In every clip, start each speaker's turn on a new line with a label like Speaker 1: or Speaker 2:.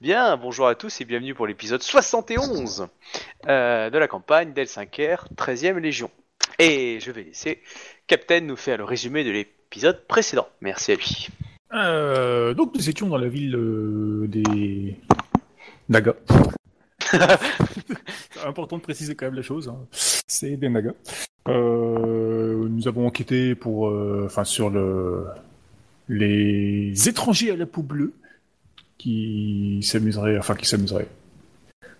Speaker 1: Bien, bonjour à tous et bienvenue pour l'épisode 71 euh, de la campagne d'El 5R, 13e Légion. Et je vais laisser Captain nous faire le résumé de l'épisode précédent. Merci à lui.
Speaker 2: Euh, donc nous étions dans la ville euh, des Naga. C'est important de préciser quand même la chose. hein. C'est des Naga. Euh, nous avons enquêté pour, euh, enfin, sur le les étrangers à la peau bleue qui s'amuseraient, enfin qui s'amuseraient,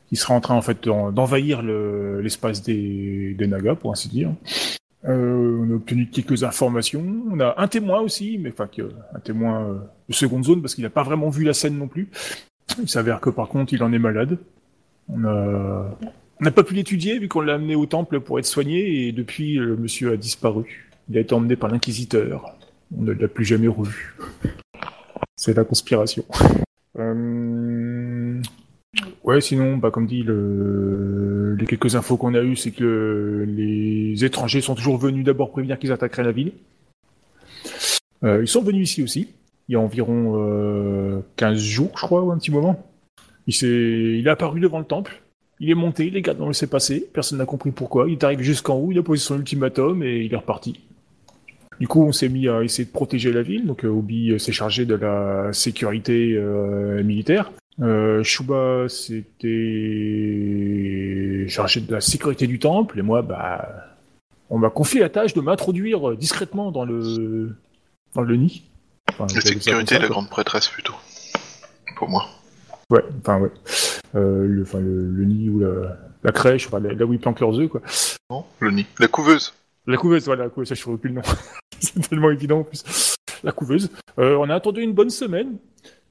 Speaker 2: qui seraient en train en fait d'en- d'envahir le- l'espace des, des Naga pour ainsi dire. Euh, on a obtenu quelques informations. On a un témoin aussi, mais enfin que- un témoin euh, de seconde zone parce qu'il n'a pas vraiment vu la scène non plus. Il s'avère que par contre, il en est malade. On a- on n'a pas pu l'étudier vu qu'on l'a amené au temple pour être soigné et depuis, le monsieur a disparu. Il a été emmené par l'inquisiteur. On ne l'a plus jamais revu. C'est la conspiration. Euh, Ouais, sinon, bah, comme dit, le... les quelques infos qu'on a eues, c'est que le- les étrangers sont toujours venus d'abord prévenir qu'ils attaqueraient la ville. Euh, ils sont venus ici aussi, il y a environ euh, 15 jours, je crois, ou un petit moment. Il, s'est... il est apparu devant le temple, il est monté, les gars on le sait passer, personne n'a compris pourquoi. Il est arrivé jusqu'en haut, il a posé son ultimatum et il est reparti. Du coup, on s'est mis à essayer de protéger la ville, donc euh, Obi euh, s'est chargé de la sécurité euh, militaire. Euh, Shuba s'était chargé de la sécurité du temple, et moi, bah, on m'a confié la tâche de m'introduire euh, discrètement dans le, dans le nid. Enfin,
Speaker 3: La
Speaker 2: j'avais ça
Speaker 3: sécurité
Speaker 2: comme
Speaker 3: de
Speaker 2: ça,
Speaker 3: la
Speaker 2: quoi.
Speaker 3: grande prêtresse plutôt. Pour moi.
Speaker 2: Ouais, enfin ouais. Euh, le, enfin, le, le nid ou la, la crèche, enfin, là, là où ils planquent leurs œufs, quoi.
Speaker 3: Non Le nid. La couveuse.
Speaker 2: La couveuse, voilà, la couveuse, ça je trouve plus le nom. C'est tellement évident en plus. La couveuse. Euh, on a attendu une bonne semaine.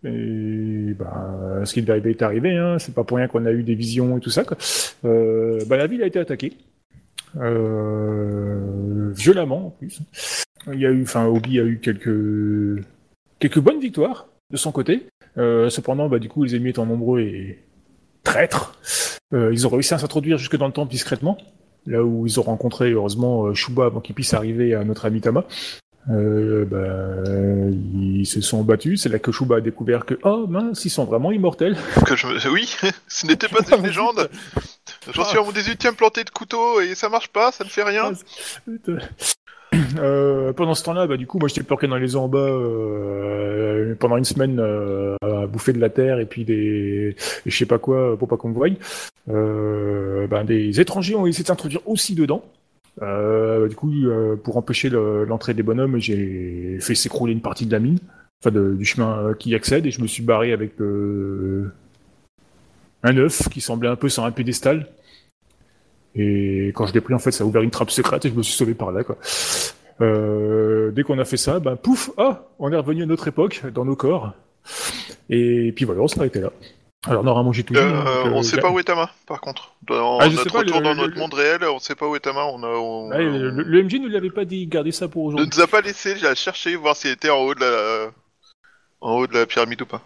Speaker 2: Et bah, ce qui devait arriver est arrivé, hein. c'est pas pour rien qu'on a eu des visions et tout ça. Quoi. Euh, bah, la ville a été attaquée. Euh, violemment en plus. Il y a eu, enfin, Obi a eu quelques, quelques bonnes victoires de son côté. Euh, cependant, bah, du coup, les ennemis étant nombreux et traîtres, euh, ils ont réussi à s'introduire jusque dans le temple discrètement là où ils ont rencontré heureusement euh, Shuba avant qu'il puisse arriver à notre ami Tama. Euh, bah, ils se sont battus, c'est là que Shuba a découvert que oh mince, ils sont vraiment immortels.
Speaker 3: Que je me- Oui, ce n'était pas une légende. J'en suis à mon 18ème planté de couteau et ça marche pas, ça ne fait
Speaker 2: Ah,
Speaker 3: rien.
Speaker 2: Euh, pendant ce temps-là, bah, du coup, moi j'étais planqué dans les eaux en bas euh, pendant une semaine euh, à bouffer de la terre et puis des je sais pas quoi pour pas qu'on me voie. Euh, ben, des étrangers ont essayé de s'introduire aussi dedans. Euh, du coup, euh, pour empêcher le- l'entrée des bonhommes, j'ai fait s'écrouler une partie de la mine, enfin de- du chemin euh, qui y accède, et je me suis barré avec euh, un œuf qui semblait un peu sur un pédestal. Et quand je l'ai pris, en fait, ça a ouvert une trappe secrète et je me suis sauvé par là, quoi. Euh, dès qu'on a fait ça, ben pouf, ah, on est revenu à notre époque, dans nos corps. Et puis voilà, on s'est arrêté là. Alors normalement j'ai tout dit, hein,
Speaker 3: Euh,
Speaker 2: donc,
Speaker 3: on
Speaker 2: euh,
Speaker 3: sait pas où est Tama, par contre. Dans
Speaker 2: Ah, je sais
Speaker 3: notre
Speaker 2: pas,
Speaker 3: retour
Speaker 2: le-
Speaker 3: dans
Speaker 2: le-
Speaker 3: notre
Speaker 2: le-
Speaker 3: monde réel, on sait pas où est Tama. On a, on...
Speaker 2: Ouais, Ah, le, le- le MJ ne l'avait pas dit, gardez ça pour
Speaker 3: ne
Speaker 2: aujourd'hui.
Speaker 3: nous a pas laissé la chercher, voir si elle était en haut de la, en haut de la pyramide ou pas.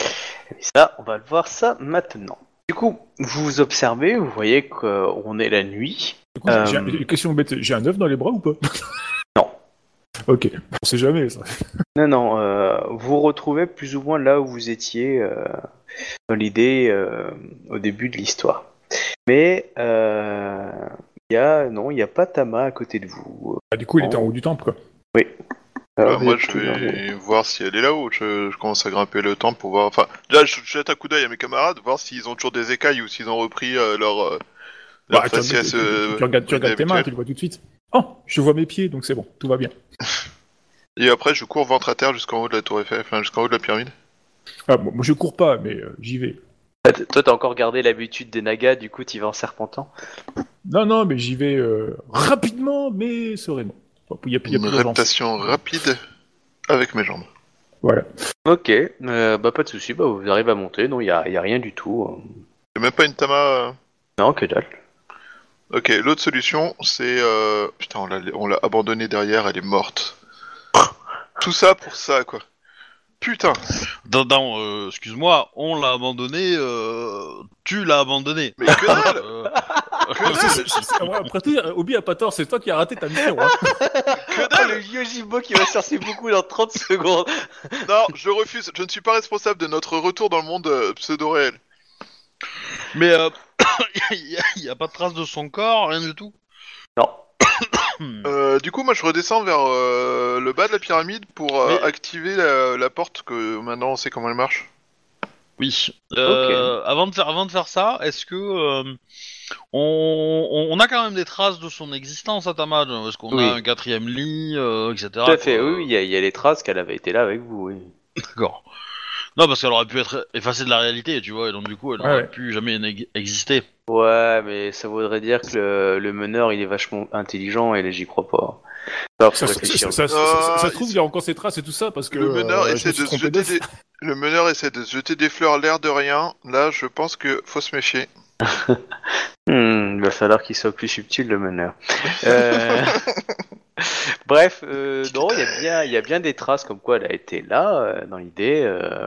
Speaker 1: Et ça, on va le voir ça maintenant. Du coup, vous observez, vous voyez qu'on est la nuit.
Speaker 2: Du coup, j'ai-
Speaker 1: euh,
Speaker 2: j'ai- Question bête, j'ai un œuf dans les bras ou pas
Speaker 1: Non.
Speaker 2: Ok, on sait jamais ça.
Speaker 1: Non, non, euh, vous retrouvez plus ou moins là où vous étiez euh, dans l'idée euh, au début de l'histoire. Mais euh, il y a, non, il n'y a pas Tama à côté de vous.
Speaker 2: Ah, du coup, il était en haut du temple quoi.
Speaker 3: Bah,
Speaker 1: Alors,
Speaker 3: moi,
Speaker 1: vous
Speaker 3: je
Speaker 1: êtes tout dans le-
Speaker 3: vais voir si elle est là-haut. Je, je commence à grimper le temple pour voir. Enfin, déjà, je je jette un coup d'œil à mes camarades, voir s'ils ont toujours des écailles ou s'ils ont repris euh, leur. euh, leur
Speaker 2: Bah, attends, tu,
Speaker 3: faciès,
Speaker 2: tu-
Speaker 3: euh,
Speaker 2: tu regardes, tu regardes tes mains, tu
Speaker 3: habituel.
Speaker 2: le vois tout de suite. Oh, je vois mes pieds, donc c'est bon, tout va bien.
Speaker 3: Et après, je cours ventre à terre jusqu'en haut de la tour Eiffel, enfin jusqu'en haut de la pyramide.
Speaker 2: Ah, bon, moi je cours pas, mais euh, j'y vais.
Speaker 1: Ah, t- Toi, t'as encore gardé l'habitude des nagas, du coup, t'y vas en serpentant.
Speaker 2: Non, non, mais j'y vais euh, rapidement, mais sereinement. Bon, Il y a, il y a
Speaker 3: Une
Speaker 2: plus d'urgence.
Speaker 3: reptation rapide avec mes jambes.
Speaker 2: Voilà.
Speaker 1: Ok, euh, bah pas de souci, bah vous arrivez à monter, non, il n'y a, y a rien du tout. euh.
Speaker 3: Y'a même pas une tama. euh.
Speaker 1: Non, que dalle.
Speaker 3: Ok, l'autre solution, c'est. euh, Putain, on l'a- on l'a abandonnée derrière, elle est morte. Tout ça pour ça, quoi. Putain,
Speaker 4: Dans, dans, euh, excuse-moi, on l'a abandonné, euh, tu l'as abandonné.
Speaker 3: mais que dalle
Speaker 4: Euh,
Speaker 2: C'est- c'est- c'est- Ah, ouais, Après tout, euh, Obi a pas tort, c'est toi qui as raté ta mission. hein.
Speaker 3: Que
Speaker 1: Ah,
Speaker 3: dalle
Speaker 1: le Yojibo qui va chercher beaucoup dans 30 secondes.
Speaker 3: Non, je refuse. Je ne suis pas responsable de notre retour dans le monde euh, pseudo-réel.
Speaker 4: Mais euh, il n'y a, pas de trace de son corps, rien du tout.
Speaker 1: Non.
Speaker 4: Hmm.
Speaker 3: Euh, du coup, moi, je redescends vers euh, le bas de la pyramide pour euh,
Speaker 1: Mais-
Speaker 3: activer la, la porte que maintenant on sait comment elle marche.
Speaker 4: Oui. Euh, avant, de faire, avant de faire ça, est-ce que euh, on, on- on a quand même des traces de son existence à Tamad Est-ce qu'on
Speaker 1: Oui.
Speaker 4: a un quatrième lit, euh, etc.
Speaker 1: Tout
Speaker 3: Ah,
Speaker 1: à fait,
Speaker 4: quoi.
Speaker 1: oui, oui, il y, a- il y a les traces qu'elle avait été là avec vous, oui.
Speaker 4: D'accord. Non, parce qu'elle aurait pu être effacée de la réalité, tu vois, et donc du coup, elle
Speaker 2: Ouais,
Speaker 4: n'aurait
Speaker 2: ouais.
Speaker 4: pu jamais n'ex- exister.
Speaker 1: Ouais, mais ça voudrait dire que le, le meneur, il est vachement intelligent et là, j'y crois pas. Alors, faut
Speaker 2: Ça, ça-
Speaker 1: réfléchir.
Speaker 2: ça- ça- ça- ça se
Speaker 3: Ah,
Speaker 2: trouve, il y a encore ses traces et tout ça parce que.
Speaker 3: le, meneur
Speaker 2: euh, je me
Speaker 3: essaie
Speaker 2: suis
Speaker 3: de se
Speaker 2: trompé
Speaker 3: jeter
Speaker 2: d'œuf.
Speaker 3: des... le meneur essaie de se jeter des fleurs à l'air de rien. Là, je pense que faut se méfier.
Speaker 1: Hmm, il va falloir qu'il soit plus subtil, le meneur. Euh, Bref, euh, non, il y, a bien- il y a bien des traces comme quoi elle a été là, euh, dans l'idée. euh,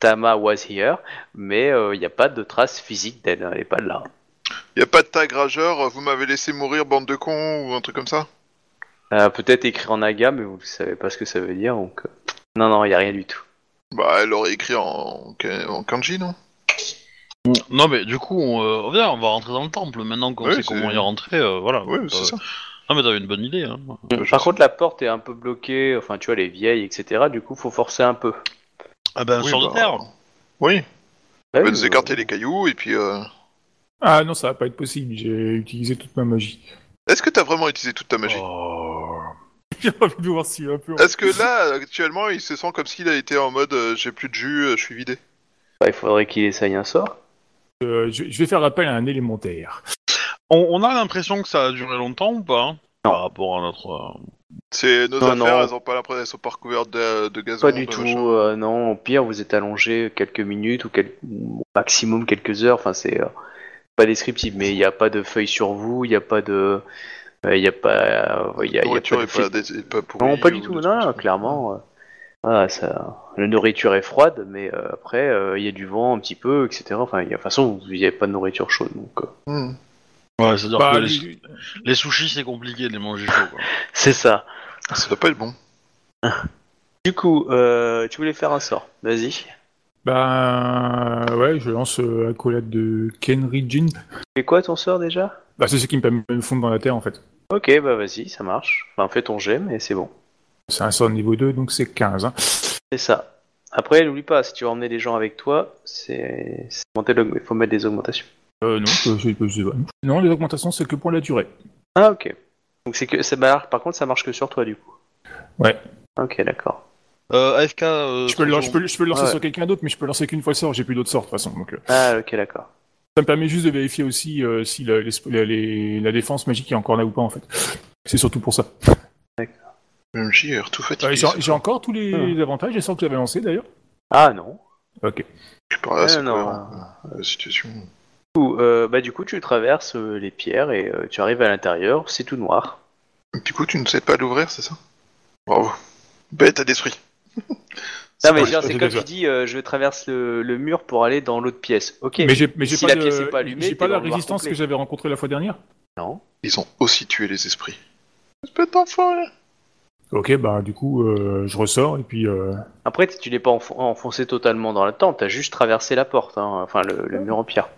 Speaker 1: Tama was here, mais euh, il n'y a pas de traces physiques d'elle, hein, elle n'est pas là.
Speaker 3: Y a pas de tag rageur, vous m'avez laissé mourir, bande de cons, ou un truc comme ça
Speaker 1: Euh, Peut-être écrit en aga, mais vous ne savez pas ce que ça veut dire, donc... euh, Non, non, il n'y a rien du tout.
Speaker 3: Bah, elle aurait écrit en, en kanji, non
Speaker 4: Non, mais du coup, on, euh, viens, on va rentrer dans le temple maintenant qu'on
Speaker 3: Oui,
Speaker 4: sait
Speaker 3: c'est-
Speaker 4: comment y rentrer. euh, voilà.
Speaker 3: Oui,
Speaker 4: Euh,
Speaker 3: c'est ça.
Speaker 4: Ah, mais t'avais une bonne idée. Hein.
Speaker 3: Je
Speaker 1: euh, Par
Speaker 3: sais.
Speaker 1: contre, la porte est un peu bloquée, enfin, tu vois, elle est vieille, etc., du coup, faut forcer un peu.
Speaker 4: Ah ben,
Speaker 3: Oui,
Speaker 4: sur
Speaker 3: bah,
Speaker 4: de terre.
Speaker 3: Oui,
Speaker 1: Bah
Speaker 3: vous
Speaker 1: oui,
Speaker 3: nous
Speaker 1: euh,
Speaker 3: écarter les cailloux, et puis... euh,
Speaker 2: Ah non, ça va pas être possible, j'ai utilisé toute ma magie.
Speaker 3: Est-ce que t'as vraiment utilisé toute ta magie
Speaker 4: Oh.
Speaker 2: J'ai envie de voir si un peu.
Speaker 3: Est-ce que là, actuellement, il se sent comme s'il a été en mode euh, j'ai plus de jus, euh, je suis vidé
Speaker 1: bah, il faudrait qu'il essaye un sort.
Speaker 2: Euh, je, je vais faire appel à un élémentaire.
Speaker 4: On, on a l'impression que ça a duré longtemps ou pas hein,
Speaker 1: Non.
Speaker 4: Par rapport à notre. euh,
Speaker 3: C'est nos
Speaker 1: Non,
Speaker 3: affaires,
Speaker 1: non.
Speaker 3: elles ont pas l'impression, elles sont pas recouvertes de, de gazon.
Speaker 1: Pas du
Speaker 3: de
Speaker 1: tout,
Speaker 3: machin.
Speaker 1: euh, non, au pire, vous êtes allongé quelques minutes ou quel- au maximum quelques heures, enfin, c'est euh, pas descriptif, mais il n'y a pas de feuilles sur vous, il n'y a pas de... euh, Il n'y a pas... euh, il y a- il y a
Speaker 3: La nourriture
Speaker 1: pas
Speaker 3: est
Speaker 1: de fil-
Speaker 3: pas, dé- est pas pourrie
Speaker 1: Non, pas du
Speaker 3: ou
Speaker 1: tout,
Speaker 3: des
Speaker 1: non,
Speaker 3: trucs
Speaker 1: non,
Speaker 3: comme ça.
Speaker 1: clairement. euh, voilà, ça, la nourriture est froide, mais euh, après, euh, il y a du vent un petit peu, etc. Enfin, il y a- de toute façon, il n'y a pas de nourriture chaude. Donc, euh,
Speaker 3: Hmm.
Speaker 4: Ouais, c'est-à-dire
Speaker 2: Bah,
Speaker 4: que les,
Speaker 2: lui-
Speaker 4: les sushis, c'est compliqué de les manger chaud. Quoi.
Speaker 1: c'est ça.
Speaker 3: Ça doit pas être bon.
Speaker 1: Du coup, euh, tu voulais faire un sort, vas-y.
Speaker 2: Ben ouais, je lance euh, un collab de Kenry Jin.
Speaker 1: C'est quoi ton sort déjà
Speaker 2: Bah, c'est ce qui me permet de me fondre dans la terre en fait.
Speaker 1: Ok, bah vas-y, ça marche. Enfin, fais ton jet, mais c'est bon.
Speaker 2: C'est un sort de niveau 2, donc c'est 15. hein.
Speaker 1: C'est ça. Après, n'oublie pas, si tu veux emmener des gens avec toi, c'est. c'est augmenter l'aug- Il faut mettre des augmentations.
Speaker 2: Euh, non, je- je- je- je- non, les augmentations c'est que pour la durée.
Speaker 1: Ah, ok. Donc, c'est que. c'est- bah, par contre, ça marche que sur toi, du coup.
Speaker 2: Ouais.
Speaker 1: Ok, d'accord.
Speaker 4: Euh, AFK. euh,
Speaker 2: Je peux, le, lan- je peux le- je peux le lancer
Speaker 1: Ouais.
Speaker 2: sur quelqu'un d'autre, mais je peux le lancer qu'une fois le sort, j'ai plus d'autres sorts de toute façon. Donc, euh,
Speaker 1: Ah, ok, d'accord.
Speaker 2: ça me permet juste de vérifier aussi euh, si la, les- la- les- la défense magique est encore là ou pas en fait. C'est surtout pour ça.
Speaker 3: MJ est tout fatigué.
Speaker 2: Euh, j'ai j'ai encore tous les
Speaker 1: Hmm.
Speaker 2: avantages, les sorts que j'avais lancés d'ailleurs.
Speaker 1: Ah, non.
Speaker 2: Ok.
Speaker 3: Je suis pas assez
Speaker 1: Ah, non.
Speaker 3: cohérent, euh, la situation.
Speaker 1: Du coup, euh, bah, du coup, tu traverses euh, les pierres et euh, tu arrives à l'intérieur, c'est tout noir.
Speaker 3: Du coup, tu ne sais pas l'ouvrir, c'est ça Bravo. Ben, Bête à détruit.
Speaker 1: Non, mais
Speaker 2: cool,
Speaker 1: genre,
Speaker 2: ça,
Speaker 1: c'est
Speaker 2: j'ai
Speaker 1: comme
Speaker 2: déjà.
Speaker 1: tu dis, euh, je traverse le, le mur pour aller dans l'autre pièce. Ok,
Speaker 2: Mais j'ai mais j'ai
Speaker 1: Si
Speaker 2: pas,
Speaker 1: la pièce
Speaker 2: de-
Speaker 1: est pas allumée,
Speaker 2: j'ai pas
Speaker 1: t'es
Speaker 2: la
Speaker 1: dans le noir
Speaker 2: résistance que
Speaker 1: complet.
Speaker 2: j'avais rencontrée la fois dernière.
Speaker 1: non.
Speaker 3: Ils ont aussi tué les esprits. Espèce d'enfoiré
Speaker 2: Ok, bah du coup, euh, je ressors et puis. euh,
Speaker 1: Après, tu n'es pas enfo- enfoncé totalement dans la tente, t'as juste traversé la porte, hein, enfin le, le mur en pierre.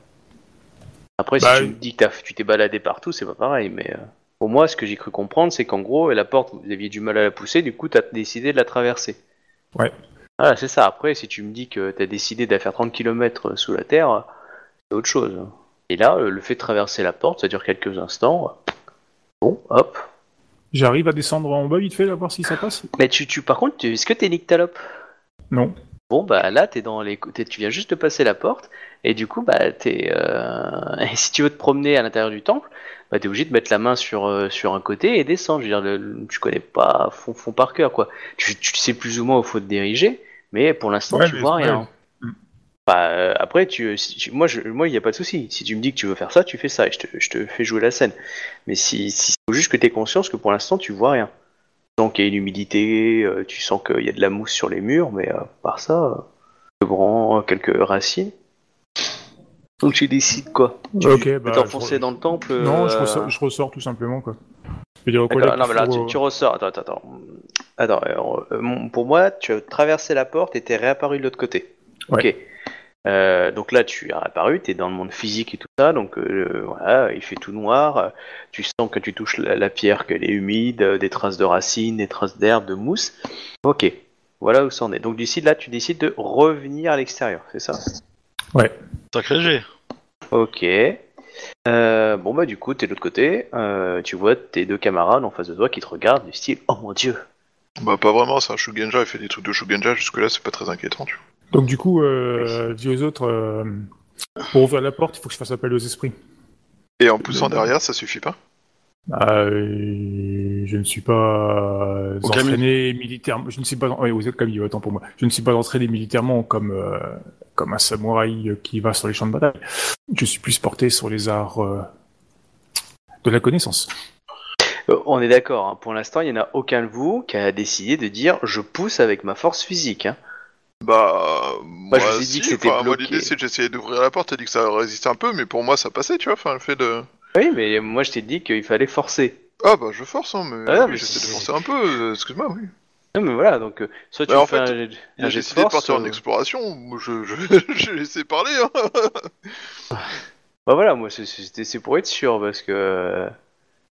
Speaker 1: Après,
Speaker 2: Bah,
Speaker 1: si tu me dis que t'as- tu t'es baladé partout, c'est pas pareil, mais euh, pour moi, ce que j'ai cru comprendre, c'est qu'en gros, la porte, vous aviez du mal à la pousser, du coup, t'as décidé de la traverser.
Speaker 2: Ouais.
Speaker 1: Voilà, c'est ça. Après, si tu me dis que t'as décidé de la faire 30 km sous la terre, c'est autre chose. Et là, euh, le fait de traverser la porte, ça dure quelques instants. Bon, hop.
Speaker 2: J'arrive à descendre en bas vite fait, là, voir si ça passe.
Speaker 1: Mais tu, tu par contre, tu- est-ce que t'es nyctalope
Speaker 2: Non.
Speaker 1: Bon bah là t'es dans les t'es- tu viens juste de passer la porte et du coup bah t'es euh, et si tu veux te promener à l'intérieur du temple bah t'es obligé de mettre la main sur euh, sur un côté et descendre je veux dire le- le- tu connais pas fond, fond par cœur quoi tu, tu sais plus ou moins où faut te diriger mais pour l'instant
Speaker 2: Ouais,
Speaker 1: tu
Speaker 2: mais-
Speaker 1: vois rien
Speaker 2: ouais. Mm.
Speaker 1: Bah, euh, après tu, si tu- moi je moi il y a pas de souci si tu me dis que tu veux faire ça tu fais ça et je te, je te fais jouer la scène mais si si faut juste que t'aies conscience que pour l'instant tu vois rien sens qu'il y a une humidité, euh, tu sens qu'il y a de la mousse sur les murs, mais euh, par ça, euh, quelques branches, quelques racines. Donc tu décides quoi Tu
Speaker 2: Ok,
Speaker 1: veux
Speaker 2: bah,
Speaker 1: t'enfoncer
Speaker 2: je-
Speaker 1: dans le temple
Speaker 2: Non, je
Speaker 1: euh,
Speaker 2: ressors, je ressors tout simplement, quoi. Je vais dire au
Speaker 1: Attends,
Speaker 2: collègue
Speaker 1: non, mais là,
Speaker 2: qu'il
Speaker 1: tu,
Speaker 2: faut, euh,
Speaker 1: tu ressors. Attends, attends, attends. Attends, alors, euh, mon- pour moi, tu as traversé la porte et t'es réapparu de l'autre côté. Ok. Euh, donc là, tu as réapparu, t'es dans le monde physique et tout ça, donc euh, voilà, il fait tout noir. euh, Tu sens que tu touches la, la pierre, qu'elle est humide, euh, des traces de racines, des traces d'herbe, de mousse. Ok. Voilà où c'en est. Donc d'ici là, tu décides de revenir à l'extérieur, c'est ça
Speaker 4: Sacré G.
Speaker 1: Ok. Euh, bon bah du coup t'es de l'autre côté, euh, tu vois tes deux camarades en face de toi qui te regardent du style oh mon dieu.
Speaker 3: Bah pas vraiment, c'est un Shugenja, il fait des trucs de Shugenja, jusque-là c'est pas très inquiétant. Tu vois.
Speaker 2: Donc du coup, euh, dis aux autres, euh, pour ouvrir la porte, il faut que je fasse appel aux esprits.
Speaker 3: Et en
Speaker 1: Euh,
Speaker 3: poussant derrière, ça suffit pas
Speaker 2: Ah, euh, je ne suis pas euh,
Speaker 4: Au Camille.
Speaker 2: entraîné militairement. Je ne suis pas, ouais, aux autres Camille, autant pour moi. Je ne suis pas entraîné militairement comme euh, comme un samouraï euh, qui va sur les champs de bataille. Je suis plus porté sur les arts euh, de la connaissance.
Speaker 1: Euh, on est d'accord, hein, pour l'instant il n'y en a aucun de vous qui a décidé de dire je pousse avec ma force physique. hein.
Speaker 3: Bah. Moi,
Speaker 1: je vous ai dit
Speaker 3: si,
Speaker 1: que c'était
Speaker 3: enfin, moi,
Speaker 1: bloqué.
Speaker 3: l'idée c'est que j'essayais d'ouvrir la porte, t'as dit que ça résistait un peu, mais pour moi ça passait, tu vois, enfin le fait de.
Speaker 1: Oui mais moi je t'ai dit qu'il fallait forcer.
Speaker 3: Ah bah je force, hein, mais,
Speaker 1: Ah,
Speaker 3: oui,
Speaker 1: mais
Speaker 3: j'essaie
Speaker 1: c'est-
Speaker 3: de forcer un peu, euh, excuse-moi, oui.
Speaker 1: Non mais voilà donc euh, soit tu
Speaker 3: Bah,
Speaker 1: me
Speaker 3: en
Speaker 1: fais
Speaker 3: fait,
Speaker 1: un,
Speaker 3: Il
Speaker 1: un
Speaker 3: a
Speaker 1: jet de
Speaker 3: décidé de
Speaker 1: force.
Speaker 3: partir en
Speaker 1: euh,
Speaker 3: exploration, moi, je, je, j'ai laissé parler, hein
Speaker 1: Bah voilà moi c'est- c'était c'est pour être sûr parce que euh,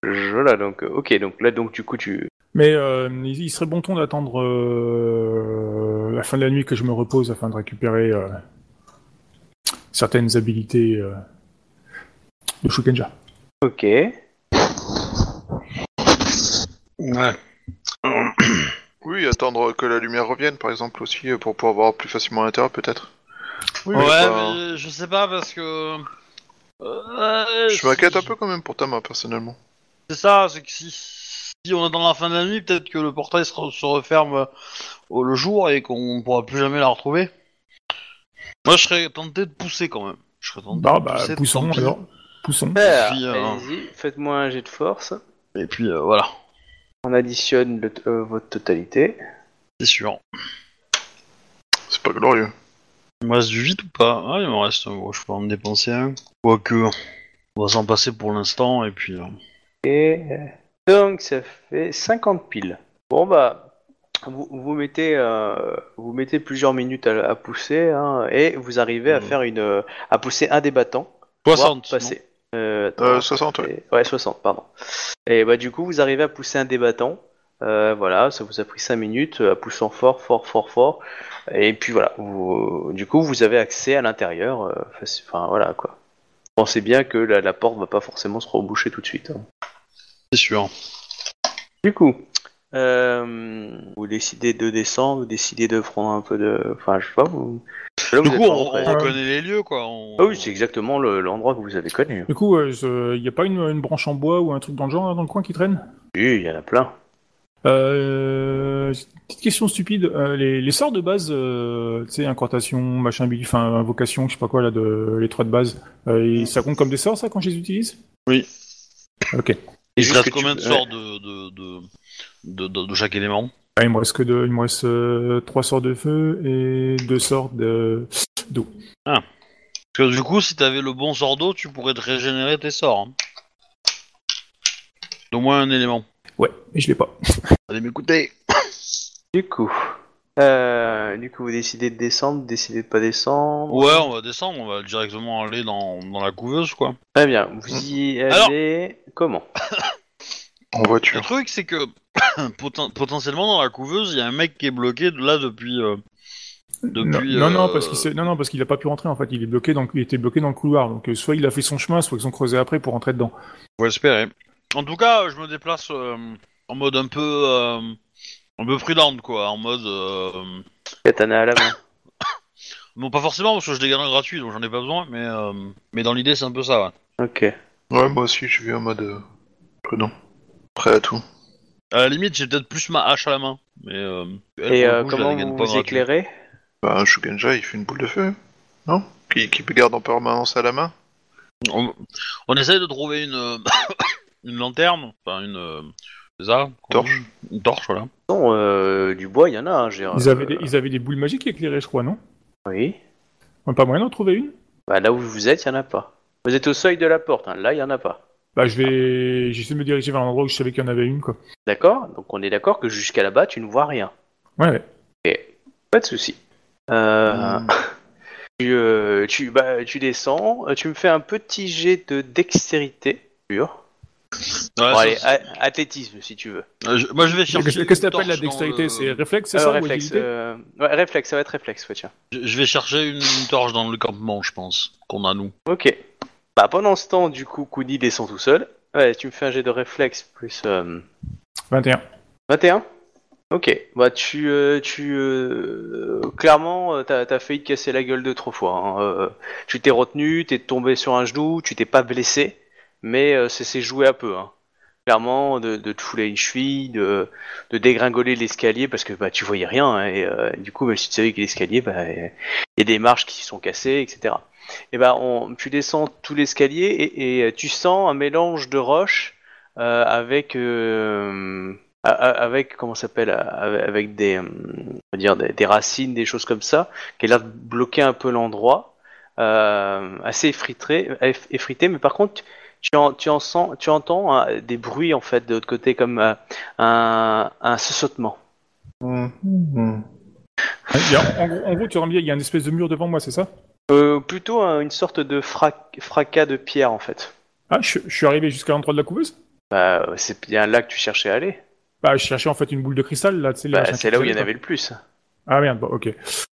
Speaker 1: je- voilà donc euh, ok donc là donc du coup tu
Speaker 2: Mais euh, il il serait bon ton d'attendre euh, la fin de la nuit que je me repose afin de récupérer euh, certaines habilités euh, de Shukenja.
Speaker 1: ok
Speaker 4: Ouais.
Speaker 3: Oui, attendre que la lumière revienne par exemple aussi, euh, pour pouvoir voir plus facilement à l'intérieur peut-être. Oui,
Speaker 4: ouais,
Speaker 3: mais pas-
Speaker 4: mais je sais pas parce que. Euh,
Speaker 3: Je m'inquiète un peu quand même pour ta main personnellement.
Speaker 4: C'est ça, c'est que si, si on est dans la fin de la nuit, peut-être que le portail se, re- se referme euh, au- le jour et qu'on ne pourra plus jamais la retrouver. Moi, je serais tenté de pousser quand même. Je serais tenté
Speaker 2: Bah,
Speaker 4: de
Speaker 2: bah,
Speaker 4: pousser,
Speaker 2: poussons
Speaker 4: tant pis.
Speaker 2: alors. Poussons.
Speaker 4: Puis, euh,
Speaker 1: allez-y faites-moi un jet de force.
Speaker 4: Et puis euh, voilà,
Speaker 1: On additionne le- euh, votre totalité.
Speaker 4: c'est sûr.
Speaker 3: C'est pas glorieux.
Speaker 4: Il me reste du vide ou pas Ah, il me reste, euh, je peux en dépenser un. Quoique, on va s'en passer pour l'instant et puis. euh,
Speaker 1: Et euh, donc ça fait 50 piles. Bon bah vous, vous mettez euh, vous mettez plusieurs minutes à, à pousser hein, et vous arrivez à
Speaker 4: Mhm.
Speaker 1: faire une euh, à pousser un des battants. voire
Speaker 4: 60. non
Speaker 1: passer. Euh, attends,
Speaker 3: Euh, 60, ouais.
Speaker 1: et- ouais 60 pardon. Et bah du coup vous arrivez à pousser un des battants. Euh, voilà, ça vous a pris 5 minutes, euh, à poussant fort, fort, fort, fort. Et puis voilà, vous- du coup vous avez accès à l'intérieur. euh, faci- Enfin voilà quoi. Pensez bien que la, la porte va pas forcément se reboucher tout de suite. hein.
Speaker 4: c'est sûr.
Speaker 1: Du coup, euh, vous décidez de descendre, vous décidez de prendre un peu de. Enfin, je sais pas. Vous... Là, vous
Speaker 4: Du
Speaker 1: êtes
Speaker 4: coup,
Speaker 1: pas
Speaker 4: on,
Speaker 1: rentré.
Speaker 4: on reconnaît les lieux quoi. on-
Speaker 1: Ah oui, c'est exactement le- l'endroit que vous avez connu.
Speaker 2: Du coup, euh, il n'y a pas une, une branche en bois ou un truc dans le genre là, dans le coin qui traîne
Speaker 1: Oui, il y en a plein.
Speaker 2: euh, Petite question stupide. euh, les, les sorts de base, euh, tu sais, incantation, machin, bidule, enfin, invocation, je sais pas quoi, là, de, les trois de base, euh, et ça compte comme des sorts, ça, quand je les utilise
Speaker 4: Oui.
Speaker 2: Ok.
Speaker 4: Il te
Speaker 1: Juste
Speaker 4: reste
Speaker 1: que tu-
Speaker 4: combien de
Speaker 1: ouais.
Speaker 4: sorts de, de, de, de, de- de chaque élément
Speaker 2: Ah, il me reste que deux, il me reste euh, trois sorts de feu et deux sorts de.
Speaker 4: Parce que du coup, si t'avais le bon sort d'eau, tu pourrais te régénérer tes sorts. hein. D'au moins un élément.
Speaker 2: Ouais, mais je l'ai pas.
Speaker 4: Allez m'écouter
Speaker 1: Du coup. euh, du coup, vous décidez de descendre, vous décidez de pas descendre.
Speaker 4: Ouais, on va descendre, on va directement aller dans, dans la couveuse, quoi.
Speaker 1: Très bien, vous y
Speaker 4: Mm. Alors-
Speaker 1: allez. Comment
Speaker 3: En
Speaker 4: Le
Speaker 3: voiture.
Speaker 4: truc, c'est que poten- potentiellement dans la couveuse, il y a un mec qui est bloqué de là depuis. euh, depuis
Speaker 2: non, non, non,
Speaker 4: euh,
Speaker 2: parce qu'il s'est- non, non, parce qu'il a pas pu rentrer en fait. Il est bloqué, donc il était bloqué dans le couloir. Donc euh, soit il a fait son chemin, soit ils ont creusé après pour rentrer dedans.
Speaker 4: Faut espérer. En tout cas, euh, je me déplace euh, en mode un peu. euh, un peu prudente, quoi. En mode. euh,
Speaker 1: Katana à la main.
Speaker 4: non, pas forcément, parce que je dégage un gratuit, donc j'en ai pas besoin, mais, euh, mais dans l'idée, c'est un peu ça, ouais.
Speaker 1: Ok.
Speaker 4: Euh,
Speaker 3: Ouais, moi aussi je vais en mode. Euh... prudent. Prêt à tout.
Speaker 4: À la limite, j'ai peut-être plus ma hache à la main. Mais euh, elle,
Speaker 1: Et
Speaker 4: pour le
Speaker 1: euh,
Speaker 4: coup, je la
Speaker 1: comment
Speaker 4: dégaine
Speaker 1: vous
Speaker 4: pas
Speaker 1: vous
Speaker 4: gratuit.
Speaker 1: éclairez
Speaker 3: Bah, un Shugenja il fait une boule de feu, non qui, qui garde en permanence à la main
Speaker 4: on, on essaye de trouver une, euh, une lanterne, enfin une. euh, c'est ça qu'on
Speaker 3: Torche.
Speaker 4: dit Une torche, voilà.
Speaker 1: Non, euh, du bois, il y en a. Hein, j'ai-
Speaker 2: Ils avaient
Speaker 1: euh,
Speaker 2: des, ils avaient des boules magiques éclairées, je crois, non
Speaker 1: Oui.
Speaker 2: Pas moyen d'en trouver une
Speaker 1: Bah, là où vous êtes, il n'y en a pas. Vous êtes au seuil de la porte, hein. là, il n'y en a pas.
Speaker 2: Bah, je vais. J'essaie de me diriger vers un endroit où je savais qu'il y en avait une, quoi.
Speaker 1: D'accord Donc on est d'accord que jusqu'à là-bas, tu ne vois rien.
Speaker 2: Ouais, ouais.
Speaker 1: Pas de souci. Euh,
Speaker 4: Hmm.
Speaker 1: tu, euh, tu, bah, tu descends, euh, tu me fais un petit jet de dextérité. pure.
Speaker 4: Ouais,
Speaker 1: Bon,
Speaker 4: Ah, ça,
Speaker 1: allez,
Speaker 4: c'est-
Speaker 1: a- athlétisme si tu veux.
Speaker 4: Euh, je- moi je vais chercher.
Speaker 2: Qu'est-ce que t'appelles
Speaker 4: une
Speaker 2: la
Speaker 4: torche
Speaker 2: dextérité
Speaker 4: dans
Speaker 2: C'est
Speaker 4: le-
Speaker 2: réflexe, c'est
Speaker 1: Euh,
Speaker 2: ça ou
Speaker 1: réflexe,
Speaker 2: agilité
Speaker 1: euh, ouais, réflexe, ça va être réflexe, ouais, tiens.
Speaker 4: Je je vais chercher une, une torche dans le campement, je pense, qu'on a nous.
Speaker 1: Ok. Bah pendant ce temps, du coup, Kouni descend tout seul. Ouais, tu me fais un jet de réflexe plus euh,
Speaker 2: 21.
Speaker 1: 21 Ok. Bah tu... euh, tu euh, clairement, euh, t'as as failli te casser la gueule deux, trois fois. hein. Euh, tu t'es retenu, t'es tombé sur un genou, tu t'es pas blessé, mais euh, c'est c'est joué à peu. Hein. Clairement, de, de te fouler une cheville, de, de dégringoler l'escalier parce que bah tu voyais rien hein, et euh, du coup même si tu savais que l'escalier, bah il y a des marches qui sont cassées, etc. Et ben on, tu descends tout l'escalier et, et, euh, tu sens un mélange de roches euh, avec euh, a- a- avec comment ça s'appelle a- a- avec des euh, on va dire des, des racines, des choses comme ça qui a l'air de bloquer un peu l'endroit euh, assez effrité, eff- effrité, mais par contre, tu, en, tu, en sens, tu entends hein, des bruits en fait de l'autre côté, comme euh, un, un sautement.
Speaker 3: Hmm.
Speaker 2: Il y a- en, gros- en gros, tu rentres bien, il y a une espèce de mur devant moi, c'est ça
Speaker 1: Euh, plutôt hein, une sorte de fra- fracas de pierre en fait.
Speaker 2: Ah, je, je suis arrivé jusqu'à l'endroit de la couveuse
Speaker 1: Bah, euh, c'est bien là que tu cherchais à aller.
Speaker 2: Bah, je cherchais en fait une boule de cristal, là, tu sais, les
Speaker 1: Bah,
Speaker 2: machins
Speaker 1: c'est
Speaker 2: qui
Speaker 1: là où il y en
Speaker 2: faisaient,
Speaker 1: avait le plus.
Speaker 2: Ah merde, bon, ok.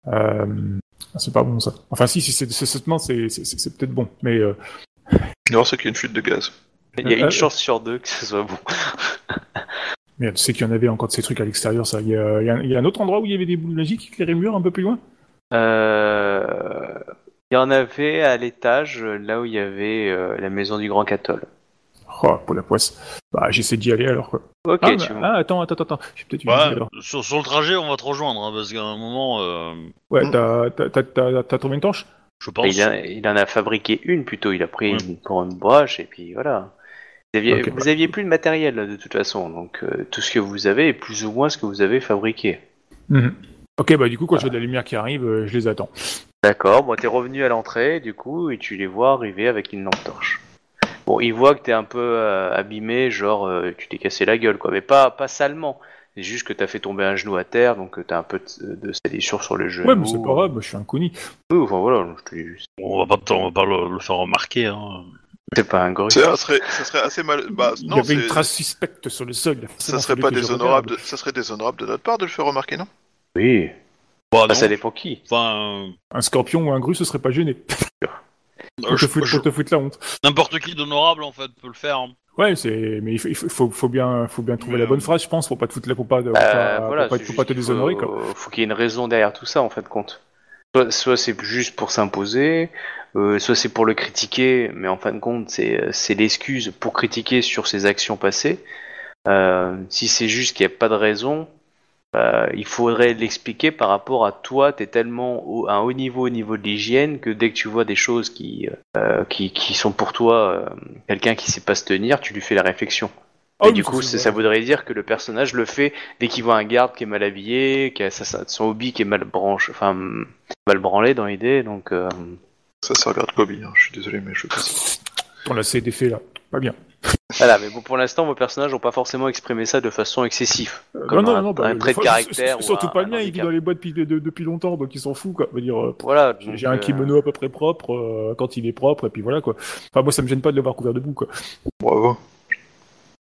Speaker 2: Euh, c'est pas bon ça. Enfin, si, si c'est c'est- c'est- c'est c'est- c'est peut-être bon, mais euh,
Speaker 3: Non, c'est qu'il y a une fuite de gaz.
Speaker 1: Il y a
Speaker 2: Euh,
Speaker 1: une
Speaker 2: euh,
Speaker 1: chance sur deux que ce soit bon.
Speaker 2: merde, tu sais qu'il y en avait encore de ces trucs à l'extérieur, ça. Il y, a, il y a un- il y a un autre endroit où il y avait des boules magiques qui éclairaient le mur un peu plus loin
Speaker 1: Euh, Il y en avait à l'étage, là où il y avait euh, la maison du grand cathol.
Speaker 2: Oh, pour la poisse. Bah, j'essaie d'y aller alors quoi.
Speaker 1: Ok,
Speaker 2: ah,
Speaker 1: tu
Speaker 2: bah,
Speaker 1: vois.
Speaker 2: ah, attends, attends, attends. J'ai peut-être une idée,
Speaker 4: Ouais,
Speaker 2: alors.
Speaker 4: sur, sur le trajet, on va te rejoindre, hein, parce qu'à un moment, euh,
Speaker 1: Mm.
Speaker 2: Ouais, t'as- t'as- t'as t'as- t'as trouvé une torche
Speaker 4: je
Speaker 2: ah,
Speaker 4: pense.
Speaker 1: Bah, il, a- il en a fabriqué une plutôt, il a pris
Speaker 4: Ouais.
Speaker 1: une pour une broche et puis voilà. Vous aviez,
Speaker 2: Ok.
Speaker 1: vous aviez plus de matériel de toute façon, donc euh, tout ce que vous avez est plus ou moins ce que vous avez fabriqué.
Speaker 2: Mhm. Ok, bah du coup, quand je vois de la lumière qui arrive, euh, je les attends.
Speaker 1: D'accord, bon t'es revenu à l'entrée du coup et tu les vois arriver avec une lampe torche. Bon, ils voient que t'es un peu euh, abîmé, genre euh, tu t'es cassé la gueule quoi, mais pas, pas salement. C'est juste que t'as fait tomber un genou à terre, donc euh, t'as un peu de, de salissure sur le genou.
Speaker 2: Ouais, mais c'est pas grave, je suis un coni.
Speaker 1: Oui, enfin voilà, je te dis,
Speaker 4: On va pas, on va pas le, le faire remarquer. Hein.
Speaker 1: c'est pas un gorille.
Speaker 3: C'est- Ça serait, ça serait assez mal. Bah,
Speaker 2: Il
Speaker 3: non,
Speaker 2: y avait une
Speaker 3: c'est-
Speaker 2: trace suspecte sur le sol. il a
Speaker 3: ça
Speaker 2: forcément
Speaker 3: serait
Speaker 2: fallu
Speaker 3: pas
Speaker 2: que je
Speaker 3: déshonorable.
Speaker 2: regarde.
Speaker 3: De... Ça serait déshonorable de notre part de le faire remarquer, non
Speaker 1: Oui,
Speaker 4: Bah,
Speaker 1: Bah,
Speaker 4: non,
Speaker 1: ça dépend qui.
Speaker 4: Enfin, euh,
Speaker 2: Un scorpion ou un gru, ce serait pas gêné.
Speaker 1: Euh,
Speaker 2: Pour te
Speaker 4: je-
Speaker 2: foutre,
Speaker 4: je-
Speaker 2: pour te foutre la honte.
Speaker 4: n'importe qui d'honorable en fait peut le faire. hein.
Speaker 2: Ouais, c'est mais il faut, il faut- faut, faut bien faut bien trouver
Speaker 4: Mais,
Speaker 2: la bonne
Speaker 4: euh,
Speaker 2: phrase, je pense, pour pas te foutre la pour pas pour
Speaker 1: Bah,
Speaker 2: pas,
Speaker 1: voilà,
Speaker 2: pour pas-
Speaker 1: c'est
Speaker 2: pour
Speaker 1: juste
Speaker 2: pas
Speaker 1: euh,
Speaker 2: te
Speaker 1: qu'il
Speaker 2: déshonorer
Speaker 1: faut-
Speaker 2: quoi.
Speaker 1: faut qu'il y ait une raison derrière tout ça en fait compte. Soit, soit c'est juste pour s'imposer, euh, soit c'est pour le critiquer, mais en fin de compte c'est euh, c'est l'excuse pour critiquer sur ses actions passées. Euh, si c'est juste qu'il n'y a pas de raison, bah, il faudrait l'expliquer par rapport à toi, t'es tellement au- à un haut niveau au niveau de l'hygiène que dès que tu vois des choses qui, euh, qui, qui sont pour toi euh, quelqu'un qui sait pas se tenir, tu lui fais la réflexion.
Speaker 2: Ah
Speaker 1: Et
Speaker 2: oui,
Speaker 1: du
Speaker 2: ça,
Speaker 1: coup, ça,
Speaker 2: c'est vrai.
Speaker 1: ça voudrait dire que le personnage le fait dès qu'il voit un garde qui est mal habillé, qui a sa- sa- son hobby qui est mal branché, enfin mal branlé dans l'idée. Donc, euh,
Speaker 3: Ça, ça regarde Kobe. hein. Je suis désolé, mais je.
Speaker 2: Ton lacet est défait là. Pas bien.
Speaker 1: voilà. Mais bon, pour l'instant, vos personnages n'ont pas forcément exprimé ça de façon excessive.
Speaker 2: Euh,
Speaker 1: Comme
Speaker 2: non non
Speaker 1: un-
Speaker 2: non,
Speaker 1: un
Speaker 2: bah,
Speaker 1: trait de
Speaker 2: enfin,
Speaker 1: caractère
Speaker 2: s-
Speaker 1: ou
Speaker 2: Surtout
Speaker 1: un-
Speaker 2: pas
Speaker 1: un
Speaker 2: le mien, il vit
Speaker 1: handicap.
Speaker 2: dans les bois depuis de- de- depuis longtemps donc il s'en fout quoi. Je veux dire euh,
Speaker 1: Voilà.
Speaker 2: j'ai-
Speaker 1: donc,
Speaker 2: j'ai un
Speaker 1: euh,
Speaker 2: kimono à peu près propre euh, quand il est propre et puis voilà quoi. Enfin moi ça me gêne pas de le voir couvert de boue quoi.
Speaker 3: Bravo.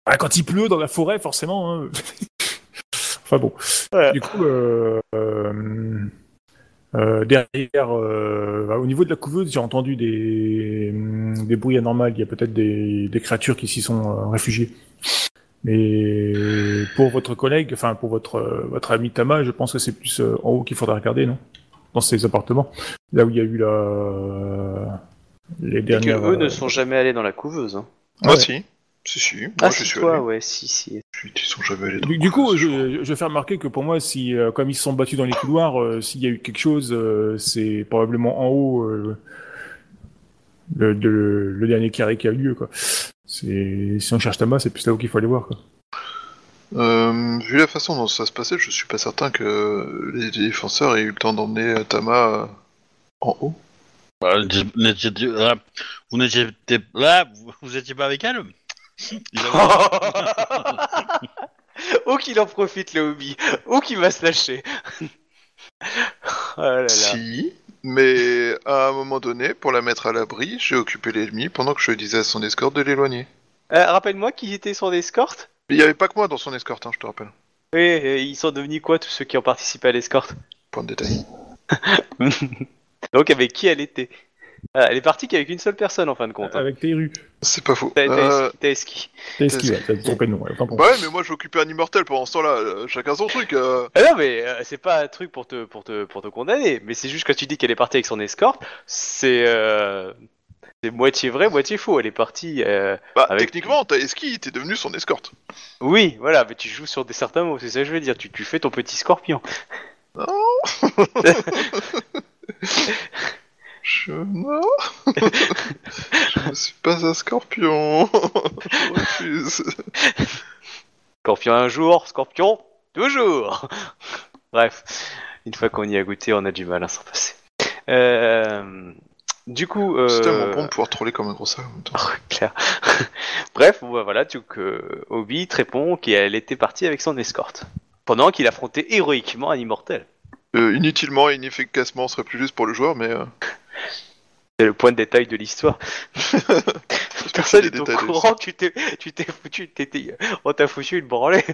Speaker 2: Ah, quand il pleut dans la forêt forcément hein. Enfin bon.
Speaker 1: Ouais.
Speaker 2: Du coup euh, euh, euh, derrière, euh, bah, au niveau de la couveuse, j'ai entendu des, hum, des bruits anormaux. Il y a peut-être des, des créatures qui s'y sont euh, réfugiées. Mais pour votre collègue, enfin pour votre euh, votre ami Tama, je pense que c'est plus euh, en haut qu'il faudra regarder, non Dans ces appartements, là où il y a eu la les
Speaker 1: et que
Speaker 2: dernières.
Speaker 1: eux ne
Speaker 2: euh,
Speaker 1: sont jamais allés dans la couveuse. hein.
Speaker 3: Moi,
Speaker 2: Ah ouais.
Speaker 3: si. Si, si. Moi,
Speaker 1: Ah,
Speaker 3: je
Speaker 1: c'est
Speaker 3: suis
Speaker 1: toi,
Speaker 3: allé.
Speaker 1: ouais, si, si.
Speaker 3: Putain, Ils sont jamais allés dans
Speaker 2: Du,
Speaker 3: le
Speaker 2: du coup,
Speaker 3: closet.
Speaker 2: je, je vais faire remarquer que pour moi, si euh, comme ils se sont battus dans les couloirs, euh, s'il y a eu quelque chose, euh, c'est probablement en haut euh, le, de- le dernier carré qui a eu lieu. Quoi. C'est- Si on cherche Tama, c'est plus là où qu'il faut aller voir. Quoi.
Speaker 3: Euh, vu la façon dont ça se passait, je suis pas certain que les défenseurs aient eu le temps d'emmener euh, Tama euh, en haut.
Speaker 4: Bah, vous n'étiez euh, vous n'étiez- t'es- là, vous- vous étiez pas avec elle Il a-
Speaker 1: Ou qu'il en profite le hobby, ou qu'il va se lâcher. oh là là.
Speaker 3: Si, mais à un moment donné, pour la mettre à l'abri, j'ai occupé l'ennemi pendant que je disais à son escorte de l'éloigner.
Speaker 1: Euh, Rappelle-moi qui était son escorte
Speaker 3: Mais il n'y avait pas que moi dans son escorte, hein, je te rappelle.
Speaker 1: Oui, euh, ils sont devenus quoi tous ceux qui ont participé à l'escorte
Speaker 3: Point de détail.
Speaker 1: Donc avec qui elle était Ah, Elle est partie qu'avec une seule personne en fin de compte. hein.
Speaker 2: Avec tes rues.
Speaker 3: C'est pas faux.
Speaker 1: T'as- t'as
Speaker 3: Euh,
Speaker 1: esqui- t'as esqui.
Speaker 2: T'as esquivé, t'as ton prénom. ouais, autant pour
Speaker 3: Bah
Speaker 2: moi.
Speaker 3: ouais, mais moi je m'occupais un immortel pendant ce temps-là. euh, Chacun son truc. euh.
Speaker 1: Ah non, mais euh, c'est pas un truc pour te, pour te, pour te condamner, mais c'est juste que tu dis qu'elle est partie avec son escorte, c'est euh, c'est moitié vrai, moitié faux. Elle est partie. euh,
Speaker 3: Bah,
Speaker 1: Avec-
Speaker 3: techniquement, t'as esquis, t'es devenu son escorte.
Speaker 1: Oui, voilà, mais tu joues sur des certains mots, c'est ça que je veux dire. Tu, tu fais ton petit scorpion.
Speaker 3: Je... Non. je ne suis pas un scorpion. je refuse.
Speaker 1: Scorpion un jour, scorpion toujours. Bref, une fois qu'on y a goûté, on a du mal à s'en passer. Euh, du coup, euh,
Speaker 3: C'est tellement bon de pouvoir troller comme un gros sale en même temps.
Speaker 1: clair. Bref, bon, bah, voilà, tu que Obi te répond qu'elle était partie avec son escorte pendant qu'il affrontait héroïquement un immortel.
Speaker 3: Euh, inutilement et inefficacement, ce serait plus juste pour le joueur, mais. euh,
Speaker 1: C'est le point de détail de l'histoire. Personne
Speaker 3: les
Speaker 1: n'est au
Speaker 3: détails de
Speaker 1: courant, que tu t'es, tu t'es foutu, t'étais- on t'a foutu une branlée.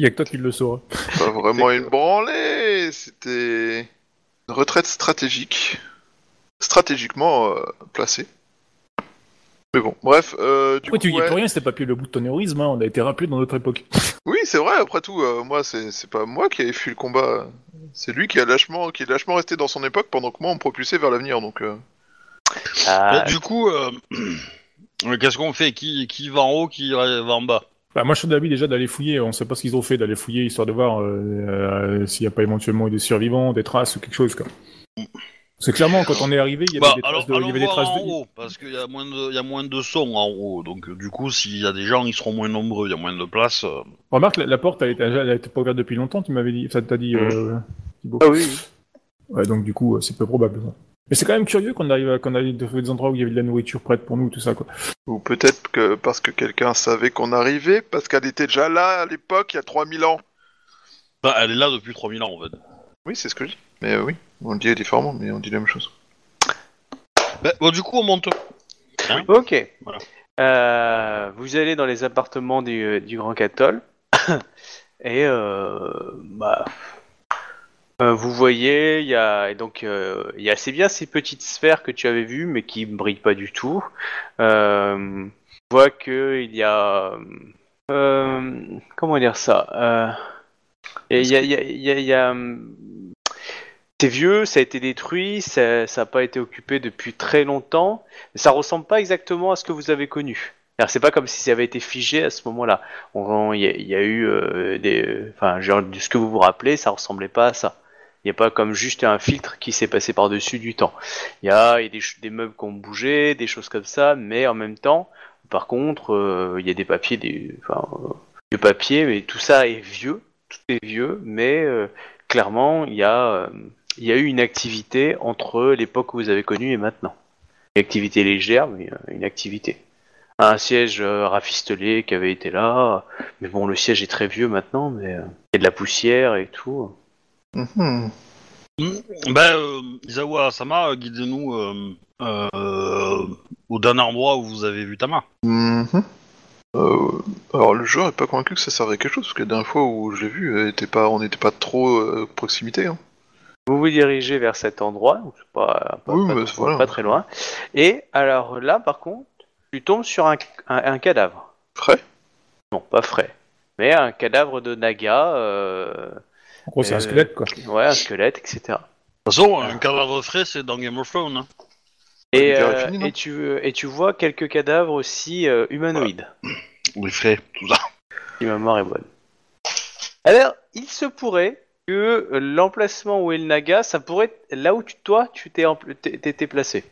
Speaker 2: Il y a que toi qui le sauras.
Speaker 3: C'est pas vraiment une branlée, c'était une retraite stratégique, stratégiquement euh, placée. Mais bon, bref, euh, du
Speaker 2: Ouais, Oh,
Speaker 3: coup,
Speaker 2: tu y es
Speaker 3: ouais.
Speaker 2: pour rien, c'était pas plus le bout de ton héroïsme, hein, on a été rappelé dans notre époque.
Speaker 3: oui, c'est vrai. Après tout, euh, moi, c'est c'est pas moi qui ai fui le combat, c'est lui qui a lâchement, qui est lâchement resté dans son époque pendant que moi on me propulsait vers l'avenir. Donc, euh,
Speaker 1: Ah,
Speaker 4: Bah, du coup, euh, qu'est-ce qu'on fait qui, qui va en haut, qui va en bas
Speaker 2: Bah, moi, je suis d'avis déjà d'aller fouiller. On sait pas ce qu'ils ont fait, d'aller fouiller histoire de voir euh, euh, s'il n'y a pas éventuellement des survivants, des traces ou quelque chose. quoi. C'est clairement quand on est arrivé, il y avait
Speaker 4: Bah,
Speaker 2: des traces
Speaker 4: alors,
Speaker 2: de. il y
Speaker 4: allons
Speaker 2: avait des
Speaker 4: voir
Speaker 2: traces
Speaker 4: en
Speaker 2: de-
Speaker 4: haut, parce qu'il y, a moins de- il y a moins de sons en haut, donc euh, du coup, s'il y a des gens, ils seront moins nombreux, il y a moins de place. euh.
Speaker 2: Remarque, la, la porte, elle était, elle était pas ouverte depuis longtemps. Tu m'avais dit, ça t'a
Speaker 4: Mm.
Speaker 2: dit. euh, Thibaut.
Speaker 1: ah oui, oui.
Speaker 2: Ouais, donc du coup, euh, c'est peu probable. ouais. Mais c'est quand même curieux qu'on arrive, à- qu'on arrive dans des endroits où il y avait de la nourriture prête pour nous, tout ça quoi.
Speaker 3: ou peut-être que parce que quelqu'un savait qu'on arrivait, parce qu'elle était déjà là à l'époque, il y a 3000 ans.
Speaker 4: Bah, elle est là depuis 3000 ans, en fait.
Speaker 3: Oui, c'est ce que je dis. Mais euh, oui, on le dit différemment, mais on dit la même chose.
Speaker 4: Bah, bon, du coup, on monte.
Speaker 1: Ok.
Speaker 4: Voilà.
Speaker 1: Euh, vous allez dans les appartements du, du Grand Catol et euh, bah, euh, vous voyez, il y a et donc euh, il y a c'est bien ces petites sphères que tu avais vues mais qui ne brillent pas du tout. Euh, on voit que il y a euh, comment dire ça. Euh, et il y a, il y a- il y a- il y a, hum, c'est vieux, ça a été détruit, ça n'a pas été occupé depuis très longtemps. Ça ressemble pas exactement à ce que vous avez connu. Alors, C'est pas comme si ça avait été figé à ce moment-là. On- on- Il y, a- il y a eu euh, des, euh, enfin, genre, de ce que vous vous rappelez, ça ressemblait pas à ça. Il n'y a pas comme juste un filtre qui s'est passé par-dessus du temps. Il y a, il y a des, ch- des meubles qui ont bougé, des choses comme ça, mais en même temps, par contre, euh, il y a des papiers, des, enfin, euh, du papier, mais tout ça est vieux, tout est vieux, mais euh, clairement, il y a, euh, il y a eu une activité entre l'époque que vous avez connue et maintenant. Une activité légère, mais euh, une activité. Un siège euh, rafistolé qui avait été là, mais bon, le siège est très vieux maintenant, mais euh, il y a de la poussière et tout.
Speaker 3: Mhm.
Speaker 4: Bah, euh, Isawa Sama, euh, guidez-nous euh, euh, au dernier endroit où vous avez vu Tama.
Speaker 3: Mhm. Euh, alors le joueur est pas convaincu que ça servait à quelque chose parce que la dernière fois où je l'ai vu, elle était pas, on n'était pas trop euh, proximité. hein.
Speaker 1: Vous vous dirigez vers cet endroit, donc c'est pas, pas,
Speaker 3: Oui,
Speaker 1: pas-
Speaker 3: mais
Speaker 1: pas
Speaker 3: voilà.
Speaker 1: très loin. Et alors là, par contre, tu tombes sur un- un- un cadavre.
Speaker 3: Frais
Speaker 1: Non, pas frais. Mais un cadavre de Naga, euh,
Speaker 2: En gros, c'est
Speaker 1: Euh,
Speaker 2: un squelette quoi.
Speaker 1: ouais, un squelette, etc.
Speaker 4: De toute façon,
Speaker 2: Ah.
Speaker 4: un cadavre frais, c'est dans Game of Thrones. hein.
Speaker 1: Et,
Speaker 3: L'hiver est
Speaker 1: euh,
Speaker 3: fini, non
Speaker 1: et, tu, et tu vois quelques cadavres aussi euh, humanoïdes,
Speaker 4: Les frais, tout ça.
Speaker 1: si ma mémoire est bonne. Alors, il se pourrait que euh, l'emplacement où est le Naga, ça pourrait être là où tu, toi, tu t'es empl- t'es- t'étais placé.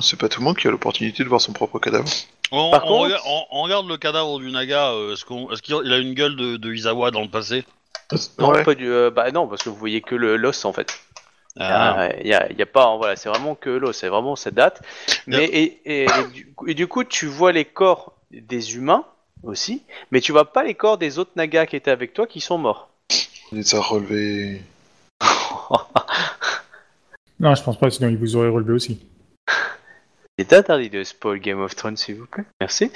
Speaker 3: C'est pas tout le monde qui a l'opportunité de voir son propre cadavre.
Speaker 4: On,
Speaker 1: Par
Speaker 4: on
Speaker 1: contre-
Speaker 4: regarde, on- on regarde le cadavre du Naga. euh, Est-ce qu'on- est-ce qu'il a une gueule de, de Isawa dans le passé
Speaker 1: Non,
Speaker 3: Ouais.
Speaker 1: pas du, euh, bah non, parce que vous voyez que le l'os en fait. Il n'y a, y a- y a pas, hein, voilà, c'est vraiment que l'eau, c'est vraiment cette date. Mais, et, et- et du, et du coup, tu vois les corps des humains aussi, mais tu vois pas les corps des autres nagas qui étaient avec toi qui sont morts.
Speaker 3: On les a relevés.
Speaker 2: Non, je pense pas, sinon ils vous auraient relevé aussi.
Speaker 1: C'est interdit de spoil Game of Thrones, s'il vous plaît. Merci.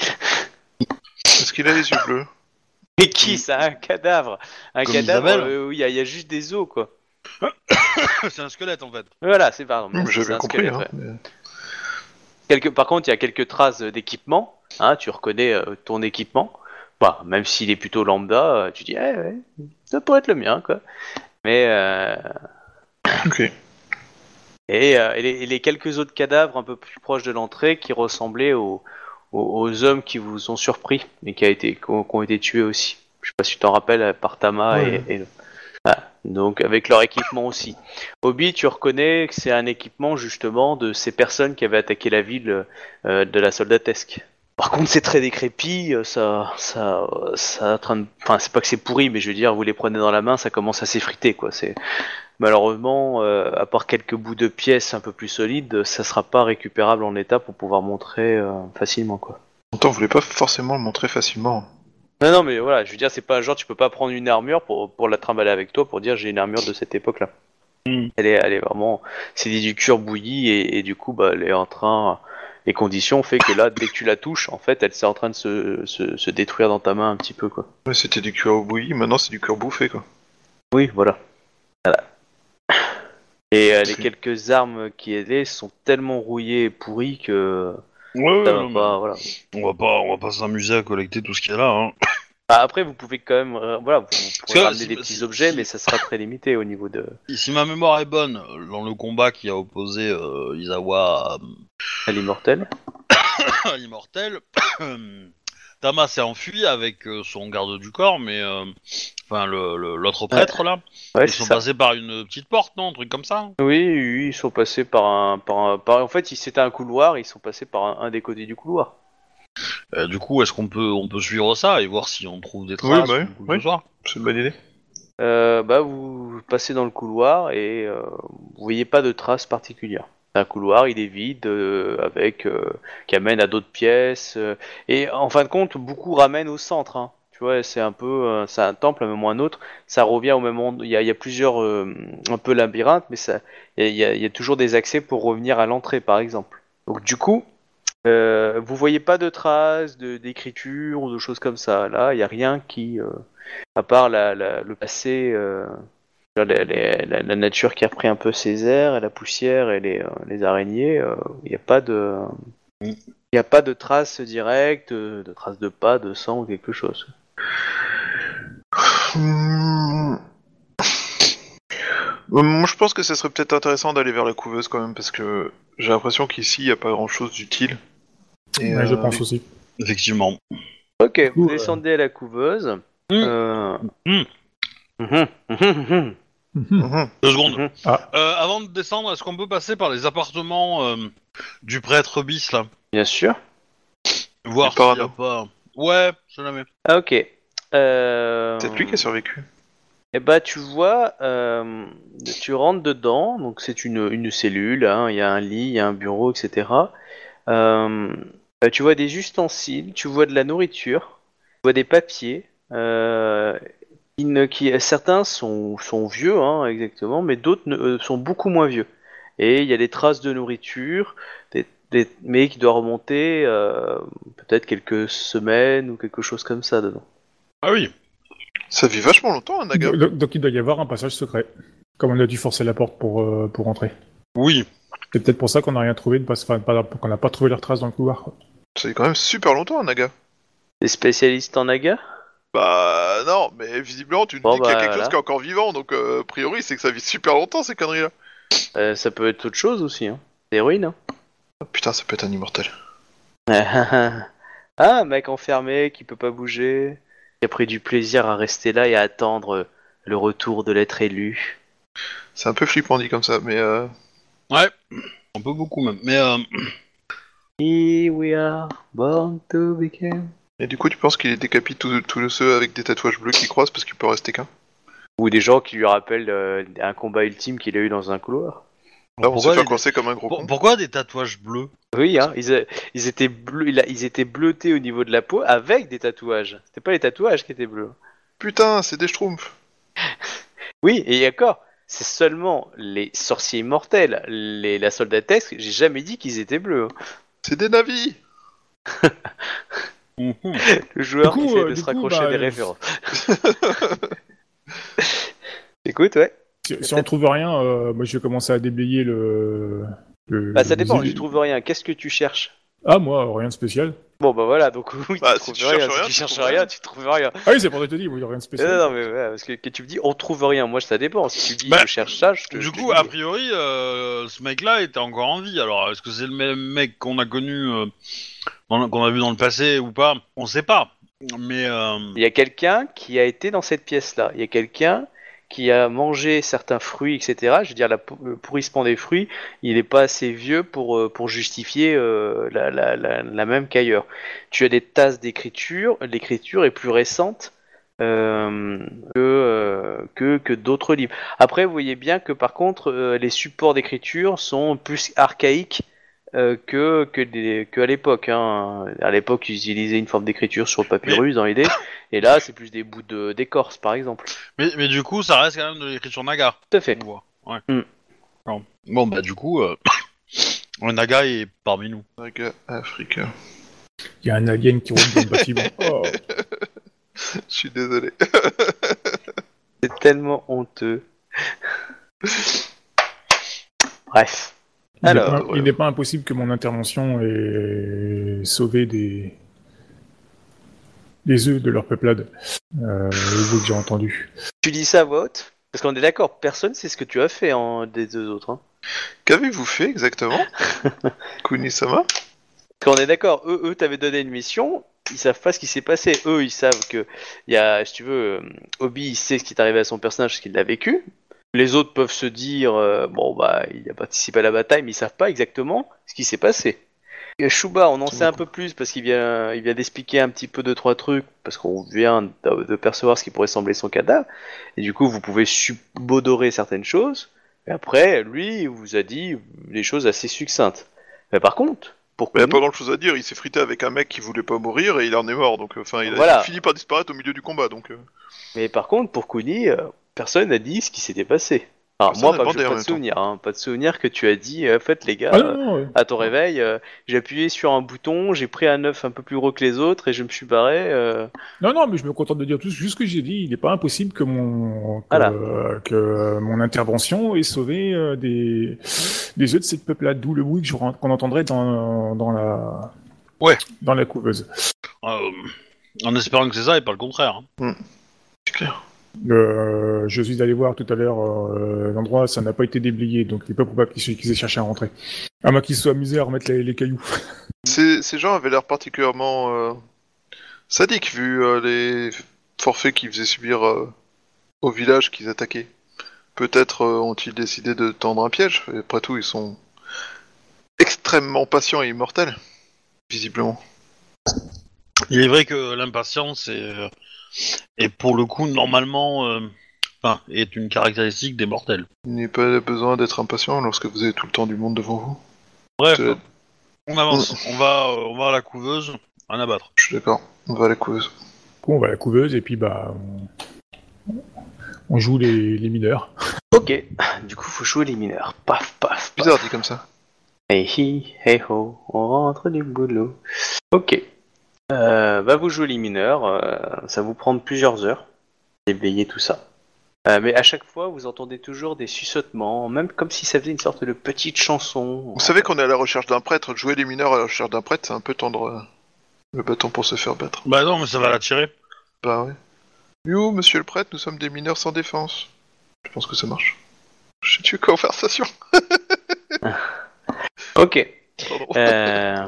Speaker 3: Est-ce qu'il a les yeux bleus
Speaker 1: Mais qui, ça Un cadavre Un
Speaker 4: Comme
Speaker 1: cadavre
Speaker 4: Isabelle.
Speaker 1: euh, où il y, a- il y a juste des os, quoi.
Speaker 4: c'est un squelette en fait.
Speaker 1: Voilà, c'est pardon.
Speaker 3: Hum,
Speaker 1: merci, c'est
Speaker 3: J'avais
Speaker 1: un
Speaker 3: compris.
Speaker 1: squelette,
Speaker 3: Hein,
Speaker 1: ouais.
Speaker 3: mais-
Speaker 1: Quelque- par contre, il y a quelques traces euh, d'équipement. Hein, tu reconnais euh, ton équipement. Bah, même s'il est plutôt lambda, euh, tu dis, eh, ouais, ça pourrait être le mien, quoi. Mais euh,
Speaker 3: Ok.
Speaker 1: et, euh, et les, et les quelques autres cadavres un peu plus proches de l'entrée qui ressemblaient aux, aux- aux hommes qui vous ont surpris et qui, a été, qui ont, qui ont été tués aussi. Je sais pas si tu t'en rappelles euh, par Tama et-
Speaker 2: Ouais.
Speaker 1: et, le- Ah, donc avec leur équipement aussi. Obi, tu reconnais que c'est un équipement justement de ces personnes qui avaient attaqué la ville euh, de la soldatesque. Par contre, c'est très décrépit, euh, ça, ça, euh, ça est en train de- enfin, c'est pas que c'est pourri, mais je veux dire, vous les prenez dans la main, ça commence à s'effriter, quoi. C'est malheureusement, euh, à part quelques bouts de pièces un peu plus solides, ça sera pas récupérable en état pour pouvoir montrer euh, facilement, quoi.
Speaker 3: Pourtant, on voulait pas forcément le montrer facilement.
Speaker 1: Non, non, mais voilà, je veux dire, c'est pas genre, tu peux pas prendre une armure pour, pour la trimballer avec toi pour dire j'ai une armure de cette époque-là.
Speaker 4: Mm.
Speaker 1: Elle, est, elle est vraiment, c'est du cuir bouilli et, et du coup, bah, elle est en train, les conditions fait que là, dès que tu la touches, en fait, elle est en train de se, se, se détruire dans ta main un petit peu, quoi.
Speaker 3: Ouais, C'était du cuir au bouilli, maintenant c'est du cuir bouffé quoi.
Speaker 1: Oui, voilà. Voilà. Et euh, les
Speaker 3: Ok.
Speaker 1: quelques armes qui étaient sont tellement rouillées et pourries que
Speaker 4: Ouais,
Speaker 1: ça va pas, voilà.
Speaker 4: on va pas, on va pas s'amuser à collecter tout ce qu'il y a là. Hein.
Speaker 1: Bah, après, vous pouvez quand même, euh, voilà, vous, vous
Speaker 4: que
Speaker 1: pourrez
Speaker 4: là,
Speaker 1: ramener
Speaker 4: si-
Speaker 1: des petits
Speaker 4: si-
Speaker 1: objets,
Speaker 4: si-
Speaker 1: mais ça sera très limité au niveau de
Speaker 4: Si ma mémoire est bonne, dans le combat qui a opposé euh, Izawa
Speaker 1: à l'immortel.
Speaker 4: à, à l'immortel, Tama s'est enfui avec euh, son garde du corps, mais euh, enfin le- le- l'autre prêtre là,
Speaker 1: Ouais,
Speaker 4: ils
Speaker 1: c'est
Speaker 4: sont
Speaker 1: ça.
Speaker 4: passés par une petite porte, non, un truc comme ça.
Speaker 1: Oui, oui, ils sont passés par un, par un- par- en fait, ils- c'était un couloir, ils sont passés par un, un des côtés du couloir.
Speaker 4: Euh, du coup, est-ce qu'on peut, on peut suivre ça et voir si on trouve des
Speaker 3: Oui,
Speaker 4: traces
Speaker 3: bah oui,
Speaker 4: ou
Speaker 3: oui.
Speaker 4: ce soir
Speaker 3: C'est une bonne idée.
Speaker 1: Euh, bah, vous passez dans le couloir et euh, vous voyez pas de traces particulières. C'est Un couloir, il est vide, euh, avec euh, qui amène à d'autres pièces. euh, et en fin de compte, beaucoup ramènent au centre. hein. Tu vois, c'est un peu, euh, c'est un temple, un moment ou un autre. Ça revient au même endroit. Il y a, il y a plusieurs, euh, un peu labyrinthe, mais ça, il y, a- il y a- il y a toujours des accès pour revenir à l'entrée, par exemple. Donc du coup, euh, vous voyez pas de traces, de d'écriture ou de choses comme ça. Là, il y a rien qui, euh, à part la, la- le passé, euh, la, la- la- la nature qui a repris un peu ses airs, et la poussière et les, euh, les araignées, euh, il n'y a pas de, il n'y a pas de traces directes, euh, de traces de pas, de sang ou quelque chose.
Speaker 3: Hmm. Euh, Moi, je pense que ça serait peut-être intéressant d'aller vers la couveuse quand même, parce que j'ai l'impression qu'ici, il n'y a pas grand-chose d'utile. Et,
Speaker 2: Ouais, je
Speaker 3: euh,
Speaker 2: pense aussi.
Speaker 4: Effectivement.
Speaker 1: Ok, vous
Speaker 2: Ouh, euh.
Speaker 1: descendez à la couveuse.
Speaker 4: Mm.
Speaker 1: Euh,
Speaker 4: Mm.
Speaker 1: mhm, mhm, mhm.
Speaker 2: Mhm.
Speaker 3: mhm.
Speaker 4: Deux secondes.
Speaker 1: Mhm.
Speaker 2: Ah.
Speaker 4: Euh, avant de descendre, est-ce qu'on peut passer par les appartements euh, du prêtre bis là
Speaker 1: Bien sûr.
Speaker 4: Voir
Speaker 3: Du
Speaker 4: s'il y a
Speaker 3: parano.
Speaker 4: pas. Ouais, je l'avais.
Speaker 1: Ah, ok. Euh...
Speaker 3: C'est lui qui a survécu.
Speaker 1: Eh bah tu vois, euh, tu rentres dedans, donc c'est une, une cellule, hein, il y a un lit, il y a un bureau, etc. Euh, euh, tu vois des ustensiles, tu vois de la nourriture, tu vois des papiers. euh, qui ne- qui, certains sont, sont vieux, hein, exactement, mais d'autres ne- euh, sont beaucoup moins vieux. Et il y a des traces de nourriture, des- des- mais qui doit remonter euh, peut-être quelques semaines ou quelque chose comme ça dedans.
Speaker 4: Ah oui.
Speaker 3: Ça vit vachement longtemps, un naga.
Speaker 2: Donc, donc il doit y avoir un passage secret. Comme on a dû forcer la porte pour, euh, pour entrer.
Speaker 4: Oui.
Speaker 2: C'est peut-être pour ça qu'on n'a rien trouvé, de pas- enfin, pas- qu'on n'a pas trouvé leurs traces dans le couloir. quoi.
Speaker 3: Ça vit quand même super longtemps, un naga.
Speaker 1: Des spécialistes en naga
Speaker 3: Bah non, mais visiblement, tu nous
Speaker 1: Bon,
Speaker 3: dis qu'il y a
Speaker 1: bah,
Speaker 3: quelque
Speaker 1: voilà.
Speaker 3: chose qui est encore vivant, donc euh, a priori, c'est que ça vit super longtemps, ces conneries-là.
Speaker 1: Euh, ça peut être autre chose aussi, hein. Des ruines, hein.
Speaker 3: Ah, putain, ça peut être un immortel.
Speaker 1: ah, un mec enfermé qui peut pas bouger, qui a pris du plaisir à rester là et à attendre le retour de l'être élu.
Speaker 3: C'est un peu flippant dit comme ça, mais... euh,
Speaker 4: Ouais. Un peu beaucoup même. Mais euh,
Speaker 1: Here we are born to become.
Speaker 3: Et du coup, tu penses qu'il décapite tous tous ceux avec des tatouages bleus qui croisent parce qu'il peut rester qu'un
Speaker 1: Ou des gens qui lui rappellent euh, un combat ultime qu'il a eu dans un couloir.
Speaker 3: Là, on
Speaker 4: Pourquoi
Speaker 3: s'est fait
Speaker 4: les-
Speaker 3: coincer comme un gros
Speaker 4: Pour-
Speaker 3: con.
Speaker 4: pourquoi des tatouages bleus
Speaker 1: Oui, hein, ils, a- ils étaient bleu- il a- ils étaient bleutés au niveau de la peau avec des tatouages. C'était pas les tatouages qui étaient bleus.
Speaker 3: Putain, c'est des schtroumpfs.
Speaker 1: Oui, et d'accord, c'est seulement les sorciers immortels, les, la soldatesque, j'ai jamais dit qu'ils étaient bleus. hein.
Speaker 3: C'est des navis.
Speaker 5: Hum, hum.
Speaker 1: Le joueur
Speaker 2: Du coup,
Speaker 1: qui essaie
Speaker 2: euh,
Speaker 1: de
Speaker 2: du
Speaker 1: se
Speaker 2: coup,
Speaker 1: raccrocher
Speaker 2: bah,
Speaker 1: à des
Speaker 2: euh,
Speaker 1: références. Écoute, ouais.
Speaker 2: Si, si on trouve rien, euh, moi je vais commencer à déblayer le. le-
Speaker 1: Bah, ça dépend,
Speaker 2: les-
Speaker 1: tu trouves rien. Qu'est-ce que tu cherches
Speaker 2: Ah, moi, rien de spécial.
Speaker 1: Bon, bah voilà, donc oui,
Speaker 3: Bah,
Speaker 1: tu,
Speaker 3: si
Speaker 1: trouves
Speaker 3: tu
Speaker 1: rien.
Speaker 3: cherches
Speaker 1: si
Speaker 3: rien,
Speaker 1: tu
Speaker 3: tu
Speaker 1: cherches
Speaker 3: trouves
Speaker 1: rien,
Speaker 3: rien.
Speaker 1: tu trouves rien.
Speaker 2: Ah oui, c'est pour ça que je te dis, il n'y a rien de
Speaker 1: Non,
Speaker 2: spécial.
Speaker 1: non, non, mais ouais, parce que, que tu me dis, on trouve rien. Moi, ça dépend. Si tu me dis,
Speaker 4: Bah,
Speaker 1: je cherche ça, je te. je
Speaker 4: Du
Speaker 1: te
Speaker 4: coup,
Speaker 1: dis.
Speaker 4: a priori, euh, ce mec-là était encore en vie. Alors, est-ce que c'est le même mec qu'on a connu, euh, dans- qu'on a vu dans le passé ou pas On sait pas. Mais euh,
Speaker 1: Il y a quelqu'un qui a été dans cette pièce-là. Il y a quelqu'un qui a mangé certains fruits, etc. Je veux dire, la pou- le pourrissement des fruits, il n'est pas assez vieux pour, euh, pour justifier euh, la, la- la- la même qu'ailleurs. Tu as des tasses d'écriture. L'écriture est plus récente euh, que, euh, que, que d'autres livres. Après, vous voyez bien que par contre, euh, les supports d'écriture sont plus archaïques euh, que, que, des- que à l'époque. hein. À l'époque, ils utilisaient une forme d'écriture sur le papyrus dans l'idée, et là, c'est plus des bouts de- d'écorce, par exemple.
Speaker 4: Mais, mais du coup, ça reste quand même de l'écriture naga.
Speaker 1: Tout à fait.
Speaker 4: On voit. Ouais.
Speaker 1: Mm.
Speaker 4: Bon. Bon, bah du coup, euh, le naga est parmi nous.
Speaker 3: Naga Africa.
Speaker 2: Il y a un alien qui roule dans le bâtiment. Oh.
Speaker 3: Je suis désolé.
Speaker 1: C'est tellement honteux. Bref.
Speaker 2: Il n'est
Speaker 1: Alors,
Speaker 2: pas-
Speaker 3: ouais.
Speaker 2: il n'est pas impossible que mon intervention ait sauvé des. des œufs de leur peuplade. Euh, vous que j'ai entendu.
Speaker 1: Tu dis ça à voix haute Parce qu'on est d'accord, personne sait ce que tu as fait en... des deux autres. Hein.
Speaker 3: Qu'avez-vous fait exactement Kunisama
Speaker 1: Parce qu'on est d'accord, eux, eux t'avaient donné une mission, ils savent pas ce qui s'est passé. Eux, ils savent que, il y a, si tu veux, euh, Obi, il sait ce qui est arrivé à son personnage, ce qu'il a vécu. Les autres peuvent se dire, euh, bon, bah, il a participé à la bataille, mais ils savent pas exactement ce qui s'est passé. Et Shuba, on en
Speaker 3: C'est
Speaker 1: sait un peu plus parce qu'il vient, il vient d'expliquer un petit peu deux trois trucs parce qu'on vient de de percevoir ce qui pourrait sembler son cadavre et du coup vous pouvez subodorer certaines choses. Et après, lui, il vous a dit des choses assez succinctes. Mais par contre,
Speaker 3: Il
Speaker 1: pourquoi
Speaker 3: n'y a pas grand chose à dire, il s'est frité avec un mec qui voulait pas mourir et il en est mort, donc euh, enfin il a
Speaker 1: Voilà.
Speaker 3: fini par disparaître au milieu du combat, donc euh,
Speaker 1: Mais par contre, pour Kuni, euh, personne n'a dit ce qui s'était passé. Alors,
Speaker 3: Personne
Speaker 1: moi,
Speaker 3: n'a
Speaker 1: pas,
Speaker 3: demandé,
Speaker 1: j'ai
Speaker 3: en
Speaker 1: pas de
Speaker 3: même temps.
Speaker 1: souvenir, hein, pas de souvenir que tu as dit, euh, en fait, les gars,
Speaker 2: Ah
Speaker 1: euh,
Speaker 2: non, non, ouais.
Speaker 1: à ton réveil, euh, j'ai appuyé sur un bouton, j'ai pris un œuf un peu plus gros que les autres et je me suis barré. euh.
Speaker 2: Non, non, mais je me contente de dire tout juste ce que j'ai dit. Il n'est pas impossible que mon, que,
Speaker 1: Voilà.
Speaker 2: euh, que, euh, mon intervention ait sauvé euh, des, des œufs de cette peuplade, d'où le bruit que je- qu'on entendrait dans, dans la.
Speaker 4: Ouais.
Speaker 2: Dans la couveuse.
Speaker 4: Euh, en espérant que c'est ça et pas le contraire. hein.
Speaker 3: c'est clair.
Speaker 2: Euh, je suis allé voir tout à l'heure euh, l'endroit, ça n'a pas été déblayé, donc il n'est pas probable qu'ils qu'ils aient cherché à rentrer. À moins qu'ils se soient amusés à remettre les, les cailloux.
Speaker 3: Ces, ces gens avaient l'air particulièrement euh, sadiques vu euh, les forfaits qu'ils faisaient subir euh, au village qu'ils attaquaient. Peut-être euh, ont-ils décidé de tendre un piège, et après tout ils sont extrêmement patients et immortels, visiblement.
Speaker 4: Il est vrai que l'impatience est, euh, est pour le coup normalement, euh, enfin, est une caractéristique des mortels.
Speaker 3: Il n'est pas besoin d'être impatient lorsque vous avez tout le temps du monde devant vous.
Speaker 4: Bref,
Speaker 3: C'est-
Speaker 4: on avance. On va, euh, on va à la couveuse, un abattre.
Speaker 3: Je suis d'accord, on va à la couveuse.
Speaker 2: Du coup, on va à la couveuse et puis bah, on, on joue les, les mineurs.
Speaker 1: Ok, du coup, faut jouer les mineurs. Paf, paf, paf.
Speaker 3: Bizarre dit comme ça.
Speaker 1: Hey hi, hey ho, on rentre du boulot. Ok. Euh, bah vous jouez les mineurs, euh, ça vous prend plusieurs heures d'éveiller tout ça. Euh, mais à chaque fois, vous entendez toujours des sussautements, même comme si ça faisait une sorte de petite chanson.
Speaker 3: Vous savez qu'on est à la recherche d'un prêtre, jouer les mineurs à la recherche d'un prêtre, c'est un peu tendre euh, le bâton pour se faire battre.
Speaker 4: Bah non, mais ça va l'attirer.
Speaker 3: Bah ouais. You, monsieur le prêtre, nous sommes des mineurs sans défense. Je pense que ça marche. J'ai tué conversation.
Speaker 1: Ok.
Speaker 3: Pardon.
Speaker 1: Euh,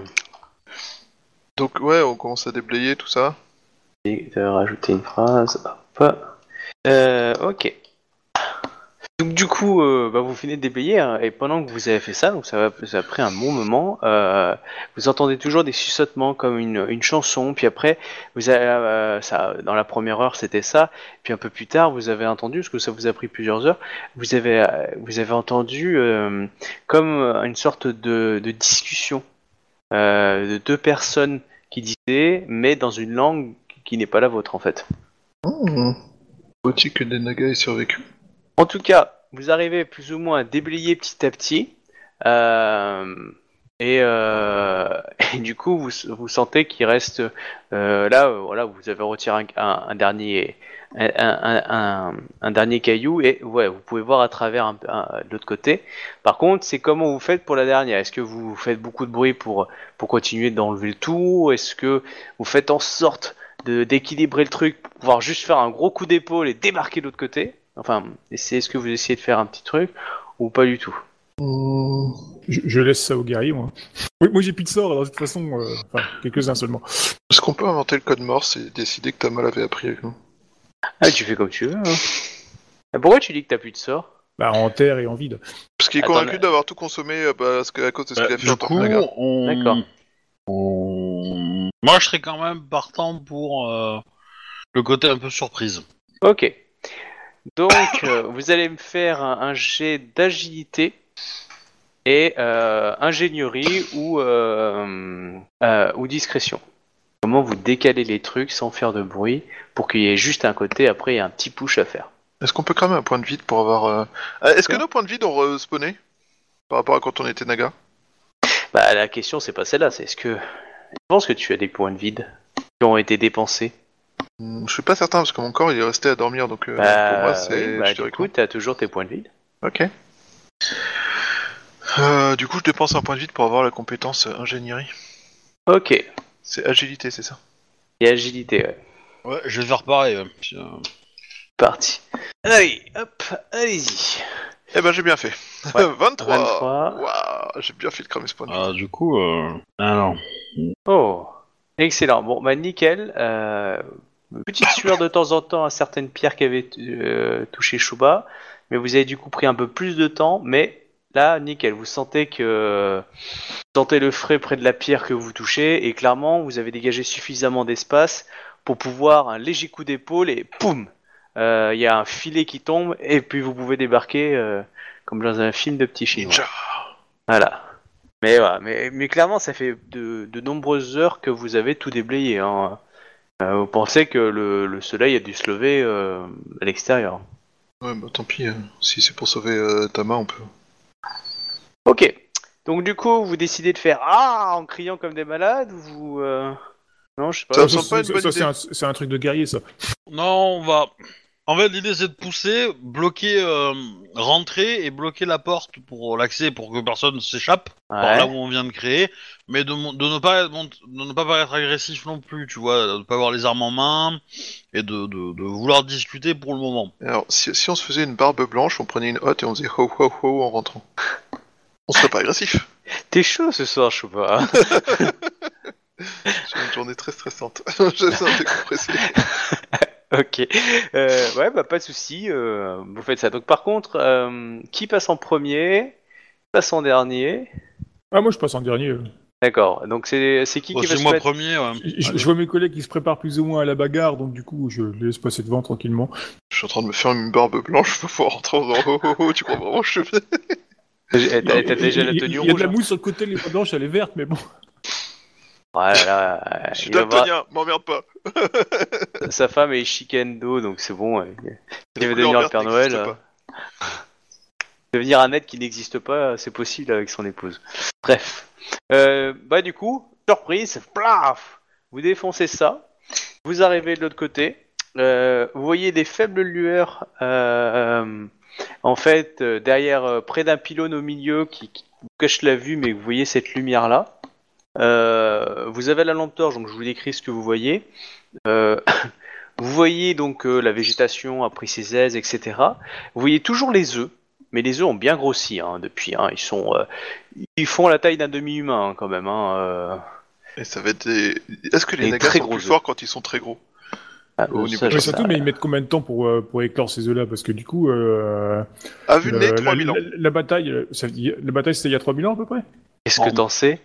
Speaker 3: Donc ouais, on commence à déblayer tout ça.
Speaker 1: et de rajouter une phrase. Hop. Euh, ok. Donc du coup, euh, bah, vous finissez de dépayer, hein, et pendant que vous avez fait ça, donc ça, va, ça a pris un bon moment, euh, vous entendez toujours des sussotements comme une, une chanson, puis après, vous avez, euh, ça, dans la première heure c'était ça, puis un peu plus tard vous avez entendu, parce que ça vous a pris plusieurs heures, vous avez, euh, vous avez entendu euh, comme euh, une sorte de, de discussion euh, de deux personnes qui disaient, mais dans une langue qui n'est pas la vôtre en fait.
Speaker 3: Hmm. Faut-il que Denaga ait survécu
Speaker 1: En tout cas, vous arrivez plus ou moins à déblayer petit à petit. euh, et, euh, et du coup, vous, vous sentez qu'il reste. euh, là, euh, voilà, vous avez retiré un, un- un dernier, un, un- un- un dernier caillou. Et ouais, vous pouvez voir à travers un, un- de l'autre côté. Par contre, c'est comment vous faites pour la dernière. Est-ce que vous faites beaucoup de bruit pour, pour continuer d'enlever le tout Est-ce que vous faites en sorte de- d'équilibrer le truc pour pouvoir juste faire un gros coup d'épaule et débarquer de l'autre côté Enfin, essayez- est-ce que vous essayez de faire un petit truc ou pas du tout
Speaker 3: Hmm.
Speaker 2: Je, je laisse ça aux guerriers, moi. Oui, moi j'ai plus de sort, alors de toute façon, euh, enfin, quelques-uns seulement.
Speaker 3: Est-ce qu'on peut inventer le code morse et décider que Tamal avait appris avec nous
Speaker 1: Ah, tu fais comme tu veux. hein. Ah, Pourquoi tu dis que t'as plus de sort
Speaker 2: Bah, en terre et en vide.
Speaker 3: Parce qu'il est
Speaker 1: Attends,
Speaker 3: convaincu
Speaker 1: mais-
Speaker 3: d'avoir tout consommé euh, bah, parce que- à cause de ce qu'il
Speaker 4: Bah,
Speaker 3: a fait
Speaker 4: du
Speaker 3: en tant que
Speaker 4: coup,
Speaker 3: Naga.
Speaker 4: on...
Speaker 1: D'accord.
Speaker 4: on- Moi, je serais quand même partant pour euh, le côté un peu surprise.
Speaker 1: Ok. Donc, euh, vous allez me faire un, un jet d'agilité et euh, ingénierie ou, euh, euh, ou discrétion. Comment vous décalez les trucs sans faire de bruit pour qu'il y ait juste un côté, après il y a un petit push à faire.
Speaker 3: Est-ce qu'on peut cramer un point de vide pour avoir. euh, Ah, Est-ce que
Speaker 1: Quoi
Speaker 3: nos points de vide ont respawné Par rapport à quand on était Naga
Speaker 1: Bah, la question c'est pas celle-là, c'est est-ce que. Je pense que tu as des points de vide qui ont été dépensés.
Speaker 3: Hmm, Je suis pas certain parce que mon corps il est resté à dormir donc euh, pour moi c'est.
Speaker 1: oui,
Speaker 3: je
Speaker 1: bah,
Speaker 3: dirais
Speaker 1: du coup, t'as toujours tes points de vide.
Speaker 3: quoi. Ok. Euh, du coup, je dépense un point de vide pour avoir la compétence euh, ingénierie.
Speaker 1: Ok. Et
Speaker 3: C'est agilité, c'est ça
Speaker 1: agilité, ouais.
Speaker 4: Ouais, je vais faire pareil. ouais. Puis, euh,
Speaker 1: Parti. Allez, hop, allez-y.
Speaker 3: Eh ben, j'ai bien fait.
Speaker 1: Ouais.
Speaker 3: 23.
Speaker 1: 23.
Speaker 3: Waouh, j'ai bien fait de cramer ce point de vide.
Speaker 4: ah, du coup, euh... ah non.
Speaker 1: Oh. Excellent. Bon, bah nickel. Euh, petite sueur de temps en temps à certaines pierres qui avaient euh, touché Shuba. Mais vous avez du coup pris un peu plus de temps. Mais là, nickel. Vous sentez que. Vous sentez le frais près de la pierre que vous touchez. Et clairement, vous avez dégagé suffisamment d'espace pour pouvoir un léger coup d'épaule et poum Euh, Il y a un filet qui tombe. Et puis vous pouvez débarquer euh, comme dans un film de petits chinois.
Speaker 3: Ninja
Speaker 1: Voilà. Mais, voilà, mais, mais clairement, ça fait de, de nombreuses heures que vous avez tout déblayé. hein. Euh, vous pensez que le, le soleil a dû se lever euh, à l'extérieur.
Speaker 3: Ouais, bah tant pis, euh, si c'est pour sauver euh, Tama, on peut.
Speaker 1: Ok. Donc du coup, vous décidez de faire ah en criant comme des malades ou vous euh, non, je sais
Speaker 3: Ça
Speaker 1: pas.
Speaker 3: me semble pas une bonne
Speaker 2: ça, c'est
Speaker 3: idée.
Speaker 2: un- c'est un, truc de guerrier, ça.
Speaker 4: Non, on va. En fait, l'idée c'est de pousser, bloquer, euh, rentrer et bloquer la porte pour l'accès pour que personne ne s'échappe par
Speaker 1: Ouais.
Speaker 4: là où on vient de créer, mais de, mon- de ne pas être mon- de ne pas paraître agressif non plus, tu vois, de ne pas avoir les armes en main et de, de- de vouloir discuter pour le moment.
Speaker 3: Alors, si, si on se faisait une barbe blanche, on prenait une hotte et on faisait ho ho ho en rentrant. On serait pas agressif.
Speaker 1: T'es chaud ce soir, je sais pas.
Speaker 3: C'est une journée très stressante. J'ai besoin de décompresser.
Speaker 1: ok. Euh, ouais, bah pas de souci. euh, vous faites ça. Donc par contre, euh, qui passe en premier, qui passe en dernier
Speaker 2: Ah, moi je passe en dernier. euh.
Speaker 1: D'accord. Donc c'est c'est qui
Speaker 4: Oh,
Speaker 1: qui va
Speaker 4: c'est
Speaker 1: se
Speaker 4: moi
Speaker 1: mettre
Speaker 4: premier. ouais.
Speaker 2: Je- Je, je vois mes collègues qui se préparent plus ou moins à la bagarre, donc du coup, je les laisse passer devant tranquillement.
Speaker 3: Je suis en train de me faire une barbe blanche pour pouvoir rentrer en faisant ho ho ho. Tu crois vraiment que je fais
Speaker 1: T'as t'as déjà la
Speaker 2: Il y a-
Speaker 1: tenue
Speaker 2: Il y a de
Speaker 1: rouge.
Speaker 2: la
Speaker 1: hein.
Speaker 2: mousse sur le côté, elle est pas blanche, elle est verte, mais bon.
Speaker 1: Voilà,
Speaker 3: Je suis
Speaker 1: il va voir-
Speaker 3: daltonien, m'emmerde pas.
Speaker 1: sa femme est Shikendo, donc c'est bon. ouais. Il
Speaker 3: Les
Speaker 1: va
Speaker 3: couleurs
Speaker 1: devenir le
Speaker 3: vertes
Speaker 1: Père Noël.
Speaker 3: n'existent
Speaker 1: euh, Devenir un être qui n'existe pas, c'est possible avec son épouse. Bref. Euh, bah du coup, surprise, plaf Vous défoncez ça, vous arrivez de l'autre côté, euh, vous voyez des faibles lueurs, euh, euh, en fait, euh, derrière, euh, près d'un pylône au milieu qui, qui vous cache la vue, mais vous voyez cette lumière-là. Euh, vous avez la lampe torche, donc je vous décris ce que vous voyez. Euh, vous voyez donc euh, la végétation a pris ses aises, etc. Vous voyez toujours les œufs, mais les œufs ont bien grossi hein, depuis. hein. Ils sont, euh, ils font la taille d'un demi-humain hein, quand même. hein, euh.
Speaker 3: Et ça va être des. Est-ce que les
Speaker 1: Et
Speaker 3: nagas
Speaker 1: très
Speaker 3: sont
Speaker 1: gros
Speaker 3: plus
Speaker 1: œufs.
Speaker 3: forts quand ils sont très gros
Speaker 1: Ah,
Speaker 3: Au
Speaker 1: le
Speaker 3: niveau
Speaker 1: sage,
Speaker 3: de
Speaker 2: Oui,
Speaker 3: ça.
Speaker 2: surtout, mais ils mettent combien de temps pour, euh, pour éclore ces œufs-là Parce que du coup, euh,
Speaker 3: À vue de
Speaker 2: le-
Speaker 3: Ah, nez, 3000
Speaker 2: la,
Speaker 3: ans.
Speaker 2: la- la bataille, euh, ça veut dire- la bataille, c'était il y a 3000 ans à peu près
Speaker 1: Est-ce que t'en sais